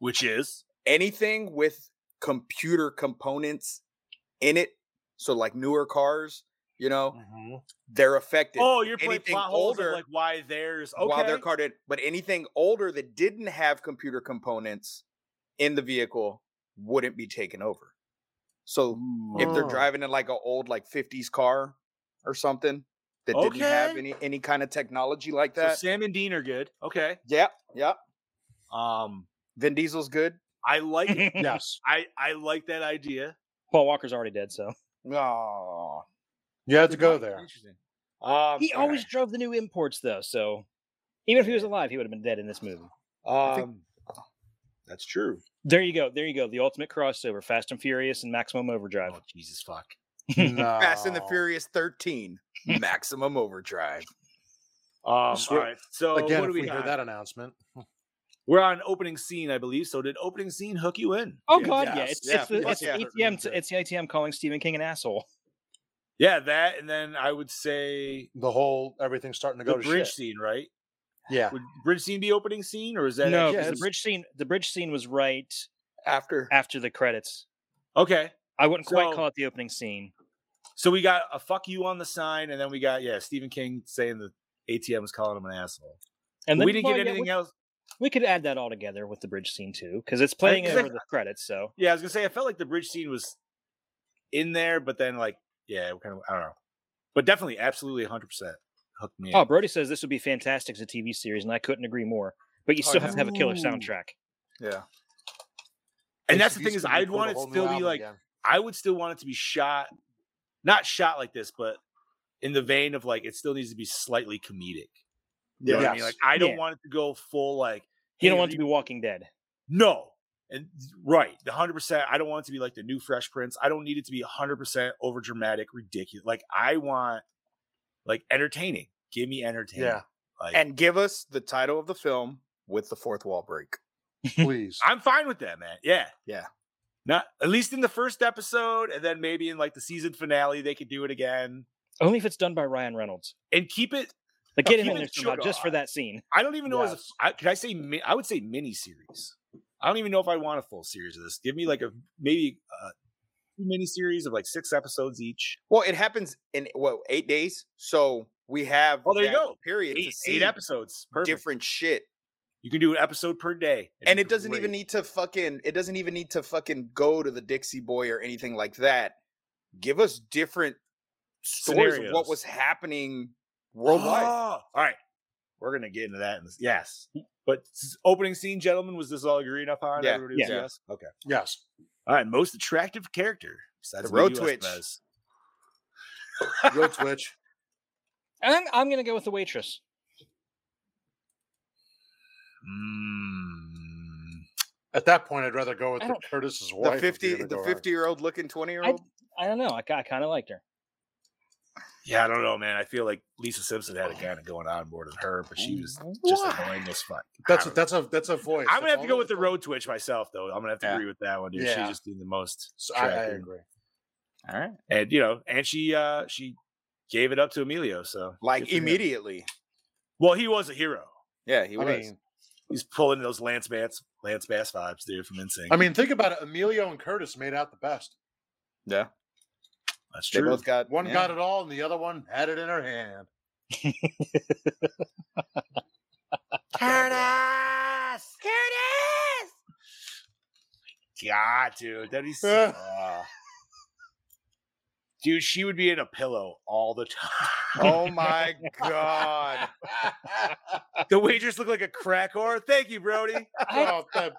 Speaker 3: Which is
Speaker 5: Anything with computer components in it, so like newer cars, you know,
Speaker 3: Mm-hmm.
Speaker 5: they're affected.
Speaker 3: oh, you're playing
Speaker 5: anything
Speaker 3: plot holes of,
Speaker 5: older
Speaker 3: like why theirs okay.
Speaker 5: while they're carded, but anything older that didn't have computer components in the vehicle wouldn't be taken over. So if
Speaker 3: Mm,
Speaker 5: they're
Speaker 4: Oh.
Speaker 5: driving in like an old like 50s car or something that didn't have
Speaker 3: Okay.
Speaker 5: any any kind of technology like
Speaker 3: so
Speaker 5: that.
Speaker 3: Sam and Dean are good. Okay.
Speaker 5: yep, yep.
Speaker 3: Um,
Speaker 5: Vin Diesel's good.
Speaker 3: I like it.
Speaker 4: Yes.
Speaker 3: I I like that idea.
Speaker 6: Paul Walker's already dead, so
Speaker 5: No.
Speaker 4: You had to go there.
Speaker 5: Interesting.
Speaker 3: Oh,
Speaker 5: Um,
Speaker 6: he always drove the new imports though. So even if he was alive, he would have been dead in this movie.
Speaker 5: alright.
Speaker 3: think-
Speaker 5: um
Speaker 3: That's true.
Speaker 6: There you go. There you go. The ultimate crossover: Fast and Furious and Maximum Overdrive.
Speaker 3: Oh Jesus fuck.
Speaker 5: Fast and the
Speaker 3: Oh.
Speaker 4: No.
Speaker 5: Furious 13 Maximum Overdrive.
Speaker 3: Um,
Speaker 4: Swear-
Speaker 3: all right. So
Speaker 4: Again,
Speaker 3: what
Speaker 4: if
Speaker 3: do
Speaker 4: we,
Speaker 3: we,
Speaker 4: hear
Speaker 3: have?
Speaker 4: that announcement,
Speaker 3: We're on opening scene, I believe. So did opening scene hook you in?
Speaker 6: Oh
Speaker 4: Yeah,
Speaker 6: God, yeah,
Speaker 4: yes,
Speaker 6: it's,
Speaker 5: yeah,
Speaker 6: it's, the,
Speaker 5: fuck
Speaker 6: it's the
Speaker 5: yeah.
Speaker 6: ATM. t- it's the ATM calling Stephen King an asshole.
Speaker 3: Yeah, that and then I would say
Speaker 4: the whole everything's starting to
Speaker 3: the
Speaker 4: go to
Speaker 3: bridge
Speaker 4: shit.
Speaker 3: scene, right?
Speaker 4: Yeah.
Speaker 3: Would bridge scene be opening scene or is that
Speaker 6: No,
Speaker 3: actually-
Speaker 6: because the
Speaker 4: it's-
Speaker 6: bridge scene, the bridge scene was right
Speaker 5: After
Speaker 6: after the credits.
Speaker 3: Okay.
Speaker 6: I wouldn't quite
Speaker 3: So-
Speaker 6: call it the opening scene.
Speaker 3: So we got a fuck you on the sign, and then we got yeah, Stephen King saying the ATM was calling him an asshole.
Speaker 6: And then
Speaker 3: we didn't
Speaker 6: well,
Speaker 3: get
Speaker 6: yeah,
Speaker 3: anything
Speaker 6: we,
Speaker 3: else.
Speaker 6: we could add that all together with the bridge scene too, because it's playing
Speaker 3: it's
Speaker 6: over
Speaker 3: like-
Speaker 6: the credits. So
Speaker 3: Yeah, I was gonna say I felt like the bridge scene was in there, but then like yeah, it kind of I don't know, but definitely, absolutely, hundred percent hooked me.
Speaker 6: Oh,
Speaker 3: in.
Speaker 6: Brody says this would be fantastic as a TV series, and I couldn't agree more. But you
Speaker 5: Oh,
Speaker 6: still
Speaker 5: yeah.
Speaker 6: have to have a killer
Speaker 3: Ooh.
Speaker 6: soundtrack.
Speaker 5: yeah.
Speaker 3: and that's the
Speaker 4: ACDC
Speaker 3: thing is,
Speaker 4: could
Speaker 3: I'd
Speaker 4: record
Speaker 3: want
Speaker 4: a
Speaker 3: it
Speaker 4: whole new
Speaker 3: still be
Speaker 4: album
Speaker 3: like
Speaker 4: again.
Speaker 3: I would still want it to be shot, not shot like this, but in the vein of like it still needs to be slightly comedic. You know what I mean?
Speaker 4: Yes.
Speaker 3: Like I don't
Speaker 6: Yeah.
Speaker 3: want it to go full like
Speaker 6: You
Speaker 3: hey,
Speaker 6: don't want it
Speaker 3: re-
Speaker 6: to be Walking Dead.
Speaker 3: No. And right, the hundred percent. I don't want it to be like the new Fresh Prince. I don't need it to be hundred percent over dramatic, ridiculous. Like I want, like entertaining. Give me entertaining.
Speaker 4: Yeah.
Speaker 3: Like,
Speaker 5: And give us the title of the film with the fourth wall break.
Speaker 4: Please.
Speaker 3: I'm fine with that, man. Yeah,
Speaker 5: Yeah.
Speaker 3: Not at least in the first episode, and then maybe in like the season finale, they could do it again
Speaker 6: Only if it's done by Ryan Reynolds.
Speaker 3: and keep it.
Speaker 6: Like
Speaker 3: Oh,
Speaker 6: get him
Speaker 3: keep
Speaker 6: in
Speaker 3: it
Speaker 6: there somehow just for
Speaker 3: short.
Speaker 6: that scene.
Speaker 3: I don't even know. As
Speaker 4: Yes.
Speaker 3: a, I, could I say? mi- I would say mini series. I don't even know if I want a full series of this. Give me like a maybe uh, two mini series of like six episodes each.
Speaker 5: Well, it happens in what eight days, so we have.
Speaker 3: Oh, there you
Speaker 5: that
Speaker 3: go.
Speaker 5: Period.
Speaker 3: Eight,
Speaker 5: to
Speaker 3: eight
Speaker 5: see
Speaker 3: episodes. Perfect.
Speaker 5: different shit,
Speaker 3: You can do an episode per day,
Speaker 5: and it doesn't even need to fucking. It doesn't even need to fucking go to the Dixie Boy or anything like that. Give us different stories of what was happening worldwide.
Speaker 3: Ah! all right, we're gonna get into that. In this. Yes, but s- opening scene, gentlemen, was this all agreed enough on?
Speaker 5: Yeah,
Speaker 3: Everybody was
Speaker 6: yeah.
Speaker 3: yes. Okay.
Speaker 4: yes.
Speaker 3: All right, most attractive character besides
Speaker 5: The road
Speaker 3: US
Speaker 5: twitch.
Speaker 3: Buzz.
Speaker 4: Real Twitch.
Speaker 6: And I'm gonna go with the waitress.
Speaker 3: Mm,
Speaker 4: At that point, I'd rather go with
Speaker 6: I
Speaker 4: the
Speaker 6: don't-
Speaker 4: Curtis's
Speaker 5: The
Speaker 4: wife. if you're
Speaker 5: fifty,
Speaker 4: gonna
Speaker 5: the
Speaker 4: go hard.
Speaker 5: fifty-year-old looking twenty-year-old.
Speaker 6: I don't know. I, kind of liked her.
Speaker 3: yeah, I don't know, man. I feel like Lisa Simpson had it kind of going on more than her, but she was just
Speaker 4: Why?
Speaker 3: annoying as fuck.
Speaker 4: That's
Speaker 3: I
Speaker 4: a,
Speaker 3: don't know.
Speaker 4: that's a that's a voice.
Speaker 3: I'm gonna
Speaker 4: That's
Speaker 3: have to go
Speaker 4: only
Speaker 3: with the
Speaker 4: voice.
Speaker 3: road twitch myself, though. I'm gonna have to
Speaker 4: Yeah.
Speaker 3: agree with that one, dude. She
Speaker 4: Yeah.
Speaker 3: just did the most.
Speaker 4: So I, I
Speaker 3: attractive.
Speaker 4: agree.
Speaker 3: All right, and you know, and she uh she gave it up to Emilio. So
Speaker 5: Like
Speaker 3: good for him.
Speaker 5: immediately.
Speaker 3: Well, he was a hero.
Speaker 5: Yeah, he
Speaker 4: I
Speaker 5: was.
Speaker 4: mean,
Speaker 3: He's pulling those Lance Bass Lance Bass vibes, dude, from Insane.
Speaker 4: I mean, think about it. Emilio and Curtis made out the best.
Speaker 5: yeah.
Speaker 3: that's
Speaker 5: They
Speaker 3: true.
Speaker 5: both got
Speaker 4: One
Speaker 5: yeah.
Speaker 4: got it all, and the other one had it in her hand.
Speaker 3: Curtis! Curtis! God, dude, that'd be so. dude, she would be in a pillow all the time.
Speaker 5: Oh my god.
Speaker 3: the waitress looked like a crack whore. Thank you, Brody.
Speaker 6: I,
Speaker 4: Oh, that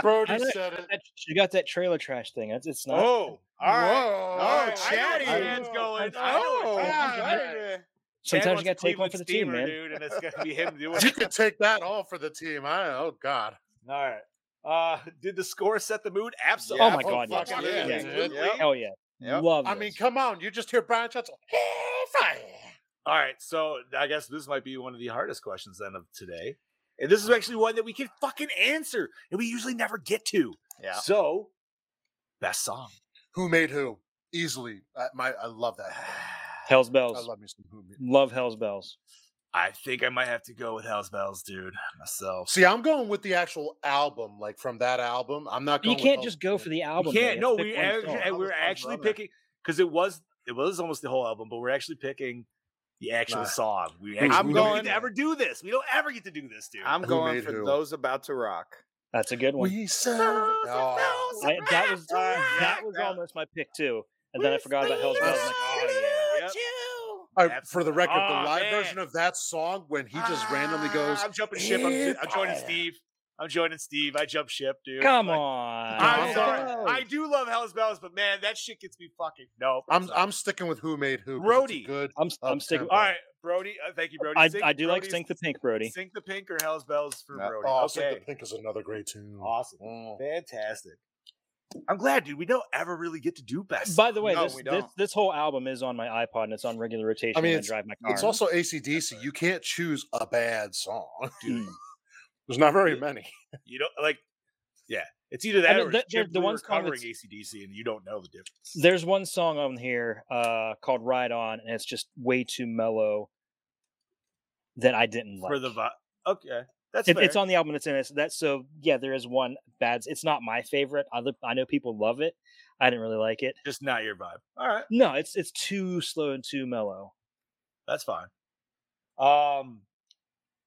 Speaker 4: Brody
Speaker 6: I don't-
Speaker 4: said it.
Speaker 6: that- she got that trailer trash thing. It's, it's not.
Speaker 3: Oh, all right.
Speaker 5: Whoa.
Speaker 3: All right,
Speaker 5: Oh,
Speaker 3: I know where
Speaker 5: chatty.
Speaker 3: Chad's going. I know
Speaker 5: Oh,
Speaker 3: where
Speaker 6: Chad-
Speaker 3: Chad's going.
Speaker 5: chatty.
Speaker 3: Chad
Speaker 6: Sometimes
Speaker 3: wants
Speaker 6: you
Speaker 3: a
Speaker 6: gotta take one
Speaker 3: Cleveland
Speaker 6: for the team,
Speaker 3: steamer,
Speaker 6: man.
Speaker 3: dude, and it's gonna be him doing
Speaker 4: You
Speaker 3: it.
Speaker 4: can take that all for the team. I oh god.
Speaker 3: All right. Uh, did the score set the mood? Absolutely.
Speaker 6: Oh my God, yes.
Speaker 4: fucking
Speaker 5: Yeah,
Speaker 4: yeah,
Speaker 5: dude.
Speaker 4: dude.
Speaker 5: Yep.
Speaker 6: Hell yeah.
Speaker 5: oh, Yep.
Speaker 6: Love
Speaker 4: I mean,
Speaker 6: this.
Speaker 4: come on. You just hear Brian Chancellor.
Speaker 3: All right, so I guess this might be one of the hardest questions then of today. And this is
Speaker 6: Uh-huh.
Speaker 3: actually one that we can fucking answer and we usually never get to.
Speaker 5: Yeah.
Speaker 3: So, best song.
Speaker 4: Who made who? Easily. I, my I love that.
Speaker 6: Hell's
Speaker 4: I
Speaker 6: Bells.
Speaker 4: love me some who made.
Speaker 6: Love Hell's Bells.
Speaker 3: I think I might have to go with House Bells, dude, myself.
Speaker 4: See, I'm going with the actual album, like from that album. I'm not.
Speaker 6: You
Speaker 4: Going
Speaker 6: can't just go for the
Speaker 3: You
Speaker 6: album.
Speaker 3: can't.
Speaker 6: man. You
Speaker 3: No,
Speaker 6: have to
Speaker 3: we
Speaker 6: pick one
Speaker 3: act-
Speaker 6: song.
Speaker 3: and
Speaker 4: How
Speaker 3: we're
Speaker 4: much
Speaker 3: actually
Speaker 4: longer?
Speaker 3: picking because it was it was almost the whole album, but we're actually picking the actual
Speaker 4: Nah.
Speaker 3: song. We
Speaker 6: I'm
Speaker 3: actually we don't get
Speaker 5: going-
Speaker 3: to ever do this. We don't ever get to do this, dude.
Speaker 5: I'm
Speaker 4: Who
Speaker 5: going
Speaker 4: made
Speaker 5: for
Speaker 4: who?
Speaker 5: those about to rock.
Speaker 6: That's a good one.
Speaker 4: We serve. No.
Speaker 6: I, that was
Speaker 5: All right,
Speaker 6: that
Speaker 5: yeah,
Speaker 6: was
Speaker 5: yeah.
Speaker 6: almost my pick too, and then I forgot about Hell's Bells. I'm like, oh
Speaker 3: yeah.
Speaker 4: All right, for the
Speaker 3: Absolutely.
Speaker 4: record, the
Speaker 3: Oh,
Speaker 4: live
Speaker 3: man.
Speaker 4: version of that song when he just randomly goes,
Speaker 3: Ah, I'm jumping ship. I'm, ju- I'm joining
Speaker 4: "If I-"
Speaker 3: Steve. I'm joining Steve. I jump ship, dude.
Speaker 6: yeah. Come
Speaker 3: Like,
Speaker 6: on.
Speaker 3: I'm
Speaker 4: Hell's
Speaker 3: sorry.
Speaker 4: Bells.
Speaker 3: I do love Hell's Bells, but man, that shit gets me fucking no.
Speaker 4: I'm I'm sticking with who made who. 'cause it's a
Speaker 3: Brody.
Speaker 4: Good.
Speaker 6: I'm I'm
Speaker 4: Up
Speaker 6: sticking.
Speaker 4: tempo.
Speaker 3: all right, Brody. Uh, thank you, Brody.
Speaker 6: I,
Speaker 3: Sink-
Speaker 6: I do like
Speaker 3: Brody's-
Speaker 6: Sink the Pink, Brody.
Speaker 3: Sink the Pink or Hell's Bells for
Speaker 5: No.
Speaker 3: Brody.
Speaker 4: Oh,
Speaker 3: okay.
Speaker 4: Sing the Pink is another great tune.
Speaker 3: Awesome.
Speaker 4: Mm.
Speaker 3: Fantastic. I'm glad, dude. We don't ever really get to do best.
Speaker 6: By the way,
Speaker 5: No,
Speaker 6: this,
Speaker 5: we
Speaker 6: this
Speaker 5: don't.
Speaker 6: this whole album is on my iPod and it's on regular rotation when I
Speaker 4: it's-
Speaker 6: drive my car.
Speaker 4: It's also ACDC. You can't choose a bad song.
Speaker 6: Mm.
Speaker 4: There's not very many.
Speaker 3: you don't like. Yeah, it's either that
Speaker 6: mean,
Speaker 3: or
Speaker 6: the-
Speaker 3: it's
Speaker 6: the-
Speaker 3: Jim
Speaker 6: the
Speaker 3: Blue
Speaker 6: one song
Speaker 3: recovering
Speaker 6: that's-
Speaker 3: ACDC, and you don't know the difference.
Speaker 6: There's one song on here uh, called "Ride On," and it's just way too mellow that I didn't like.
Speaker 3: for the vi- okay, that's
Speaker 6: It- it's
Speaker 3: fair.
Speaker 6: on the album and it's in it. So that so yeah, there is one bad. It's not my favorite. I, li- I know people love it. I didn't really like it.
Speaker 3: just not your vibe. All right.
Speaker 6: No, it's it's too slow and too mellow.
Speaker 3: That's fine. Um,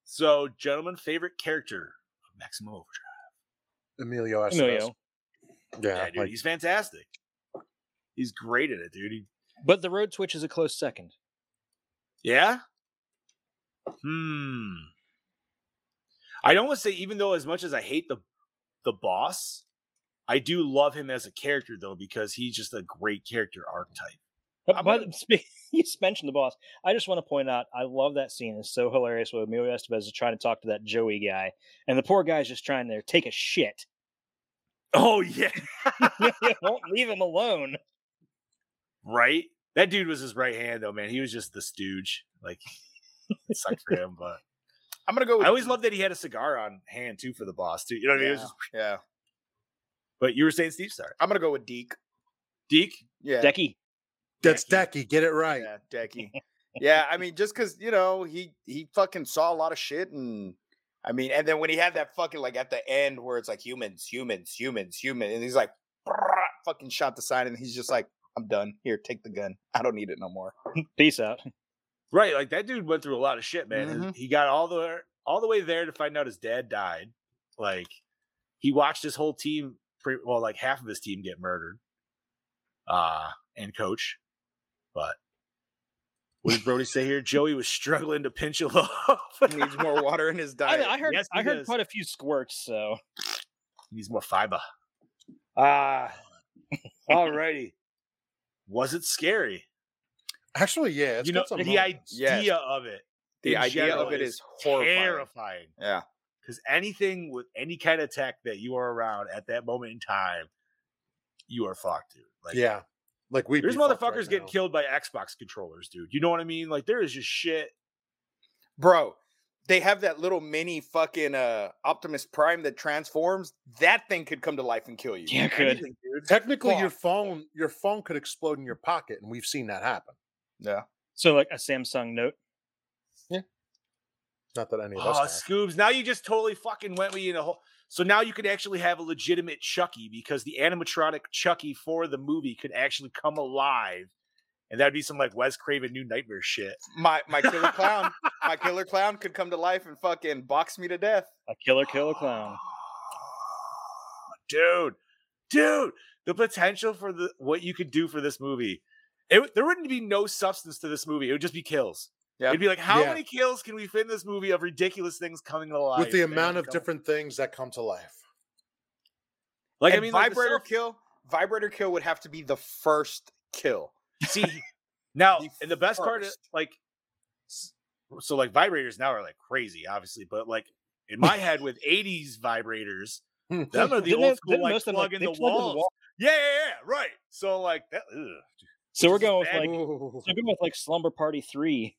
Speaker 3: so gentlemen, favorite character of Maximo Overdrive.
Speaker 4: Emilio Estevez.
Speaker 6: Emilio.
Speaker 4: Yeah,
Speaker 3: Yeah, dude,
Speaker 4: like,
Speaker 3: he's fantastic. He's great at it, dude. He,
Speaker 6: But the road twitch is a close second.
Speaker 3: yeah. Hmm. I'd almost say, even though as much as I hate the the boss, I do love him as a character though because he's just a great character archetype.
Speaker 6: But
Speaker 3: I'm
Speaker 6: by
Speaker 3: gonna-
Speaker 6: the- spe- you mentioned the boss. I just want to point out, I love that scene. It's so hilarious where Emilio Estevez is trying to talk to that Joey guy, and the poor guy's just trying to take a shit.
Speaker 3: Oh yeah,
Speaker 6: You won't leave him alone.
Speaker 3: right. That dude was his right hand though, man. He was just the stooge. Like, it sucked for him, but
Speaker 5: I'm gonna go with
Speaker 3: I always loved that he had a cigar on hand too for the boss too. You know what I mean? It was
Speaker 5: Yeah,
Speaker 3: just-
Speaker 5: yeah.
Speaker 3: but you were saying Steve Star,
Speaker 5: I'm gonna go with Deke.
Speaker 3: Deke.
Speaker 5: Yeah.
Speaker 6: Decky,
Speaker 4: that's Decky. Get it right.
Speaker 5: Yeah, Decky. yeah, I mean, just because you know he he fucking saw a lot of shit, and I mean, and then when he had that fucking like at the end where it's like humans, humans, humans, human, and he's like, "Brrrr," fucking shot the sign, and he's just like, I'm done. Here, take the gun. I don't need it no more.
Speaker 6: peace out.
Speaker 3: Right, like that dude went through a lot of shit, man.
Speaker 5: Mm-hmm.
Speaker 3: His- He got all the all the way there to find out his dad died. Like he watched his whole team, pre- well, like half of his team get murdered, uh, and coach. But what did Brody say here? Joey was struggling to pinch a loaf.
Speaker 5: He needs more water in his
Speaker 6: I,
Speaker 5: diet.
Speaker 6: I heard
Speaker 3: yes,
Speaker 6: I
Speaker 3: he
Speaker 6: heard
Speaker 3: does.
Speaker 6: quite a few squirts. So
Speaker 3: He needs more fiber. Ah, Alrighty. Was it scary?
Speaker 4: Actually, yeah. It's
Speaker 3: you know,
Speaker 4: got some
Speaker 3: the
Speaker 4: moments.
Speaker 3: idea
Speaker 5: Yes.
Speaker 3: of it.
Speaker 5: The
Speaker 3: in
Speaker 5: idea
Speaker 3: general
Speaker 5: of it is horrifying.
Speaker 3: terrifying.
Speaker 5: Yeah.
Speaker 3: Because anything with any kind of tech that you are around at that moment in time, you are fucked, dude. Like,
Speaker 4: yeah. Like we.
Speaker 3: There's motherfuckers getting killed by Xbox controllers, dude. You know what I mean? Like there is just shit.
Speaker 5: Bro, they have that little mini fucking uh Optimus Prime that transforms. That thing could come to life and kill you.
Speaker 6: Yeah, it could.
Speaker 3: Anything, dude.
Speaker 4: Technically, your
Speaker 5: Fuck.
Speaker 4: phone your phone could explode in your pocket, and we've seen that happen.
Speaker 5: Yeah.
Speaker 6: So like a Samsung Note.
Speaker 4: Not that any of
Speaker 3: Oh,
Speaker 4: us. have.
Speaker 3: Scoobs. Now you just totally fucking went me in a whole. So now you could actually have a legitimate Chucky because the animatronic Chucky for the movie could actually come alive. And that'd be some like Wes Craven new nightmare shit.
Speaker 5: My my killer clown, my killer clown could come to life and fucking box me to death.
Speaker 6: A killer killer clown.
Speaker 3: dude, dude, the potential for the what you could do for this movie. It, would- there wouldn't be no substance to this movie. It would just be kills.
Speaker 5: Yeah.
Speaker 3: It'd be like, how
Speaker 4: Yeah.
Speaker 3: many kills can we fit in this movie of ridiculous things coming alive?
Speaker 4: With the
Speaker 3: and
Speaker 4: amount of
Speaker 3: coming-
Speaker 4: different things that come to life.
Speaker 3: like I
Speaker 5: And
Speaker 3: mean, like the
Speaker 5: vibrator
Speaker 3: self-
Speaker 5: kill, vibrator kill would have to be the first kill.
Speaker 3: See, now
Speaker 5: The
Speaker 3: and the best part is
Speaker 5: first.
Speaker 3: like, s- so like vibrators now are like crazy, obviously, but like in my head with '80s vibrators,
Speaker 5: Hmm.
Speaker 3: them are the
Speaker 6: Didn't they-
Speaker 3: old school
Speaker 6: didn't
Speaker 3: like
Speaker 6: most of them, like,
Speaker 3: plug in
Speaker 6: they
Speaker 3: the
Speaker 6: plug in the
Speaker 3: walls.
Speaker 6: wall.
Speaker 3: Yeah, yeah, yeah, right. So like that. Ugh.
Speaker 6: So we're
Speaker 3: This is
Speaker 6: going with
Speaker 3: bad
Speaker 6: like so
Speaker 4: Ooh.
Speaker 6: we're going with like Slumber Party Three.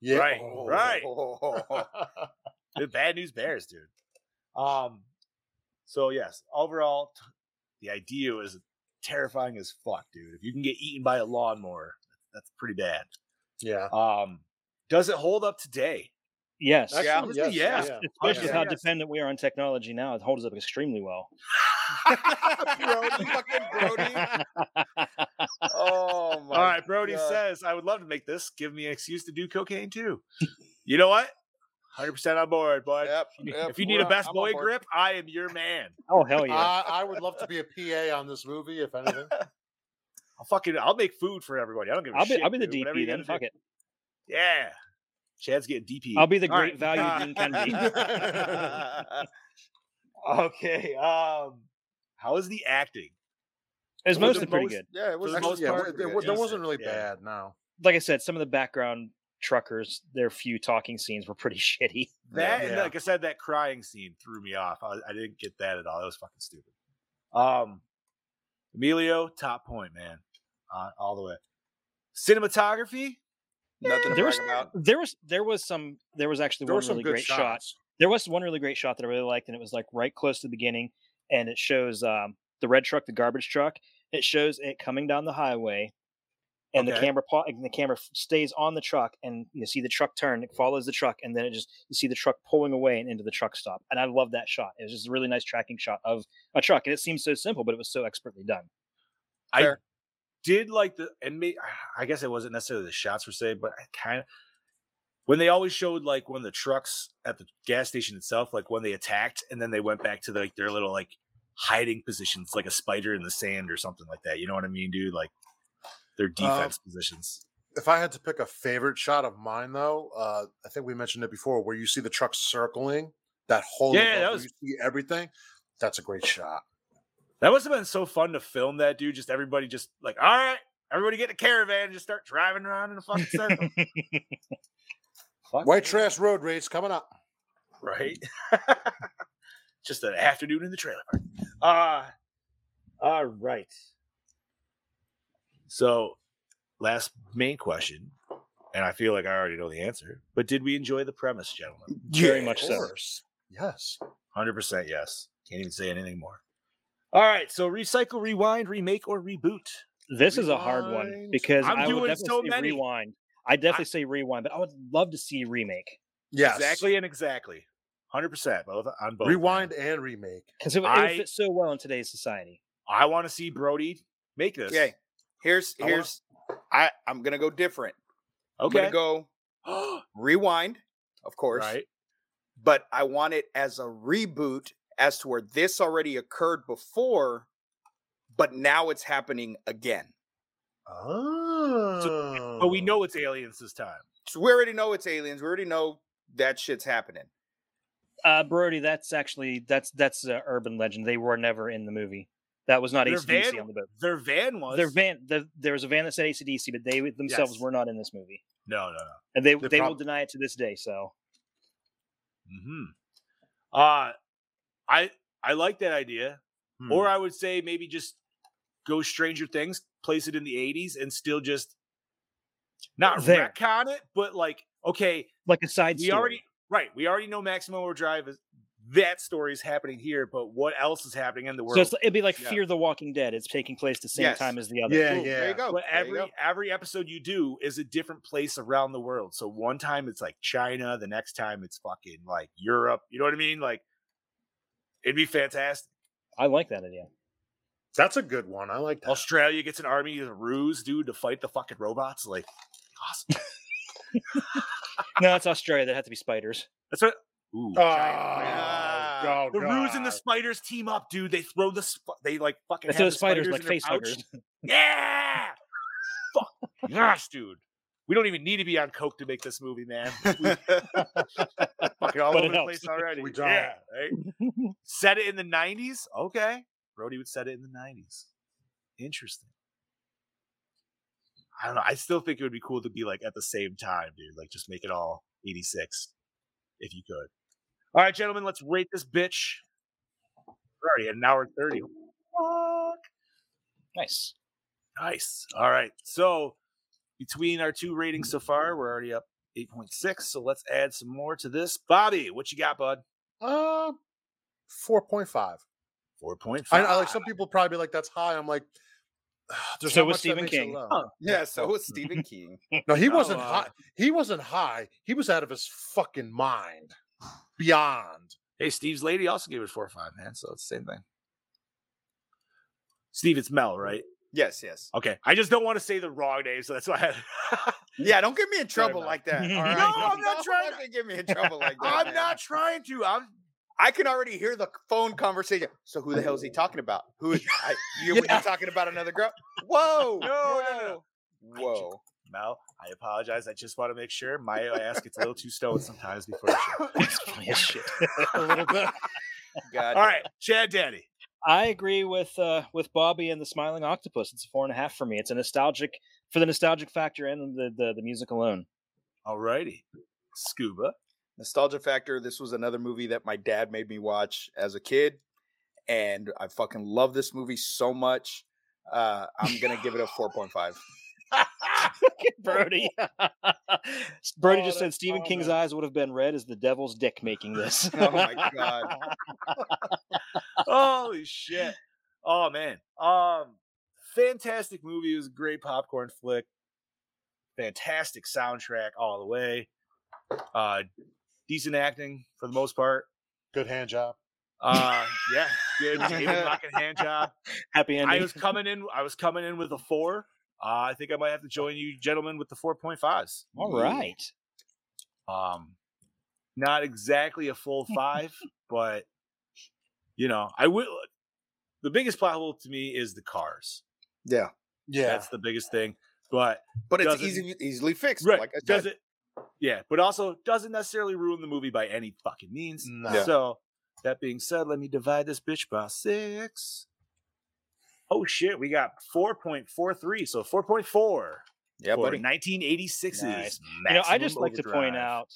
Speaker 4: Yeah. Oh.
Speaker 3: Right, right. the bad news bears, dude. Um, so yes, overall, t- the idea is terrifying as fuck, dude. If you can get eaten by a lawnmower, that's pretty bad.
Speaker 4: Yeah.
Speaker 3: Um, does it hold up today?
Speaker 6: Yes.
Speaker 4: Actually,
Speaker 3: Yeah.
Speaker 4: yes,
Speaker 3: Yeah.
Speaker 4: yeah.
Speaker 6: Especially
Speaker 3: yeah.
Speaker 6: how
Speaker 3: Yes.
Speaker 6: dependent we are on technology now, it holds up extremely well.
Speaker 5: Brody, fucking Brody. Oh my.
Speaker 3: All right, Brody
Speaker 5: God.
Speaker 3: says, I would love to make this. Give me an excuse to do cocaine too. you know what? 100% on board, bud.
Speaker 5: Yep,
Speaker 3: if you need a best boy
Speaker 5: grip.
Speaker 3: grip, I am your man.
Speaker 6: oh hell
Speaker 3: Ah,
Speaker 6: yeah!
Speaker 4: I, I would love to be a PA on this movie, if anything.
Speaker 3: I'll fucking I'll make food for everybody. I don't give a
Speaker 6: I'll be
Speaker 3: shit.
Speaker 6: I'll be the
Speaker 3: dude. Whatever
Speaker 6: DP
Speaker 3: you
Speaker 6: then.
Speaker 3: gotta
Speaker 6: Fuck
Speaker 3: do.
Speaker 6: it.
Speaker 3: Yeah. Chad's getting DP.
Speaker 6: I'll be the
Speaker 3: All
Speaker 6: great
Speaker 3: right.
Speaker 6: value Dean Kennedy.
Speaker 3: okay. Um, how is the acting?
Speaker 6: It's
Speaker 3: the
Speaker 6: mostly pretty
Speaker 3: most-
Speaker 6: good.
Speaker 5: yeah, it
Speaker 3: For
Speaker 5: was
Speaker 3: the
Speaker 4: Actually,
Speaker 3: most
Speaker 4: yeah,
Speaker 3: part,
Speaker 4: it-
Speaker 3: pretty
Speaker 4: it
Speaker 3: good.
Speaker 4: wa- there
Speaker 3: Yes,
Speaker 4: wasn't really
Speaker 3: yeah.
Speaker 4: bad. No.
Speaker 6: Like I said, some of the background truckers, their few talking scenes were pretty shitty.
Speaker 3: That and
Speaker 4: Yeah.
Speaker 3: like I said, that crying scene threw me off. I, I didn't get that at all. That was fucking stupid. Um, Emilio, top point, man, uh, all the way. Cinematography,
Speaker 5: nothing to
Speaker 6: There was-
Speaker 5: brag about.
Speaker 6: There was there was some there was actually
Speaker 4: There were
Speaker 6: one
Speaker 4: some
Speaker 6: really
Speaker 4: good
Speaker 6: great shot.
Speaker 4: shots.
Speaker 6: There was one really great shot that I really liked, and it was like right close to the beginning, and it shows um, the red truck, the garbage truck. It shows it coming down the highway, and the
Speaker 3: Okay.
Speaker 6: camera pa- and the camera f- stays on the truck, and you see the truck turn. It follows the truck, and then it just you see the truck pulling away and into the truck stop. And I love that shot. It was just a really nice tracking shot of a truck, and it seems so simple, but it was so expertly done.
Speaker 3: I
Speaker 5: Fair.
Speaker 3: did like the and may, I guess it wasn't necessarily the shots per se, but I kind of when they always showed like when the trucks at the gas station itself, like when they attacked and then they went back to like their little like hiding positions, like a spider in the sand or something like that. You know what I mean, dude? Like their defense positions.
Speaker 4: If I had to pick a favorite shot of mine, though, uh, I think we mentioned it before, where you see the truck circling that whole
Speaker 3: Yeah, that
Speaker 4: where
Speaker 3: was-
Speaker 4: you see everything. That's a great shot.
Speaker 3: That must have been so fun to film that, dude. Just everybody just like, all right, everybody get in a caravan and just start driving around in a fucking circle. Fuck
Speaker 4: White
Speaker 3: yeah.
Speaker 4: trash road race coming up.
Speaker 3: right? Just an afternoon in the trailer park. Uh all right. So, last main question, and I feel like I already know the answer, but did we enjoy the premise, gentlemen?
Speaker 6: Very much
Speaker 4: Of
Speaker 6: so.
Speaker 4: course. Yes.
Speaker 3: 100% yes. Can't even say anything more. All right, so recycle, rewind, remake, or reboot.
Speaker 6: This is a hard one
Speaker 4: Rewind.
Speaker 6: because
Speaker 3: I'm
Speaker 6: i would
Speaker 3: doing
Speaker 6: definitely
Speaker 3: so
Speaker 6: say
Speaker 3: many.
Speaker 6: rewind. I definitely say rewind, but I would love to see remake
Speaker 4: Yes.
Speaker 3: Exactly and exactly. 100% both on both. man.
Speaker 4: Rewind and remake.
Speaker 6: because it, would- it
Speaker 3: I-
Speaker 6: would fit so well in today's society.
Speaker 3: I want to see Brody make this.
Speaker 5: Okay, here's
Speaker 4: I wanna-
Speaker 5: here's I I'm gonna go different.
Speaker 3: Okay.
Speaker 5: I'm gonna go rewind, of course,
Speaker 3: right.
Speaker 5: but I want it as a reboot as to where this already occurred before, but now it's happening again.
Speaker 4: Oh.
Speaker 3: But we know it's aliens this time.
Speaker 5: So we already know it's aliens. We already know that shit's happening.
Speaker 6: Uh, Brody, that's actually that's that's an urban legend. They were never in the movie. That was not
Speaker 3: Their
Speaker 6: ACDC
Speaker 3: van-
Speaker 6: on the boat.
Speaker 3: Their van was.
Speaker 6: Their van, the, there was a van that said ACDC, but they themselves
Speaker 3: Yes.
Speaker 6: were not in this movie,
Speaker 3: No, no, no.
Speaker 6: and they
Speaker 4: They
Speaker 6: they, will
Speaker 4: prob-
Speaker 6: deny it to this day. So
Speaker 3: hmm Uh, I I like that idea.
Speaker 4: Hmm.
Speaker 3: Or I would say maybe just go Stranger Things, place it in the '80s, and still just not
Speaker 6: There.
Speaker 3: retcon it, but like, okay,
Speaker 6: like a side
Speaker 3: we
Speaker 6: story.
Speaker 3: already right, we already know Maximum Overdrive is that story is happening here, but what else is happening in the world?
Speaker 6: so it's, it'd be like
Speaker 3: Yeah.
Speaker 6: Fear the Walking Dead. It's taking place the same
Speaker 5: Yes.
Speaker 6: time as the other.
Speaker 4: Yeah,
Speaker 5: Cool, There
Speaker 4: yeah.
Speaker 5: you go.
Speaker 3: but
Speaker 5: there you
Speaker 3: every
Speaker 5: go.
Speaker 3: every episode you do is a different place around the world. So one time it's like China, the next time it's fucking like Europe. You know what I mean? Like it'd be fantastic.
Speaker 6: I like that idea.
Speaker 4: That's a good one. I like that.
Speaker 3: Australia gets an army as a ruse, dude, to fight the fucking robots. Like awesome.
Speaker 6: No, it's Australia. There have to be spiders.
Speaker 3: That's what. Ooh.
Speaker 4: Oh,
Speaker 5: Yeah.
Speaker 4: oh,
Speaker 3: the ruse and the
Speaker 4: God.
Speaker 3: spiders team up, dude. They throw the sp- they like fucking.
Speaker 6: Instead
Speaker 3: have
Speaker 6: of
Speaker 3: the
Speaker 6: spiders,
Speaker 3: in
Speaker 6: like
Speaker 3: their
Speaker 6: face
Speaker 3: pouch.
Speaker 6: huggers.
Speaker 3: Yeah. Fuck. Gosh, dude. We don't even need to be on coke to make this movie, man. We- fucking all
Speaker 6: But
Speaker 3: over
Speaker 6: it
Speaker 3: the
Speaker 6: helps.
Speaker 3: place already.
Speaker 4: We don't.
Speaker 3: Yeah, right? set it in the '90s. Okay, Brody would set it in the '90s. Interesting. I don't know. I still think it would be cool to be like at the same time, dude. Like just make it all '86 if you could. All right, gentlemen, let's rate this bitch. We're already at an hour and thirty. Fuck.
Speaker 6: Nice.
Speaker 3: Nice. All right. So between our two ratings so far, we're already up 8.6. So let's add some more to this. Bobby, what you got, bud?
Speaker 4: Uh, 4.5.
Speaker 3: 4.5.
Speaker 4: I, I like some people probably be like, that's high. I'm like, there's
Speaker 6: So
Speaker 4: not
Speaker 6: was
Speaker 4: much that
Speaker 6: Stephen
Speaker 4: makes it
Speaker 6: King.
Speaker 4: low.
Speaker 5: Yeah, so was Stephen King.
Speaker 4: No, he
Speaker 3: Oh,
Speaker 4: wasn't
Speaker 3: uh,
Speaker 4: high. He wasn't high. He was out of his fucking mind. Beyond.
Speaker 3: Hey, Steve's lady also gave it 4.5, man. So it's the same thing. Steve, it's Mel, right?
Speaker 5: Yes, yes.
Speaker 3: Okay. I just don't want to say the wrong name. So that's why I.
Speaker 5: Yeah, don't get me in trouble
Speaker 3: enough.
Speaker 5: like that. All
Speaker 6: No,
Speaker 5: right?
Speaker 3: I'm not
Speaker 5: Don't
Speaker 3: trying to-
Speaker 5: fucking get me in trouble like that.
Speaker 3: I'm
Speaker 5: man.
Speaker 3: not trying to. I'm.
Speaker 5: I can already hear the phone conversation. So who the hell is he talking about? Who is I, you, were you
Speaker 6: Yeah.
Speaker 5: talking about another girl? Whoa!
Speaker 3: No, no, no,
Speaker 5: whoa,
Speaker 3: I ju-
Speaker 5: Whoa!
Speaker 3: Mel, I apologize. I just want to make sure my ass gets a little too stoned sometimes before the show.
Speaker 6: It's funny as shit. a little bit.
Speaker 5: God
Speaker 3: All right, Chad Daddy.
Speaker 6: I agree with uh, with Bobby and the Smiling Octopus. It's a four and a half for me. It's a nostalgic for the nostalgic factor and the the, the music alone.
Speaker 3: All righty. Scuba.
Speaker 5: nostalgia factor this was another movie that my dad made me watch as a kid and i fucking love this movie so much uh i'm gonna give it a 4.5
Speaker 6: Brody, Brody
Speaker 4: Oh,
Speaker 6: just said
Speaker 4: that's
Speaker 6: Stephen
Speaker 4: all,
Speaker 6: King's
Speaker 4: man.
Speaker 6: eyes would have been red as the devil's dick making this.
Speaker 5: oh my god
Speaker 3: Holy shit. Oh man. Um fantastic movie. It was a great popcorn flick. Fantastic soundtrack all the way. Uh decent acting for the most part.
Speaker 4: Good hand job.
Speaker 3: Uh yeah, good David Pocket hand job.
Speaker 6: Happy ending.
Speaker 3: I was coming in I was coming in with a 4. Uh, I think I might have to join you gentlemen with the 4.5s.
Speaker 6: All right.
Speaker 3: Um, not exactly a full five, but you know, I will. The biggest plot hole to me is the cars.
Speaker 5: yeah
Speaker 4: Yeah.
Speaker 3: That's the biggest thing. But
Speaker 5: but it's
Speaker 3: Doesn't-
Speaker 5: easy easily fixed
Speaker 3: right,
Speaker 5: like i
Speaker 3: does
Speaker 5: said
Speaker 3: it? Yeah, but also doesn't necessarily ruin the movie by any fucking means.
Speaker 4: No.
Speaker 3: So that being said, let me divide this bitch by six. Oh shit, we got four point four three, so four point four
Speaker 5: yeah
Speaker 3: for
Speaker 5: buddy
Speaker 3: nineteen eighty six.
Speaker 6: Nice. you know, I just like to point out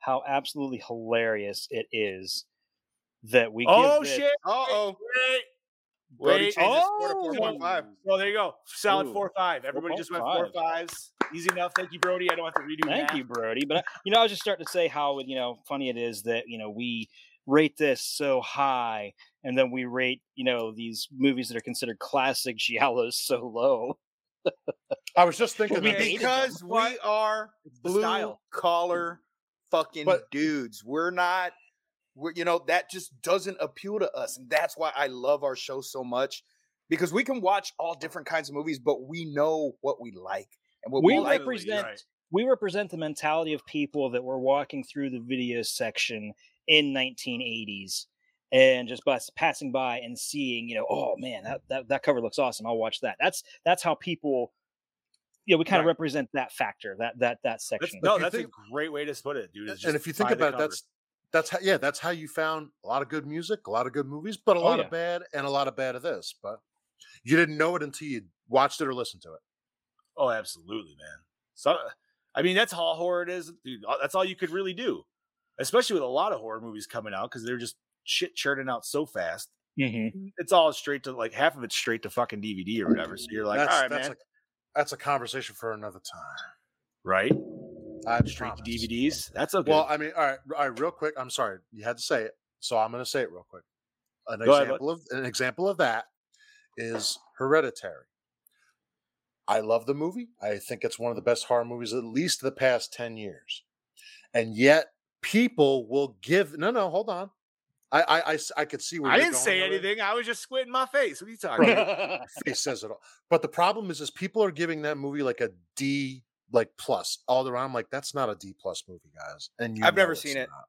Speaker 6: how absolutely hilarious it is that we.
Speaker 3: Oh
Speaker 6: give this-
Speaker 3: shit!
Speaker 5: uh-oh
Speaker 3: Wait,
Speaker 5: Brody
Speaker 3: Wait,
Speaker 5: changed his score to
Speaker 6: oh!
Speaker 5: 4.5
Speaker 3: Well, there you go. Solid
Speaker 6: Ooh.
Speaker 3: four five. Everybody just went four
Speaker 6: 4.5.
Speaker 3: fives. Easy enough. Thank you, Brody. I don't have to redo
Speaker 6: Thank
Speaker 3: math.
Speaker 6: you, Brody. But I- you know, I was just starting to say how you know funny it is that you know we rate this so high, and then we rate you know these movies that are considered classic giallos so low.
Speaker 4: I was just thinking
Speaker 6: we
Speaker 4: that.
Speaker 6: hated
Speaker 5: because
Speaker 6: them.
Speaker 5: we are
Speaker 3: the
Speaker 5: blue
Speaker 3: style.
Speaker 5: collar fucking
Speaker 4: But-
Speaker 5: dudes. We're not. We're, you know that just doesn't appeal to us, and that's why I love our show so much because we can watch all different kinds of movies, but we know what we like and what we,
Speaker 6: We
Speaker 5: like.
Speaker 3: Absolutely, you're
Speaker 6: represent we represent the mentality of people that were walking through the video section in 1980s and just by s- passing by and seeing you know oh man that, that, that cover looks awesome i'll watch that that's that's how people you know we kind of
Speaker 3: Right.
Speaker 6: represent that factor that that that
Speaker 3: That's,
Speaker 6: section
Speaker 3: no,
Speaker 4: you
Speaker 3: that's
Speaker 4: think-
Speaker 3: a great way to put it, dude. is just
Speaker 4: and if you think
Speaker 3: buy the
Speaker 4: about it,
Speaker 3: cover.
Speaker 4: that's That's how, yeah, that's how you found a lot of good music, a lot of good movies, but a
Speaker 6: Oh,
Speaker 4: lot
Speaker 6: yeah.
Speaker 4: of bad and a lot of bad of this. But you didn't know it until you watched it or listened to it.
Speaker 3: Oh, absolutely, man. So, I mean, that's how horror it is. Dude, that's all you could really do, especially with a lot of horror movies coming out because they're just shit churning out so fast.
Speaker 6: Mm-hmm.
Speaker 3: It's all straight to like half of it's straight to fucking DVD or whatever. So you're like,
Speaker 4: that's,
Speaker 3: all right,
Speaker 4: that's
Speaker 3: man,
Speaker 4: A, that's a conversation for another time.
Speaker 3: right?
Speaker 4: I
Speaker 3: Straight to
Speaker 4: promise.
Speaker 3: DVDs. That's okay.
Speaker 4: Well, I mean, all right, all right, real quick. I'm sorry, you had to say it, so I'm going to say it real quick. An
Speaker 3: Go ahead, bud.
Speaker 4: example of an example of that is Hereditary. I love the movie. I think it's one of the best horror movies at least the past ten years, and yet people will give. No, no, hold on. I I I, s- I could see where
Speaker 3: I
Speaker 4: you're
Speaker 3: didn't
Speaker 4: going
Speaker 3: say
Speaker 4: with it.
Speaker 3: anything. I was just squinting my face. What are you talking about?
Speaker 6: Right.
Speaker 4: Face says it all. But the problem is, is people are giving that movie like a D like plus all around. I'm like, that's not a D plus movie, guys. And you
Speaker 5: I've
Speaker 4: know
Speaker 5: never
Speaker 4: it's
Speaker 5: seen it.
Speaker 4: not.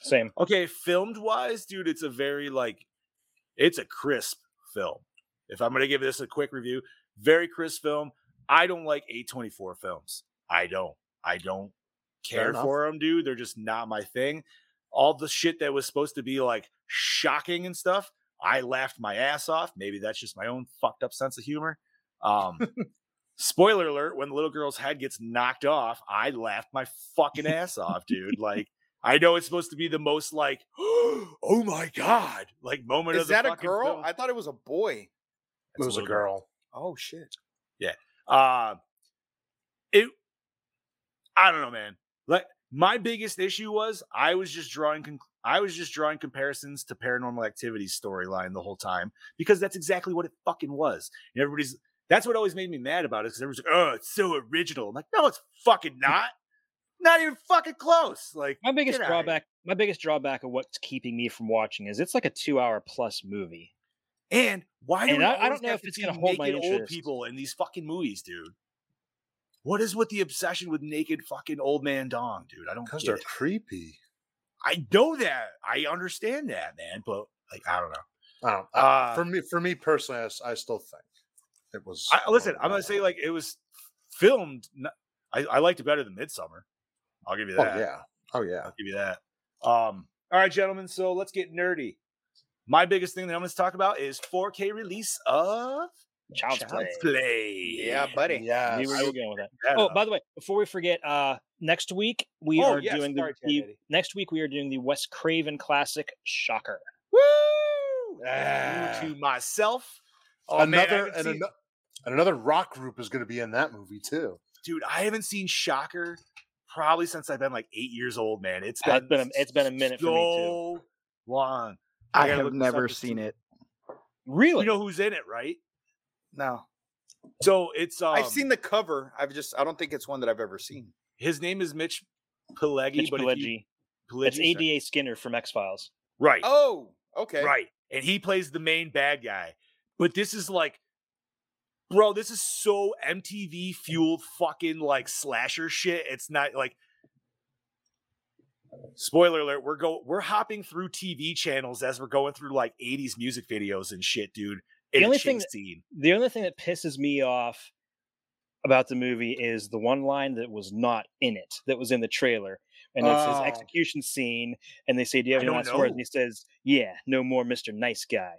Speaker 6: Same.
Speaker 3: Okay, filmed wise, dude, it's a very like, it's a crisp film. If I'm gonna give this a quick review, very crisp film. I don't like A24 films. I don't. I don't care
Speaker 4: enough.
Speaker 3: for them, dude. They're just not my thing. All the shit that was supposed to be like shocking and stuff, I laughed my ass off. Maybe that's just my own fucked up sense of humor. Um, spoiler alert: when the little girl's head gets knocked off, I laughed my fucking ass off, dude. Like. I know it's supposed to be the most like, oh my god, like moment of
Speaker 5: Is
Speaker 3: the
Speaker 5: that a
Speaker 3: fucking
Speaker 5: girl?
Speaker 3: film.
Speaker 5: I thought it was a boy.
Speaker 4: It was a girl.
Speaker 5: Oh shit.
Speaker 3: Uh, it, I don't know, man. Like my biggest issue was I was just drawing, conc- I was just drawing comparisons to Paranormal Activity's storyline the whole time because that's exactly what it fucking was. And everybody's that's what always made me mad about it because everyone's like, oh, it's so original. I'm like, no, it's fucking not. Not even fucking close. Like
Speaker 6: My biggest
Speaker 3: get outta here.
Speaker 6: drawback, my biggest drawback of what's keeping me from watching is it's like a two-hour plus movie.
Speaker 3: And why do
Speaker 6: And
Speaker 3: we
Speaker 6: I- I
Speaker 3: always
Speaker 6: don't know
Speaker 3: have
Speaker 6: if
Speaker 3: to
Speaker 6: it's
Speaker 3: see
Speaker 6: gonna hold my
Speaker 3: naked old
Speaker 6: interest.
Speaker 3: people in these fucking movies, dude? What is with the obsession with naked fucking old man dong, dude? I don't
Speaker 4: Because
Speaker 3: get
Speaker 4: they're
Speaker 3: it.
Speaker 4: creepy.
Speaker 3: I know that. I understand that, man. But like, I don't know.
Speaker 4: I don't, Oh, I-
Speaker 3: Uh,
Speaker 4: for me, for me personally, I, s- I still think it was.
Speaker 3: I, listen,
Speaker 4: one of
Speaker 3: I'm gonna
Speaker 4: the-
Speaker 3: say like it was filmed. n- I, I liked it better than Midsummer. I'll give you
Speaker 4: Oh
Speaker 3: that.
Speaker 4: yeah, oh yeah.
Speaker 3: I'll give you that. Um, all right, gentlemen. So let's get nerdy. My biggest thing that I'm going to talk about is 4K release of
Speaker 6: Child's, play.
Speaker 3: Play.
Speaker 5: Yeah, buddy.
Speaker 6: I
Speaker 4: Yeah.
Speaker 6: knew where you were going with that.
Speaker 3: That
Speaker 6: Oh,
Speaker 3: up.
Speaker 6: by the way, before we forget, uh, next week we
Speaker 3: Oh,
Speaker 6: are
Speaker 3: yes,
Speaker 6: doing
Speaker 3: sorry,
Speaker 6: the,
Speaker 3: Chad
Speaker 6: the-
Speaker 3: Beatty.
Speaker 6: next week we are doing the Wes Craven classic Shocker.
Speaker 3: Woo!
Speaker 4: Ah.
Speaker 3: To myself. Oh, man, I
Speaker 4: another
Speaker 3: haven't
Speaker 4: and,
Speaker 3: seen-
Speaker 4: ano- and another rock group is going to be in that movie too.
Speaker 3: dude, I haven't seen Shocker probably since I've been like eight years old, man. It's
Speaker 6: That's
Speaker 3: been,
Speaker 6: been a- it's been a minute
Speaker 3: so
Speaker 6: for me,
Speaker 3: long. I
Speaker 10: I
Speaker 3: gotta look
Speaker 10: have
Speaker 3: this up
Speaker 10: never
Speaker 3: to see-
Speaker 10: seen it.
Speaker 6: Really?
Speaker 3: You know who's in it, right?
Speaker 5: No.
Speaker 3: So it's um,
Speaker 5: I've seen the cover. I've just I don't think it's one that I've ever seen.
Speaker 3: his name is Mitch Pileggi.
Speaker 6: Mitch
Speaker 3: but if you-
Speaker 6: Pileggi.
Speaker 3: Pileggi,
Speaker 6: It's
Speaker 3: sorry.
Speaker 6: ADA Skinner from X Files.
Speaker 3: Right.
Speaker 5: Oh, okay.
Speaker 3: Right. And he plays the main bad guy. But this is like, bro, this is so MTV fueled fucking like slasher shit. It's not like, spoiler alert, we're go we're hopping through TV channels as we're going through like 80s music videos and shit, dude.
Speaker 6: The
Speaker 3: In
Speaker 6: only
Speaker 3: a
Speaker 6: thing
Speaker 3: chase
Speaker 6: that-
Speaker 3: scene.
Speaker 6: The only thing that pisses me off about the movie is the one line that was not in it, that was in the trailer. And it's his
Speaker 4: Oh.
Speaker 6: execution scene, and they say, "Do you have
Speaker 3: I
Speaker 6: any
Speaker 3: don't
Speaker 6: last words?"
Speaker 3: know.
Speaker 6: And he says, "Yeah, no more, Mister Nice Guy."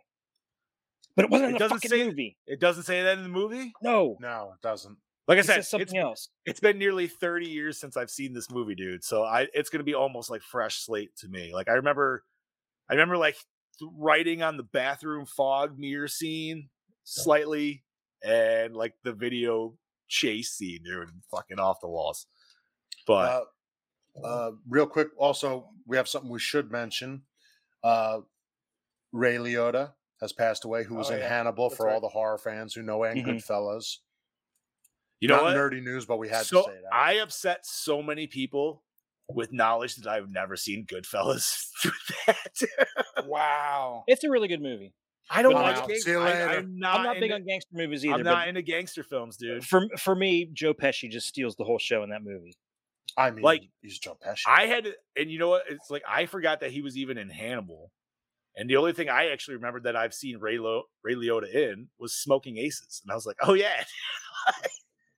Speaker 6: But it wasn't
Speaker 3: It
Speaker 6: in the
Speaker 3: doesn't
Speaker 6: fucking
Speaker 3: say-
Speaker 6: movie.
Speaker 3: It doesn't say that in the movie.
Speaker 6: No,
Speaker 4: No, it doesn't.
Speaker 3: Like I
Speaker 6: it
Speaker 3: said,
Speaker 6: says
Speaker 3: it's,
Speaker 6: something else.
Speaker 3: it's been nearly 30 years since I've seen this movie, dude. So I it's gonna be almost like fresh slate to me. Like I remember I remember like th- writing on the bathroom fog mirror scene slightly and like the video chase scene, dude. Fucking off the walls. But
Speaker 4: Uh, uh, real quick, also we have something we should mention. Uh, Ray Liotta has passed away, who was
Speaker 5: Oh,
Speaker 4: in
Speaker 5: yeah.
Speaker 4: Hannibal
Speaker 5: That's
Speaker 4: for all
Speaker 5: right.
Speaker 4: the horror fans who know and
Speaker 6: Mhm.
Speaker 4: Goodfellas.
Speaker 3: Mm-hmm. you know
Speaker 4: Not
Speaker 3: what?
Speaker 4: nerdy news, but we had
Speaker 3: so
Speaker 4: to say that.
Speaker 3: I upset so many people with knowledge that I've never seen Goodfellas with that.
Speaker 5: Wow.
Speaker 6: It's a really good movie.
Speaker 3: I don't
Speaker 6: But
Speaker 3: like
Speaker 6: now-
Speaker 3: gangs-
Speaker 4: see you
Speaker 3: I-
Speaker 4: later.
Speaker 3: I'm not,
Speaker 6: I'm not big
Speaker 3: into-
Speaker 6: on gangster movies
Speaker 3: I'm
Speaker 6: either.
Speaker 3: not
Speaker 6: but
Speaker 3: into gangster films, dude.
Speaker 6: for for me, Joe Pesci just steals the whole show in that movie.
Speaker 4: I mean,
Speaker 3: like,
Speaker 4: he's Joe Pesci.
Speaker 3: I had, to- and you know what? It's like I forgot that he was even in Hannibal, and the only thing I actually remembered that I've seen Ray, Lo- Ray Liotta in was Smoking Aces, and I was like, oh yeah.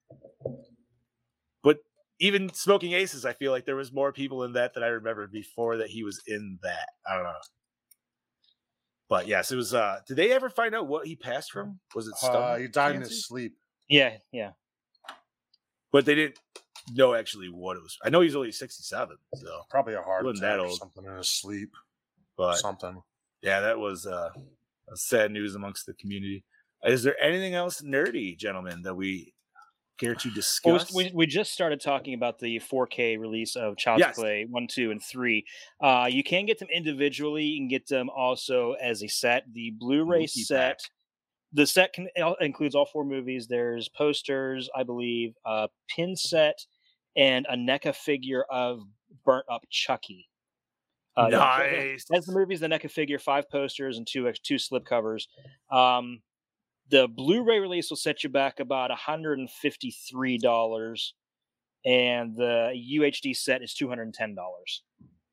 Speaker 3: but even Smoking Aces, I feel like there was more people in that that I remember before that he was in that. I don't know. But yes, it was. uh Did they ever find out what he passed from? Was it
Speaker 4: Uh,
Speaker 3: stomach?
Speaker 4: he died in
Speaker 3: cancer?
Speaker 4: his sleep.
Speaker 6: Yeah, yeah.
Speaker 3: But they didn't know actually what it was. I know he's only sixty-seven, so
Speaker 4: Probably a heart
Speaker 3: Wasn't
Speaker 4: attack
Speaker 3: that
Speaker 4: or
Speaker 3: old.
Speaker 4: something in his sleep.
Speaker 3: but
Speaker 4: something.
Speaker 3: yeah, that was uh, sad news amongst the community. Is there anything else nerdy, gentlemen, that we care to
Speaker 6: Well,
Speaker 3: discuss?
Speaker 6: we, we, we just started talking about the 4K release of Child's
Speaker 3: Yes.
Speaker 6: Play 1, 2, and 3. Uh, you can get them individually. You can get them also as a set. The Blu ray
Speaker 3: Multi-pack.
Speaker 6: set, the set can, it all- includes all four movies. There's posters, I believe, a pin set, and a NECA figure of burnt up Chucky. uh, yeah, so it-
Speaker 3: nice.
Speaker 6: That's the movie's the NECA figure, five posters, and two, ex- two slip covers. Um, the Blu-ray release will set you back about $153, and the UHD set is $210.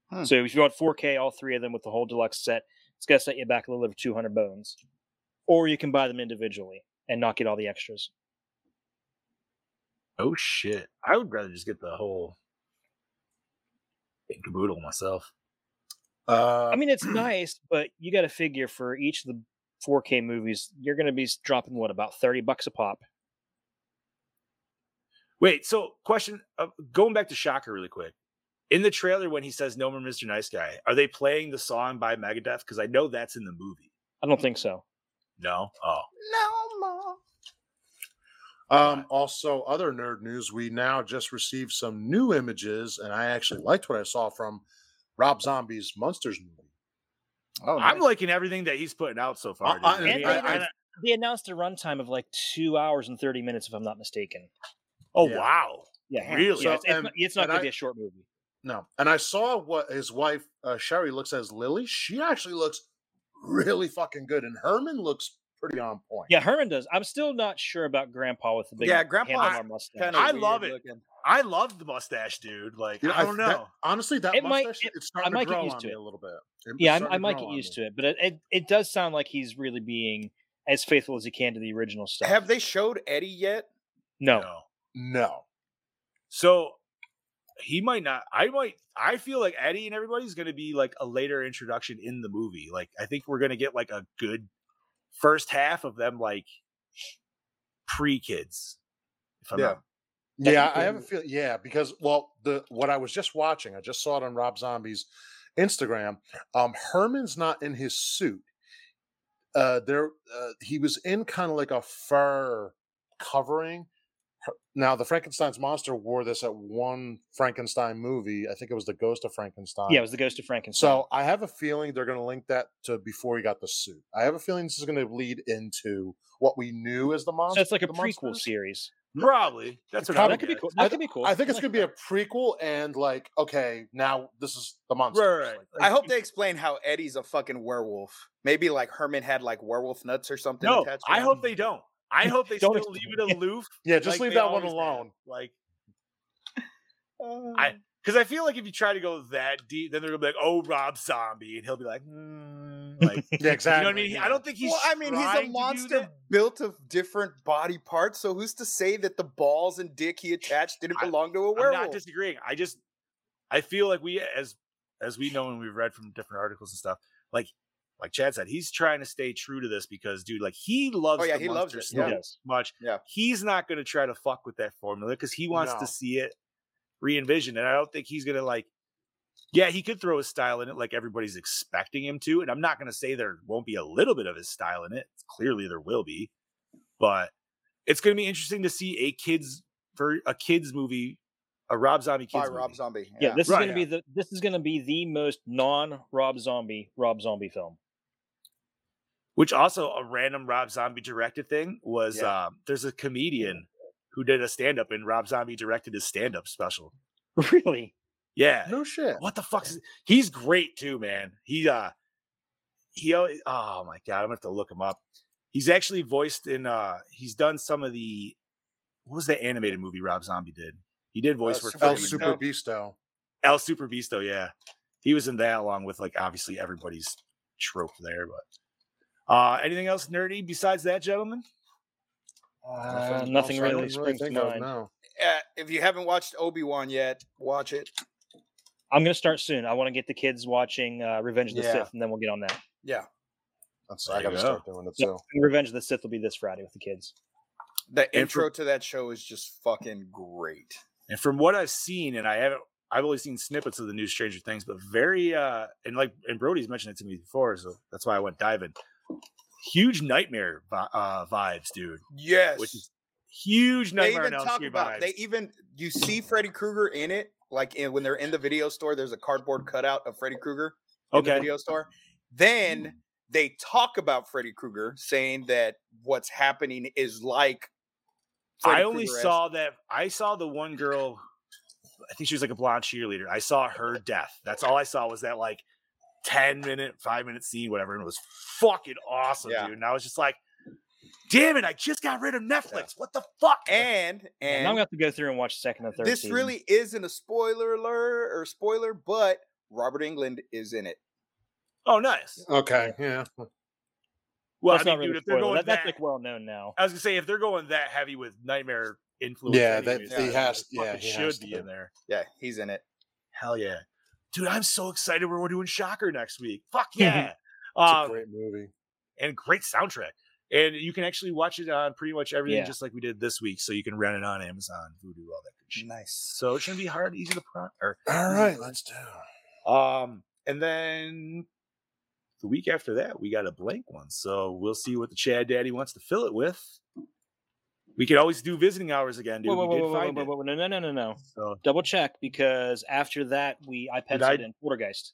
Speaker 5: Hmm.
Speaker 6: So if you want 4K, all three of them with the whole deluxe set, it's gonna set you back a little over 200 bones. Or you can buy them individually and not get all the extras.
Speaker 3: Oh shit! I would rather just get the whole big caboodle myself.
Speaker 4: Uh,
Speaker 6: I mean, it's nice, but you got to figure for each of the 4K movies, you're gonna be s- dropping what about 30 bucks a pop.
Speaker 3: Wait, so question uh, going back to Shocker really quick. In the trailer, when he says "No more Mr. Nice Guy," are they playing the song by Megadeth? Because I know that's in the movie.
Speaker 6: I don't think so.
Speaker 3: No. Oh,
Speaker 5: No more.
Speaker 6: uh,
Speaker 4: Um, also, other nerd news: we now just received some new images, and I actually liked what I saw from Rob Zombie's Monsters movie.
Speaker 5: Oh,
Speaker 3: I'm
Speaker 5: nice.
Speaker 3: liking everything that he's putting out so far.
Speaker 4: Uh,
Speaker 3: dude. I
Speaker 4: I-
Speaker 3: mean,
Speaker 6: And
Speaker 3: I-
Speaker 6: they,
Speaker 3: I-
Speaker 6: announced- they announced a runtime of like two hours and 30 minutes, if I'm not mistaken.
Speaker 3: oh
Speaker 4: yeah.
Speaker 3: wow!
Speaker 6: Yeah,
Speaker 3: Really?
Speaker 6: Yeah, it's, it's
Speaker 4: So,
Speaker 6: not,
Speaker 4: and-
Speaker 6: it's not
Speaker 4: and
Speaker 6: going
Speaker 4: I-
Speaker 6: to be a short movie.
Speaker 4: No, and I saw what his wife uh, Sherry looks as Lily. She actually looks really fucking good, and Herman looks pretty on point.
Speaker 6: Yeah, Herman does. I'm still not sure about Grandpa with the big
Speaker 5: Yeah, Grandpa
Speaker 6: handlebar mustache.
Speaker 5: Kinda
Speaker 3: I love
Speaker 5: weird
Speaker 3: it.
Speaker 5: looking.
Speaker 3: I love the mustache, dude. Like
Speaker 4: You
Speaker 3: I don't know.
Speaker 4: that- honestly, that
Speaker 6: It might-
Speaker 4: mustache
Speaker 6: it-
Speaker 4: it's
Speaker 6: I
Speaker 4: starting
Speaker 6: might
Speaker 4: to
Speaker 6: get
Speaker 4: grow
Speaker 6: used
Speaker 4: on
Speaker 6: to
Speaker 4: me
Speaker 6: it.
Speaker 4: a little bit. It- it's
Speaker 6: yeah, I'm-
Speaker 4: starting
Speaker 6: I
Speaker 4: to
Speaker 6: might
Speaker 4: grow
Speaker 6: get
Speaker 4: on
Speaker 6: used
Speaker 4: me.
Speaker 6: to it, but it, it, it does sound like he's really being as faithful as he can to the original stuff.
Speaker 5: Have they showed Eddie yet?
Speaker 6: no,
Speaker 4: Uh,
Speaker 3: No.
Speaker 4: No,
Speaker 3: So he might not. I might. I feel like Eddie and everybody's going to be like a later introduction in the movie. Like I think we're going to get like a good first half of them like pre kids. If I'm
Speaker 4: Yeah.
Speaker 3: not-
Speaker 4: Yeah, I
Speaker 5: Technically-
Speaker 4: have a feel. Yeah, because well, the what I was just watching, I just saw it on Rob Zombie's Instagram. Um, Herman's not in his suit. Uh, there, uh, he was in kind of like a fur covering. Her- Now, the Frankenstein's monster wore this at one Frankenstein movie. I think it was the Ghost of Frankenstein.
Speaker 6: yeah, it was the Ghost of Frankenstein.
Speaker 4: So I have a feeling they're going to link that to before he got the suit. I have a feeling this is going to lead into what we knew as the monster.
Speaker 6: so it's like a
Speaker 4: the
Speaker 6: prequel
Speaker 4: monsters.
Speaker 6: series.
Speaker 3: probably that's what I
Speaker 6: that
Speaker 3: would
Speaker 6: could be
Speaker 3: guess.
Speaker 6: cool.
Speaker 4: I
Speaker 6: That
Speaker 4: th-
Speaker 6: could be cool.
Speaker 4: I think it's gonna be a prequel and like, okay, now this is the monster.
Speaker 3: Right, right, right.
Speaker 5: I hope they explain how Eddie's a fucking werewolf. Maybe like Herman had like werewolf nuts or something.
Speaker 3: No,
Speaker 5: attached to
Speaker 3: I
Speaker 5: him.
Speaker 3: hope they don't. I hope they still
Speaker 6: Don't
Speaker 3: leave it aloof.
Speaker 4: Yeah, just
Speaker 3: like
Speaker 4: leave
Speaker 3: they
Speaker 4: that one
Speaker 3: always have.
Speaker 4: alone.
Speaker 3: Like because I feel like if you try to go that deep, then they're gonna be like, "Oh, Rob Zombie," and he'll be like, "Mm," like
Speaker 4: Yeah,
Speaker 3: You know
Speaker 4: exactly.
Speaker 3: what I mean? I don't think he's.
Speaker 5: well, I mean,
Speaker 3: trying to
Speaker 5: he's a
Speaker 3: do
Speaker 5: monster
Speaker 3: that.
Speaker 5: built of different body parts. So who's to say that the balls and dick he attached didn't
Speaker 3: I-
Speaker 5: belong to a
Speaker 3: I'm
Speaker 5: werewolf?
Speaker 3: not disagreeing. I just, I feel like we, as as we know and we've read from different articles and stuff, like like Chad said, he's trying to stay true to this because, dude, like he loves.
Speaker 5: oh yeah,
Speaker 3: the
Speaker 5: he loves
Speaker 3: monster
Speaker 5: it.
Speaker 3: so
Speaker 5: Yeah.
Speaker 6: Yes.
Speaker 3: much.
Speaker 5: Yeah.
Speaker 3: he's not going to try to fuck with that formula because he wants
Speaker 4: No.
Speaker 3: to see it re-envisioned, and I don't think he's going to like. Yeah, he could throw his style in it like everybody's expecting him to, and I'm not going to say there won't be a little bit of his style in it. Clearly, there will be, but it's going to be interesting to see a kids for a kids movie, a Rob Zombie kids
Speaker 5: By
Speaker 3: movie.
Speaker 5: Rob Zombie.
Speaker 6: Yeah, this
Speaker 3: Right,
Speaker 6: is gonna be the this is gonna be the most non Rob Zombie Rob Zombie film.
Speaker 3: which also a random Rob Zombie directed thing was
Speaker 5: Yeah.
Speaker 3: um, there's a comedian who did a stand up and Rob Zombie directed his stand up special.
Speaker 6: Really?
Speaker 3: Yeah.
Speaker 4: No shit.
Speaker 3: What the fuck is he's great too, man. He uh he al- oh my god, I'm gonna have to look him up. He's actually voiced in uh he's done some of the what was that animated movie Rob Zombie did? He did voice work
Speaker 5: Super
Speaker 3: for
Speaker 4: El
Speaker 3: him.
Speaker 5: Beast.
Speaker 4: Super Beasto.
Speaker 3: El Super Bisto, yeah. He was in that along with like obviously everybody's trope there, but uh anything else nerdy besides that, gentlemen?
Speaker 4: Uh,
Speaker 6: nothing really springs to mind.
Speaker 4: No.
Speaker 5: uh, if you haven't watched Obi Wan yet, watch it.
Speaker 6: I'm gonna start soon. I want to get the kids watching uh, Revenge of the
Speaker 5: Yeah.
Speaker 6: Sith, and then we'll get on that.
Speaker 5: Yeah,
Speaker 4: That's,
Speaker 3: There
Speaker 4: I
Speaker 3: you
Speaker 4: got to
Speaker 3: go.
Speaker 4: start doing it
Speaker 6: Yeah,
Speaker 4: too.
Speaker 6: and Revenge of the Sith will be this Friday with the kids.
Speaker 5: the
Speaker 3: And for-
Speaker 5: intro to that show is just fucking great.
Speaker 3: And from what I've seen, and I haven't, I've only seen snippets of the new Stranger Things, but very, uh, and like, and Brody's mentioned it to me before, so that's why I went diving. Huge nightmare vi- uh, vibes, dude.
Speaker 5: Yes,
Speaker 3: Which is huge
Speaker 5: they
Speaker 3: nightmare
Speaker 5: even
Speaker 3: on Elm
Speaker 5: talk
Speaker 3: Street
Speaker 5: about.
Speaker 3: vibes.
Speaker 5: They even you see Freddy Krueger in it. Like in, when they're in the video store, there's a cardboard cutout of Freddy Krueger in the
Speaker 3: okay,
Speaker 5: video store. Then they talk about Freddy Krueger, saying that what's happening is like.
Speaker 3: I
Speaker 5: Freddy
Speaker 3: only
Speaker 5: Krueger-esque.
Speaker 3: saw that. I saw the one girl. I think she was like a blonde cheerleader. I saw her death. That's all I saw was that like ten minute, five minute scene, whatever, and it was fucking awesome,
Speaker 5: Yeah.
Speaker 3: dude. And I was just like, "Damn it! I just got rid of Netflix. What the fuck?"
Speaker 5: and
Speaker 6: And
Speaker 5: and
Speaker 6: I'm gonna have to go through and watch second and third.
Speaker 5: this
Speaker 6: season.
Speaker 5: really isn't a spoiler alert or spoiler, but Robert England is in it.
Speaker 3: oh, nice.
Speaker 4: Okay. Yeah.
Speaker 3: Well,
Speaker 6: that's
Speaker 3: I mean,
Speaker 6: not really
Speaker 3: dude,
Speaker 6: a
Speaker 3: if they're
Speaker 6: spoiler.
Speaker 3: going
Speaker 6: That-
Speaker 3: that,
Speaker 6: that's like well known now.
Speaker 3: I was gonna say if they're going that heavy with nightmare influence,
Speaker 4: Yeah, that-
Speaker 3: anyways,
Speaker 4: he
Speaker 3: then
Speaker 4: has-
Speaker 3: it
Speaker 4: yeah,
Speaker 3: fucking
Speaker 4: he
Speaker 3: should
Speaker 4: has
Speaker 3: be
Speaker 4: to.
Speaker 3: in there.
Speaker 5: Yeah, he's in it.
Speaker 3: Hell yeah, dude! I'm so excited. We're, we're doing Shocker next week. Fuck yeah! um,
Speaker 4: it's a great movie.
Speaker 3: and great soundtrack. And you can actually watch it on pretty much everything,
Speaker 6: Yeah.
Speaker 3: just like we did this week. So you can rent it on Amazon, Vudu, all that good shit.
Speaker 5: Nice.
Speaker 3: So it shouldn't be hard, easy to pro- or
Speaker 4: All
Speaker 3: easy
Speaker 4: right,
Speaker 3: to
Speaker 4: let's do. it.
Speaker 3: find. Um, and then the week after that, we got a blank one. So we'll see what the Chad Daddy wants to fill it with. We could always do visiting hours again, dude.
Speaker 6: Whoa, whoa,
Speaker 3: we
Speaker 6: whoa,
Speaker 3: did
Speaker 6: whoa, whoa,
Speaker 3: find
Speaker 6: whoa, whoa, no, no, no, no, no.
Speaker 3: it. So
Speaker 6: Double check because after that we I
Speaker 3: Did
Speaker 6: penciled
Speaker 3: I-
Speaker 6: in Poltergeist.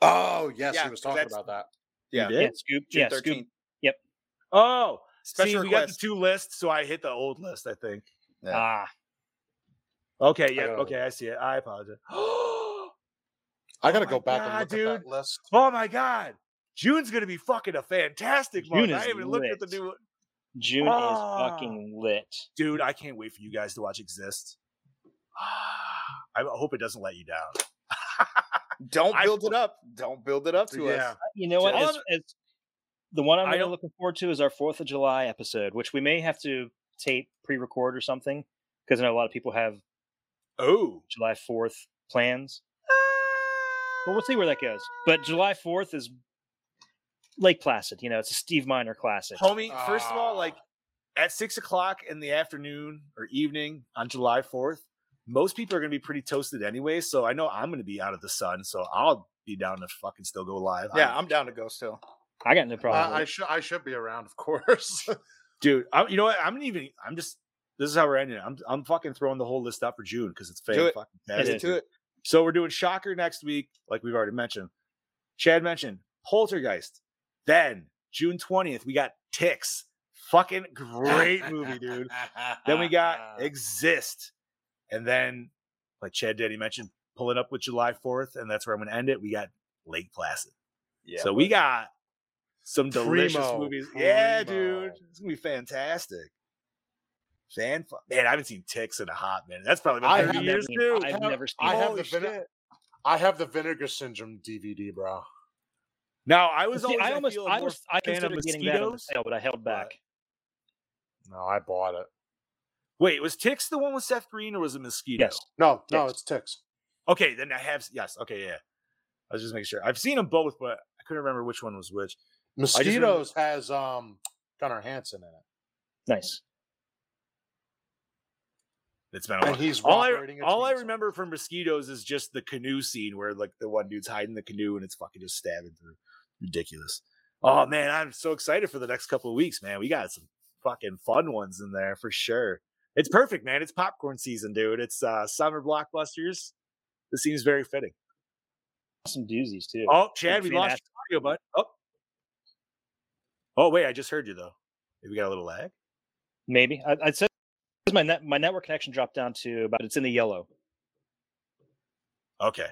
Speaker 4: Oh yes,
Speaker 5: Yeah,
Speaker 4: he was talking
Speaker 5: that's-
Speaker 4: about that.
Speaker 5: Yeah,
Speaker 3: did?
Speaker 6: Yeah, Scoop.
Speaker 5: June
Speaker 6: yeah,
Speaker 5: 13th.
Speaker 6: Scoop.
Speaker 3: oh,
Speaker 5: Special
Speaker 3: see, we got the
Speaker 5: request.
Speaker 3: two lists, so I hit the old list, I think.
Speaker 5: Yeah.
Speaker 6: Ah,
Speaker 3: Okay, yeah,
Speaker 4: got it.
Speaker 3: okay, I see it. I apologize. Oh
Speaker 4: I got to
Speaker 3: my
Speaker 4: go back
Speaker 3: God,
Speaker 4: and look at
Speaker 3: dude.
Speaker 4: that list.
Speaker 3: Oh my god, June's gonna be fucking a fantastic month.
Speaker 6: June
Speaker 3: I
Speaker 6: is
Speaker 3: haven't looked at the
Speaker 6: lit.
Speaker 3: new
Speaker 6: June
Speaker 3: Ah.
Speaker 6: is fucking lit.
Speaker 3: dude. I can't wait for you guys to watch Exist. I hope it doesn't let you down.
Speaker 5: Don't
Speaker 3: I
Speaker 5: build
Speaker 3: fuck-
Speaker 5: it up. Don't build it up to
Speaker 4: Yeah.
Speaker 5: us.
Speaker 6: Uh, You know what?
Speaker 3: All
Speaker 6: As,
Speaker 3: of
Speaker 6: as the one I'm
Speaker 3: I
Speaker 6: really
Speaker 3: don't-
Speaker 6: looking forward to is our Fourth of July episode, which we may have to tape, pre-record, or something, because I know a lot of people have
Speaker 3: Oh,
Speaker 6: July Fourth plans. Well, we'll see where that goes.
Speaker 3: Ah.
Speaker 6: But July Fourth is Lake Placid. You know, it's a Steve Miner classic.
Speaker 3: homie. First of all,
Speaker 4: Ah.
Speaker 3: like at six o'clock in the afternoon or evening on July fourth, most people are gonna be pretty toasted anyway. So I know I'm gonna be out of the sun. So I'll be down to fucking still go live.
Speaker 5: Yeah,
Speaker 3: I'm-
Speaker 5: I'm down to go still.
Speaker 6: I got no problem.
Speaker 4: I, I
Speaker 6: with it.
Speaker 4: should I should be around, of course.
Speaker 3: dude. I, you know what? I'm even. I'm just. This is how we're ending. it. I'm I'm fucking throwing the whole list out for June because it's
Speaker 5: Do
Speaker 3: fan
Speaker 5: it.
Speaker 3: fucking
Speaker 6: It
Speaker 3: fantastic.
Speaker 6: is.
Speaker 5: To it.
Speaker 3: So we're doing Shocker next week, like we've already mentioned. Chad mentioned Poltergeist. Then June 20th, we got Ticks. Fucking great movie, dude. Then we got Exist. And then, like Chad Daddy mentioned, pulling up with July 4th, and that's where I'm gonna end it. We got Lake Placid.
Speaker 5: Yeah.
Speaker 3: so we got some delicious
Speaker 4: Primo,
Speaker 3: movies. Yeah,
Speaker 4: primo.
Speaker 3: dude. It's gonna be fantastic. Fan man, I haven't seen Ticks in a hot minute. That's probably
Speaker 4: I
Speaker 3: been
Speaker 6: I've
Speaker 3: 30
Speaker 4: have
Speaker 3: years
Speaker 6: never-
Speaker 3: too.
Speaker 6: I've never seen.
Speaker 4: I
Speaker 6: it.
Speaker 4: have
Speaker 3: Holy
Speaker 4: the vine-
Speaker 3: shit.
Speaker 4: I have the vinegar syndrome DVD, bro.
Speaker 3: Now I was
Speaker 6: See,
Speaker 3: always
Speaker 6: I almost,
Speaker 3: feel, a
Speaker 6: I
Speaker 3: more
Speaker 6: was, I
Speaker 3: fan of
Speaker 6: considered getting that on the
Speaker 3: mosquitoes,
Speaker 6: sale, but I held back.
Speaker 4: No, I bought it.
Speaker 3: Wait, was Tix the one with Seth Green or was it Mosquito?
Speaker 6: Yes.
Speaker 4: No, no,
Speaker 6: Yes.
Speaker 4: it's ticks.
Speaker 3: Okay, then I have yes. Okay, yeah. I was just making sure. I've seen them both, but I couldn't remember which one was which. remember-
Speaker 4: Mosquitoes has um Gunnar Hansen in it,
Speaker 6: Nice.
Speaker 3: It's been a while.
Speaker 4: and he's
Speaker 3: All I,
Speaker 4: operating a
Speaker 3: all I
Speaker 4: chainsaw.
Speaker 3: remember from Mosquitoes is just the canoe scene where like the one dude's hiding the canoe and it's fucking just stabbing through. Ridiculous. Oh man, I'm so excited for the next couple of weeks, man. We got some fucking fun ones in there for sure. It's perfect, man. It's popcorn season, dude. It's uh summer blockbusters. This seems very fitting.
Speaker 6: Some doozies too.
Speaker 3: Oh, Chad, we
Speaker 6: fan
Speaker 3: lost your audio, bud. Oh. oh, wait, I just heard you though. Maybe we got a little lag.
Speaker 6: Maybe I, I said 'cause my net, my network connection dropped down to about it's in the yellow.
Speaker 3: Okay.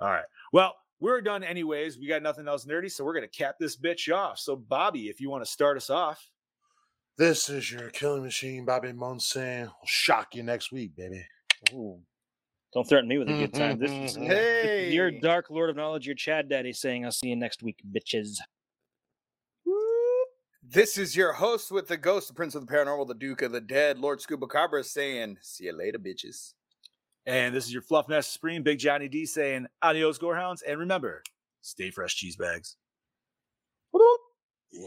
Speaker 3: All right. Well, we're done anyways. We got nothing else nerdy, so we're gonna cap this bitch off. So, Bobby, if you want to start us off,
Speaker 4: This is your killing machine, Bobby Monson. I'll shock you next week, baby.
Speaker 6: Ooh. Don't threaten me with a good time. This
Speaker 3: Mm-hmm,
Speaker 6: is this is your
Speaker 5: Hey.
Speaker 6: dark lord of knowledge, your Chad Daddy saying, I'll see you next week, bitches.
Speaker 5: This is your host with the ghost, the prince of the paranormal, the duke of the dead, Lord Scuba Cabra, saying, see you later, bitches.
Speaker 3: And this is your Fluff Master Supreme, Big Johnny D saying adios, Gorehounds. And remember, stay fresh, cheese bags. Boop.